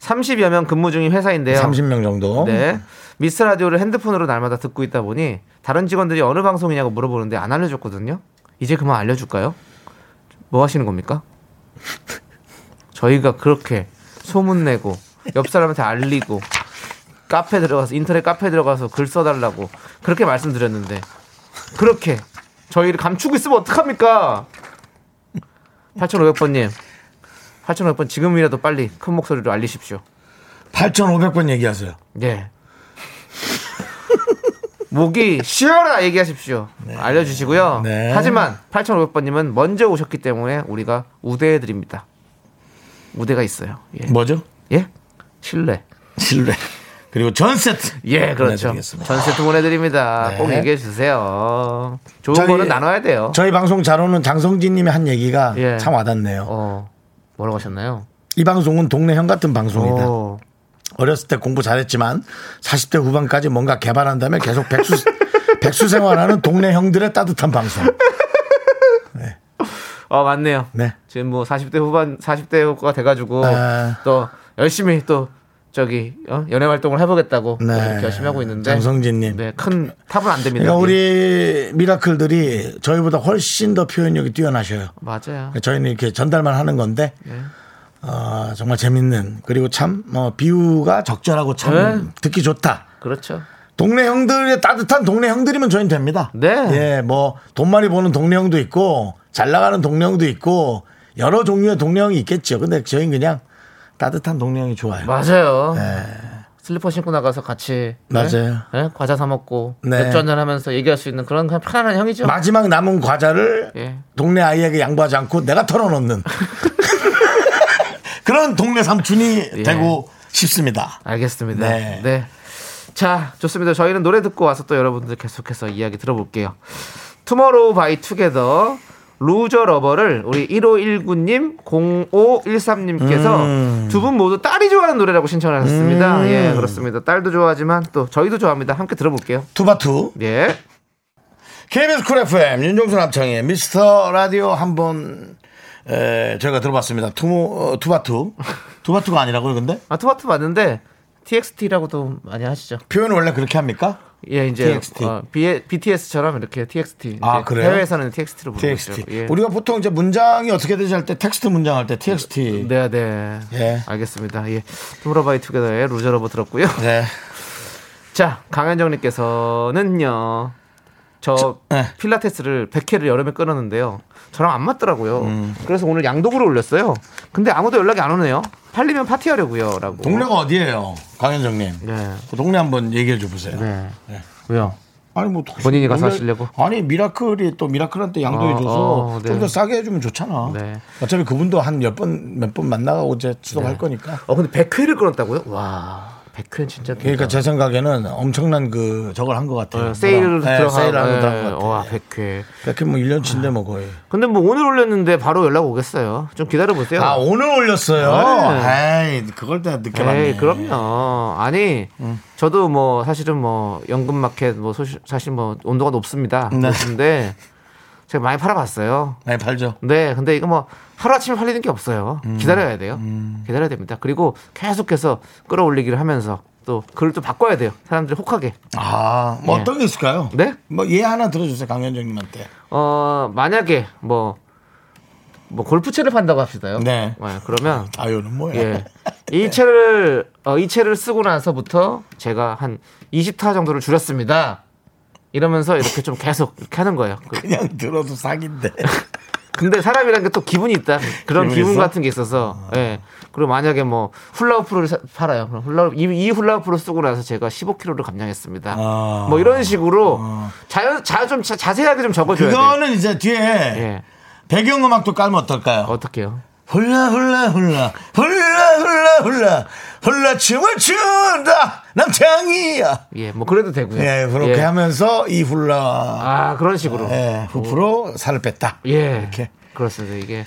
[SPEAKER 2] 30여 명 근무 중인 회사인데요.
[SPEAKER 1] 30명 정도.
[SPEAKER 2] 네. 미스 라디오를 핸드폰으로 날마다 듣고 있다 보니 다른 직원들이 어느 방송이냐고 물어보는데 안 알려줬거든요. 이제 그만 알려줄까요? 뭐 하시는 겁니까? 저희가 그렇게 소문내고 옆 사람한테 알리고 카페 들어가서 인터넷 카페 들어가서 글 써달라고 그렇게 말씀드렸는데 그렇게 저희를 감추고 있으면 어떡합니까? 8500번님 8500번 지금이라도 빨리 큰 목소리로 알리십시오
[SPEAKER 1] 8,500번 얘기하세요.
[SPEAKER 2] 네. 목이 쉬어라 얘기하십시오. 알려주시고요.
[SPEAKER 1] 네.
[SPEAKER 2] 하지만 8,500번님은 먼저 오셨기 때문에 우리가 우대해 드립니다. 우대가 있어요. 예.
[SPEAKER 1] 뭐죠?
[SPEAKER 2] 예? 신뢰.
[SPEAKER 1] 신뢰. 그리고 전 세트.
[SPEAKER 2] 예, 그렇죠.
[SPEAKER 1] 보내드리겠습니다.
[SPEAKER 2] 전 세트 보내드립니다.
[SPEAKER 1] 네.
[SPEAKER 2] 꼭 얘기해 주세요. 좋은
[SPEAKER 1] 저희-
[SPEAKER 2] 거는 나눠야 돼요.
[SPEAKER 1] 저희 방송 잘 오는 장성진 님이 한 얘기가
[SPEAKER 2] 예.
[SPEAKER 1] 참 와닿네요.
[SPEAKER 2] 어, 뭐라고 하셨나요?
[SPEAKER 1] 이 방송은 동네 형 같은 방송이다.
[SPEAKER 2] 어,
[SPEAKER 1] 어렸을 때 공부 잘했지만 40대 후반까지 뭔가 개발한 다음에 계속 백수, 백수 생활하는 동네 형들의 따뜻한 방송.
[SPEAKER 2] 어, 맞네요.
[SPEAKER 1] 네.
[SPEAKER 2] 지금 뭐 40대 후반 40대 후가 돼가지고
[SPEAKER 1] 아.
[SPEAKER 2] 또 열심히 또 저기 어? 연애 활동을 해보겠다고
[SPEAKER 1] 네.
[SPEAKER 2] 이렇게 열심히 하고 있는데
[SPEAKER 1] 장성진님.
[SPEAKER 2] 네, 큰 탑은 안 됩니다.
[SPEAKER 1] 그러니까 우리 미라클들이 저희보다 훨씬 더 표현력이 뛰어나셔요.
[SPEAKER 2] 맞아요.
[SPEAKER 1] 저희는 이렇게 전달만 하는 건데
[SPEAKER 2] 네.
[SPEAKER 1] 어, 정말 재밌는 그리고 참 어, 비유가 적절하고 참
[SPEAKER 2] 네.
[SPEAKER 1] 듣기 좋다.
[SPEAKER 2] 그렇죠.
[SPEAKER 1] 동네 형들의 따뜻한 동네 형들이면 저희는 됩니다.
[SPEAKER 2] 네.
[SPEAKER 1] 예, 뭐 돈 많이 버는 동네 형도 있고 잘 나가는 동네 형도 있고 여러 종류의 동네 형이 있겠죠. 근데 저희는 그냥 따뜻한 동네 형이 좋아요.
[SPEAKER 2] 맞아요. 슬리퍼 신고 나가서 같이 네?
[SPEAKER 1] 네. 맞아요.
[SPEAKER 2] 네? 과자 사 먹고
[SPEAKER 1] 네.
[SPEAKER 2] 맥주 한잔 하면서 얘기할 수 있는 그런 그냥 편안한 형이죠.
[SPEAKER 1] 마지막 남은 과자를
[SPEAKER 2] 예.
[SPEAKER 1] 동네 아이에게 양보하지 않고 내가 털어놓는 그런 동네 삼촌이
[SPEAKER 2] 예.
[SPEAKER 1] 되고 싶습니다.
[SPEAKER 2] 알겠습니다.
[SPEAKER 1] 네.
[SPEAKER 2] 네. 자, 좋습니다. 저희는 노래 듣고 와서 또 여러분들 계속해서 이야기 들어볼게요. 투모로우 바이 투게더 루저 러버를 우리 1519님, 0513님께서
[SPEAKER 1] 음.
[SPEAKER 2] 두 분 모두 딸이 좋아하는 노래라고 신청을 하셨습니다. 예, 그렇습니다. 딸도 좋아하지만 또 저희도 좋아합니다. 함께 들어볼게요.
[SPEAKER 1] 투바투.
[SPEAKER 2] 예.
[SPEAKER 1] KBS 쿨 FM 윤종수 남창의 미스터 라디오 한번 에, 저희가 들어봤습니다. 투모 어, 투바투. 투바투가 아니라고요, 근데?
[SPEAKER 2] 아, 투바투 맞는데 TXT라고도 많이 하시죠.
[SPEAKER 1] 표현을 원래 그렇게 합니까?
[SPEAKER 2] 예, 이제
[SPEAKER 1] TXT.
[SPEAKER 2] 어, B- BTS처럼 이렇게 TXT. 이제
[SPEAKER 1] 아, 그래요?
[SPEAKER 2] 해외에서는 TXT로 부르고
[SPEAKER 1] TXT.
[SPEAKER 2] 있죠. 예.
[SPEAKER 1] 우리가 보통 이제 문장이 어떻게 되지 할 때 텍스트 문장 할 때 TXT.
[SPEAKER 2] 네, 네.
[SPEAKER 1] 예.
[SPEAKER 2] 알겠습니다. 예. 투모로바이 투게더의 루저러버 들었고요.
[SPEAKER 1] 네.
[SPEAKER 2] 자, 강현정님께서는요. 저
[SPEAKER 1] 네.
[SPEAKER 2] 필라테스를 100회를 여름에 끊었는데요. 저랑 안 맞더라고요.
[SPEAKER 1] 음.
[SPEAKER 2] 그래서 오늘 양독으로 올렸어요. 근데 아무도 연락이 안 오네요. 팔리면 파티하려고요. 라고.
[SPEAKER 1] 동네가 어디예요? 강현정 님.
[SPEAKER 2] 네.
[SPEAKER 1] 그 동네 한번 얘기해 줘 보세요.
[SPEAKER 2] 네. 왜요?
[SPEAKER 1] 아니 뭐 혹시
[SPEAKER 2] 본인이 가서
[SPEAKER 1] 원래-
[SPEAKER 2] 하시려고?
[SPEAKER 1] 아니 미라클이 또 미라클한테 양도해
[SPEAKER 2] 어,
[SPEAKER 1] 줘서
[SPEAKER 2] 어, 네.
[SPEAKER 1] 좀 더 싸게 해주면 좋잖아.
[SPEAKER 2] 네.
[SPEAKER 1] 어차피 그분도 한 몇 번 몇 번 만나고 이제 지도할 거니까.
[SPEAKER 2] 어, 근데 100회를 끊었다고요? 와. 100회는 진짜.
[SPEAKER 1] 그러니까 제 생각에는 엄청난 그 저걸 한 것 같아요.
[SPEAKER 2] 어, 세일을
[SPEAKER 1] 뭐라- 네,
[SPEAKER 2] 들어가
[SPEAKER 1] 세일하고 들어간 것 같아요.
[SPEAKER 2] 와, 100회.
[SPEAKER 1] 이렇게 뭐 1년치인데 뭐 거의.
[SPEAKER 2] 근데 뭐 오늘 올렸는데 바로 연락 오겠어요. 좀 기다려 보세요.
[SPEAKER 1] 아 오늘 올렸어요. 에이 그걸 다 늦게 봤네.
[SPEAKER 2] 네.
[SPEAKER 1] 음.
[SPEAKER 2] 에이, 그럼요. 아니, 저도 뭐 사실은 뭐 연금 마켓 뭐 소시, 사실 뭐 온도가 높습니다.
[SPEAKER 1] 네.
[SPEAKER 2] 근데 제가 많이 팔아봤어요.
[SPEAKER 1] 많이 팔죠.
[SPEAKER 2] 네, 근데 이거 뭐 하루아침에 팔리는 게 없어요.
[SPEAKER 1] 음.
[SPEAKER 2] 기다려야 돼요. 기다려야 됩니다. 그리고 계속해서 끌어올리기를 하면서 또 글을 또 바꿔야 돼요. 사람들이 혹하게.
[SPEAKER 1] 아, 뭐
[SPEAKER 2] 예.
[SPEAKER 1] 어떤 게 있을까요?
[SPEAKER 2] 네?
[SPEAKER 1] 뭐 얘 하나 들어주세요 강현정님한테.
[SPEAKER 2] 어, 만약에 뭐, 뭐 골프채를 판다고 합시다요.
[SPEAKER 1] 네.
[SPEAKER 2] 그러면
[SPEAKER 1] 아유는 뭐야?
[SPEAKER 2] 어. 예. 이 채를 어, 이 채를 쓰고 나서부터 제가 한 20타 정도를 줄였습니다. 이러면서 이렇게 좀 계속 이렇게 하는 거예요. 그-
[SPEAKER 1] 그냥 들어도 사기인데.
[SPEAKER 2] 근데 사람이란 게 또 기분이 있다. 그런
[SPEAKER 1] 기분이
[SPEAKER 2] 기분
[SPEAKER 1] 있어?
[SPEAKER 2] 같은 게 있어서. 예. 그리고 만약에 뭐 훌라후프를 사- 팔아요. 그럼 훌라 이, 이 훌라후프를 쓰고 나서 제가 15kg를 감량했습니다.
[SPEAKER 1] 아.
[SPEAKER 2] 뭐 이런 식으로 자연 자좀 자세하게 좀 적어줘야 돼요.
[SPEAKER 1] 그거는 이제 뒤에
[SPEAKER 2] 예.
[SPEAKER 1] 배경음악도 깔면 어떨까요?
[SPEAKER 2] 어떻게요?
[SPEAKER 1] 훌라 훌라 훌라 훌라 훌라 hul라 훌라 춤을 춘다 남창이야.
[SPEAKER 2] 예. 뭐 그래도 되고요.
[SPEAKER 1] 예, 그렇게 하면서 이 훌라
[SPEAKER 2] 아, 그런 식으로.
[SPEAKER 1] 예, 후프로 살을 뺐다.
[SPEAKER 2] 예.
[SPEAKER 1] 이렇게.
[SPEAKER 2] 그렇습니다. 이게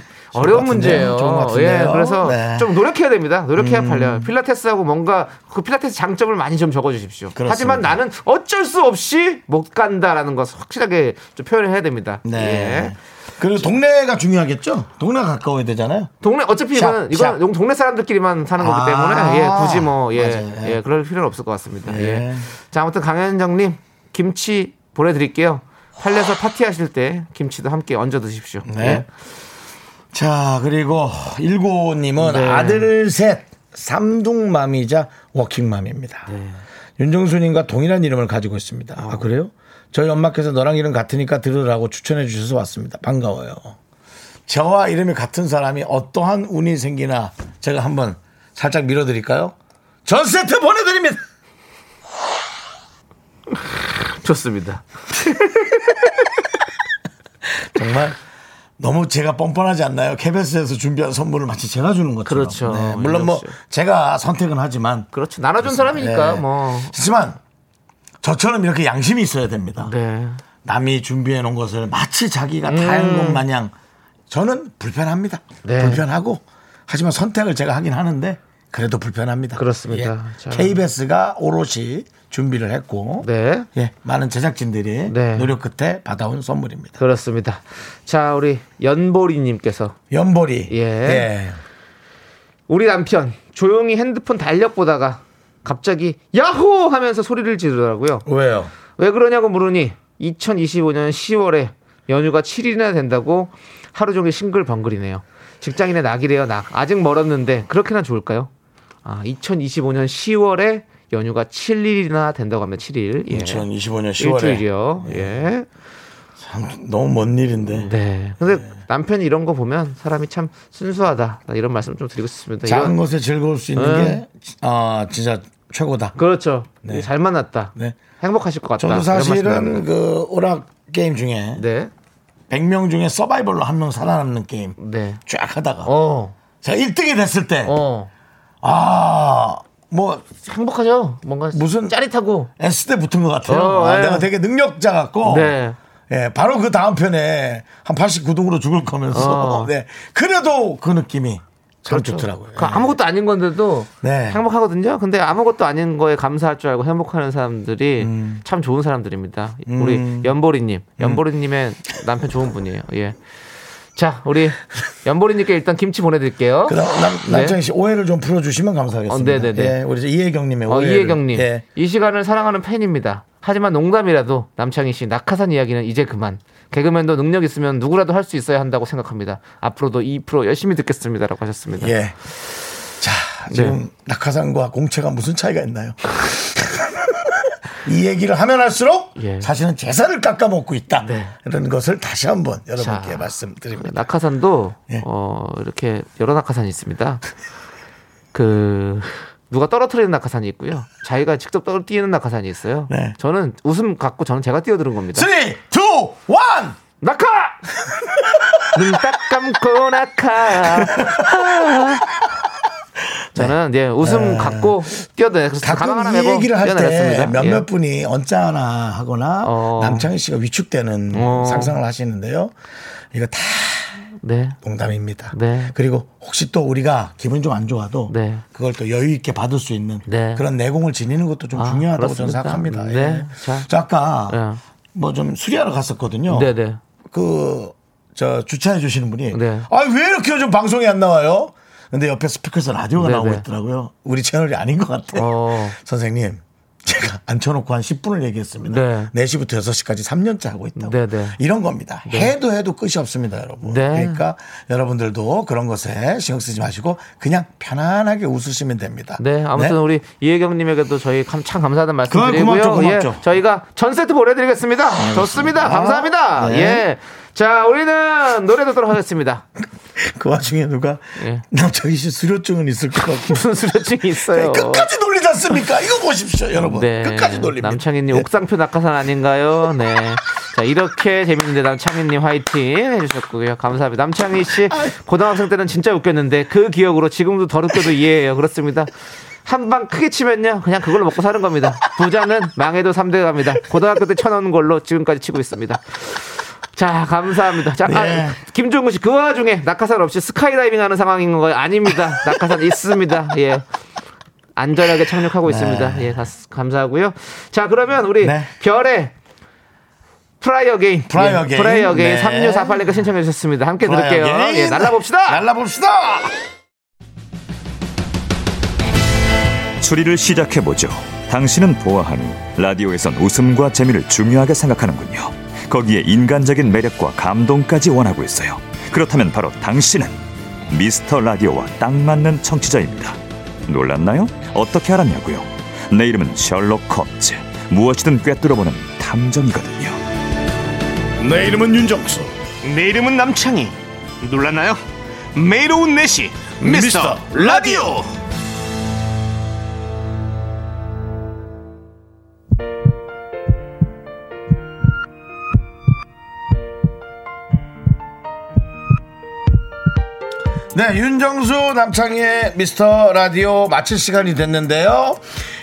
[SPEAKER 1] 같은데요?
[SPEAKER 2] 어려운 문제예요.
[SPEAKER 1] 좋은 것 같은데요?
[SPEAKER 2] 예. 그래서
[SPEAKER 1] 네. 음.
[SPEAKER 2] 좀 노력해야 됩니다. 노력해야 팔려요. 필라테스하고 뭔가 그 필라테스 장점을 많이 좀 적어 주십시오.
[SPEAKER 1] 그렇습니다.
[SPEAKER 2] 하지만 나는 어쩔 수 없이 못 간다라는 것을 확실하게 좀 표현을 해야 됩니다.
[SPEAKER 1] 네.
[SPEAKER 2] 예.
[SPEAKER 1] 그리고 동네가 중요하겠죠? 동네가 가까워야 되잖아요.
[SPEAKER 2] 동네 어차피
[SPEAKER 1] 샵,
[SPEAKER 2] 이거는
[SPEAKER 1] 샵.
[SPEAKER 2] 이건 용 동네 사람들끼리만 사는
[SPEAKER 1] 아,
[SPEAKER 2] 거기 때문에 예, 굳이 뭐 예,
[SPEAKER 1] 맞아요.
[SPEAKER 2] 예, 그럴 필요는 없을 것 같습니다.
[SPEAKER 1] 예.
[SPEAKER 2] 예. 자, 아무튼 강현정 님 김치 보내 드릴게요. 팔려서 파티하실 때 김치도 함께 얹어 드십시오.
[SPEAKER 1] 네.
[SPEAKER 2] 예.
[SPEAKER 1] 자, 그리고 일고님은
[SPEAKER 2] 네.
[SPEAKER 1] 아들 셋 삼둥맘이자 워킹맘입니다.
[SPEAKER 2] 네.
[SPEAKER 1] 윤정수님과 동일한 이름을 가지고 있습니다.
[SPEAKER 2] 어.
[SPEAKER 1] 아 그래요? 저희 엄마께서 너랑 이름 같으니까 들으라고 추천해 주셔서 왔습니다. 반가워요. 저와 이름이 같은 사람이 어떠한 운이 생기나 제가 한번 살짝 밀어드릴까요? 전 세트 보내드립니다.
[SPEAKER 2] 좋습니다.
[SPEAKER 1] 정말 너무 제가 뻔뻔하지 않나요? 케베스에서 준비한 선물을 마치 제가 주는 것처럼.
[SPEAKER 2] 그렇죠.
[SPEAKER 1] 네, 물론 뭐
[SPEAKER 2] 윤정
[SPEAKER 1] 제가 선택은 하지만
[SPEAKER 2] 그렇죠. 나눠준 사람이니까
[SPEAKER 1] 예.
[SPEAKER 2] 뭐.
[SPEAKER 1] 하지만 저처럼 이렇게 양심이 있어야 됩니다.
[SPEAKER 2] 네.
[SPEAKER 1] 남이 준비해 놓은 것을 마치 자기가 다 한 것 마냥 저는 불편합니다.
[SPEAKER 2] 음. 네.
[SPEAKER 1] 불편하고 하지만 선택을 제가 하긴 하는데 그래도 불편합니다.
[SPEAKER 2] 그렇습니다.
[SPEAKER 1] 예.
[SPEAKER 2] 자.
[SPEAKER 1] KBS가 오롯이 준비를 했고
[SPEAKER 2] 네.
[SPEAKER 1] 예, 많은 제작진들이
[SPEAKER 2] 네.
[SPEAKER 1] 노력 끝에 받아온 선물입니다.
[SPEAKER 2] 그렇습니다. 자, 우리 연보리님께서
[SPEAKER 1] 연보리
[SPEAKER 2] 예. 우리 남편 조용히 핸드폰 달력 보다가 갑자기 야호 하면서 소리를 지르더라고요.
[SPEAKER 1] 왜요?
[SPEAKER 2] 왜 그러냐고 물으니 2025년 10월에 연휴가 7일이나 된다고 하루 종일 싱글벙글이네요. 직장인의 낙이래요, 낙. 아직 멀었는데 그렇게나 좋을까요? 아, 2025년 10월에 연휴가 7일이나 된다고 하면 7일. 예.
[SPEAKER 1] 2025년 10월에
[SPEAKER 2] 일주일이요. 예.
[SPEAKER 1] 참, 너무 먼 일인데.
[SPEAKER 2] 네. 근데 남편이 이런 거 보면 사람이 참 순수하다. 나 이런 말씀 좀 드리고 싶습니다.
[SPEAKER 1] 작은
[SPEAKER 2] 이런-
[SPEAKER 1] 것에 즐거울 수 있는
[SPEAKER 2] 네.
[SPEAKER 1] 게 아, 진짜 최고다.
[SPEAKER 2] 그렇죠. 잘 만났다.
[SPEAKER 1] 네.
[SPEAKER 2] 행복하실 것 같다.
[SPEAKER 1] 저도
[SPEAKER 2] 이런 말씀드립니다.
[SPEAKER 1] 사실은 그 오락 게임 중에
[SPEAKER 2] 네.
[SPEAKER 1] 100명 중에 서바이벌로 한 명 살아남는 게임
[SPEAKER 2] 네.
[SPEAKER 1] 쫙 하다가
[SPEAKER 2] 어.
[SPEAKER 1] 제가 1등이 됐을 때
[SPEAKER 2] 어.
[SPEAKER 1] 아, 뭐
[SPEAKER 2] 행복하죠. 뭔가
[SPEAKER 1] 무슨-
[SPEAKER 2] 짜릿하고.
[SPEAKER 1] S대 붙은 것 같아요.
[SPEAKER 2] 어,
[SPEAKER 1] 아,
[SPEAKER 2] 예.
[SPEAKER 1] 내가 되게 능력자 같고
[SPEAKER 2] 네.
[SPEAKER 1] 예, 바로 그 다음 편에 한 89동으로 죽을 거면서.
[SPEAKER 2] 어.
[SPEAKER 1] 네. 그래도 그 느낌이 참 좋더라고요. 예.
[SPEAKER 2] 그 아무것도 아닌 건데도
[SPEAKER 1] 네.
[SPEAKER 2] 행복하거든요. 근데 아무것도 아닌 거에 감사할 줄 알고 행복하는 사람들이
[SPEAKER 1] 음.
[SPEAKER 2] 참 좋은 사람들입니다. 우리 연보리님, 연보리님의 남편 좋은 분이에요. 예. 자, 우리 연보리님께 일단 김치 보내드릴게요.
[SPEAKER 1] 그다음 남, 남창희 씨 오해를 좀 풀어주시면 감사하겠습니다.
[SPEAKER 2] 어, 네. 네네네.
[SPEAKER 1] 예, 우리 이제 이혜경님의
[SPEAKER 2] 어,
[SPEAKER 1] 오해.
[SPEAKER 2] 이혜경님,
[SPEAKER 1] 예.
[SPEAKER 2] 이 시간을 사랑하는 팬입니다. 하지만 농담이라도 남창희 씨 낙하산 이야기는 이제 그만. 개그맨도 능력 있으면 누구라도 할 수 있어야 한다고 생각합니다. 앞으로도 이 프로 열심히 듣겠습니다라고 하셨습니다.
[SPEAKER 1] 예. 자, 지금
[SPEAKER 2] 네.
[SPEAKER 1] 낙하산과 공채가 무슨 차이가 있나요? 이 얘기를 하면 할수록
[SPEAKER 2] 예.
[SPEAKER 1] 사실은 제사를 깎아 먹고 있다.
[SPEAKER 2] 네.
[SPEAKER 1] 이런 것을 다시 한번 여러분께
[SPEAKER 2] 자. 그
[SPEAKER 1] 말씀드립니다.
[SPEAKER 2] 낙하산도
[SPEAKER 1] 예.
[SPEAKER 2] 어, 이렇게 여러 낙하산이 있습니다. 그 누가 떨어뜨리는 낙하산이 있고요. 자기가 직접 떨어뜨리는 낙하산이 있어요.
[SPEAKER 1] 네.
[SPEAKER 2] 저는 웃음 갖고 저는 제가 뛰어드는 겁니다.
[SPEAKER 1] 3, 2, 1!
[SPEAKER 2] 낙하! 눈 딱 감고 낙하. 아. 저는 예, 웃음 갖고 뛰어드는 그래서 가방 하나
[SPEAKER 1] 네. 가끔 이
[SPEAKER 2] 메고
[SPEAKER 1] 얘기를 할 때
[SPEAKER 2] 뛰어내렸습니다.
[SPEAKER 1] 몇몇
[SPEAKER 2] 예.
[SPEAKER 1] 분이 언짢아 하거나
[SPEAKER 2] 어.
[SPEAKER 1] 남창희 씨가 위축되는
[SPEAKER 2] 어.
[SPEAKER 1] 상상을 하시는데요. 이거 다
[SPEAKER 2] 네.
[SPEAKER 1] 농담입니다.
[SPEAKER 2] 네.
[SPEAKER 1] 그리고 혹시 또 우리가 기분 좀 안 좋아도
[SPEAKER 2] 네.
[SPEAKER 1] 그걸 또 여유 있게 받을 수 있는
[SPEAKER 2] 네.
[SPEAKER 1] 그런 내공을 지니는 것도 좀
[SPEAKER 2] 아,
[SPEAKER 1] 중요하다고 저는
[SPEAKER 2] 그렇습니까?
[SPEAKER 1] 생각합니다.
[SPEAKER 2] 네.
[SPEAKER 1] 예.
[SPEAKER 2] 자.
[SPEAKER 1] 저 아까
[SPEAKER 2] 예.
[SPEAKER 1] 뭐 좀 수리하러 갔었거든요.
[SPEAKER 2] 네, 네.
[SPEAKER 1] 그 저 주차해 주시는 분이
[SPEAKER 2] 네.
[SPEAKER 1] 아 왜 이렇게 요즘 방송이 안 나와요? 근데 옆에 스피커에서 라디오가
[SPEAKER 2] 네,
[SPEAKER 1] 나오고
[SPEAKER 2] 네.
[SPEAKER 1] 있더라고요. 우리 채널이 아닌 것 같아요.
[SPEAKER 2] 어.
[SPEAKER 1] 선생님 제가 앉혀놓고 한 10분을 얘기했습니다. 네. 4시부터 6시까지 3년째 하고 있다고.
[SPEAKER 2] 네, 네.
[SPEAKER 1] 이런 겁니다. 해도 해도 끝이 없습니다, 여러분.
[SPEAKER 2] 네.
[SPEAKER 1] 그러니까 여러분들도 그런 것에 신경 쓰지 마시고 그냥 편안하게 웃으시면 됩니다.
[SPEAKER 2] 네, 아무튼
[SPEAKER 1] 네?
[SPEAKER 2] 우리 이혜경님에게도 저희 감- 참 감사하다는 말씀
[SPEAKER 1] 그만,
[SPEAKER 2] 드리고요.
[SPEAKER 1] 고맙죠, 고맙죠.
[SPEAKER 2] 예, 저희가 전 세트 보내드리겠습니다. 좋습니다. 감사합니다.
[SPEAKER 1] 네.
[SPEAKER 2] 예. 자, 우리는 노래 듣도록 하겠습니다.
[SPEAKER 1] 그 와중에 누가
[SPEAKER 2] 예.
[SPEAKER 1] 남창희 씨 수료증은 있을 것 같고
[SPEAKER 2] 무슨 수료증이 있어요?
[SPEAKER 1] 네,
[SPEAKER 2] 네,
[SPEAKER 1] 끝까지 놀리지 않습니까? 이거 보십시오, 여러분. 끝까지 놀립니다.
[SPEAKER 2] 뭐 남창희님
[SPEAKER 1] 네.
[SPEAKER 2] 옥상표 낙하산 아닌가요? 네. 자 이렇게 재밌는데 남창희님 화이팅 해주셨고요. 감사합니다. 남창희 씨
[SPEAKER 1] 아.
[SPEAKER 2] 고등학생 때는 진짜 웃겼는데 그 기억으로 지금도 더럽게도 이해해요. 그렇습니다. 한 방 크게 치면요 그냥 그걸로 먹고 사는 겁니다. 부자는 망해도 삼대 갑니다. 고등학교 때 쳐놓은 걸로 지금까지 치고 있습니다. 자, 감사합니다. 자,
[SPEAKER 1] 네.
[SPEAKER 2] 아, 김종구 씨, 그 와중에 낙하산 없이 스카이다이빙 하는 상황인 거예요? 아닙니다. 낙하산 있습니다. 예. 안전하게 착륙하고 있습니다. 예, 가- 감사하고요. 자, 그러면 우리
[SPEAKER 1] 네.
[SPEAKER 2] 별의 프라이 어게인.
[SPEAKER 1] Fly
[SPEAKER 2] 예,
[SPEAKER 1] Again.
[SPEAKER 2] 프라이 어게인
[SPEAKER 1] 네.
[SPEAKER 2] 3648님과 신청해 주셨습니다. 함께 들을게요.
[SPEAKER 1] Fly
[SPEAKER 2] 예,
[SPEAKER 1] Again.
[SPEAKER 2] 날라봅시다.
[SPEAKER 1] 아, 날라봅시다.
[SPEAKER 10] 추리를 시작해보죠. 당신은 보아하니 라디오에선 웃음과 재미를 중요하게 생각하는군요. 거기에 인간적인 매력과 감동까지 원하고 있어요. 그렇다면 바로 당신은 미스터 라디오와 딱 맞는 청취자입니다. 놀랐나요? 어떻게 알았냐고요? 내 이름은 셜록 홈즈. 무엇이든 꿰뚫어보는 탐정이거든요.
[SPEAKER 1] 내 이름은 윤정수.
[SPEAKER 11] 내 이름은 남창희 놀랐나요? 매일 오후 4시 미스터 라디오
[SPEAKER 1] 네, 윤정수 남창희의 미스터 라디오 마칠 시간이 됐는데요.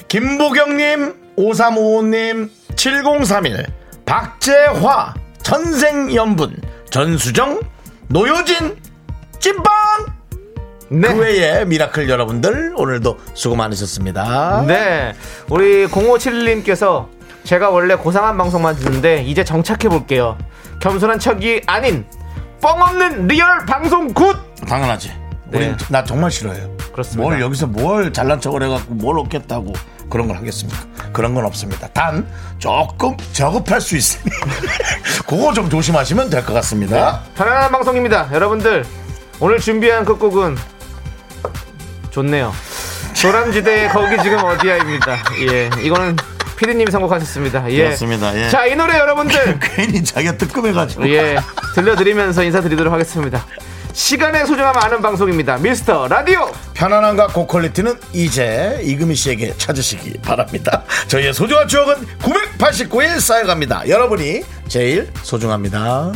[SPEAKER 1] 김보경님, 5355님, 7031, 박재화, 전생연분, 전수정, 노효진, 찐빵!
[SPEAKER 2] 네.
[SPEAKER 1] 그 외에 미라클 여러분들, 오늘도 수고 많으셨습니다.
[SPEAKER 2] 네. 우리 0571님께서 제가 원래 고상한 방송만 듣는데 이제 정착해 볼게요. 겸손한 척이 아닌 뻥 없는 리얼 방송 굿.
[SPEAKER 1] 당연하지. 우리
[SPEAKER 2] 네.
[SPEAKER 1] 나 정말 싫어요.
[SPEAKER 2] 그렇습니다.
[SPEAKER 1] 뭘 여기서 뭘 잘난 척을 해갖고 뭘 얻겠다고 그런 걸 하겠습니까? 그런 건 없습니다. 단 조금 저급할 수 있으니 그거 좀 조심하시면 될 것 같습니다.
[SPEAKER 2] 편안한 방송입니다. 여러분들 오늘 준비한 끝곡은 좋네요. 조람지대의 거기 지금 어디야입니다. 예, 이거는 피디님이 선곡하셨습니다. 예.
[SPEAKER 1] 그렇습니다. 예.
[SPEAKER 2] 자, 이 노래
[SPEAKER 1] 네.
[SPEAKER 2] 여러분들
[SPEAKER 1] 괜히 자기가 뜨끔해가지고
[SPEAKER 2] 예 들려드리면서 인사드리도록 하겠습니다. 시간의 소중함 아는 방송입니다. 미스터 라디오.
[SPEAKER 1] 편안함과 고퀄리티는 이제 이금희 씨에게 찾으시기 바랍니다. 저희의 소중한 추억은 989일 쌓여갑니다. 여러분이 제일 소중합니다.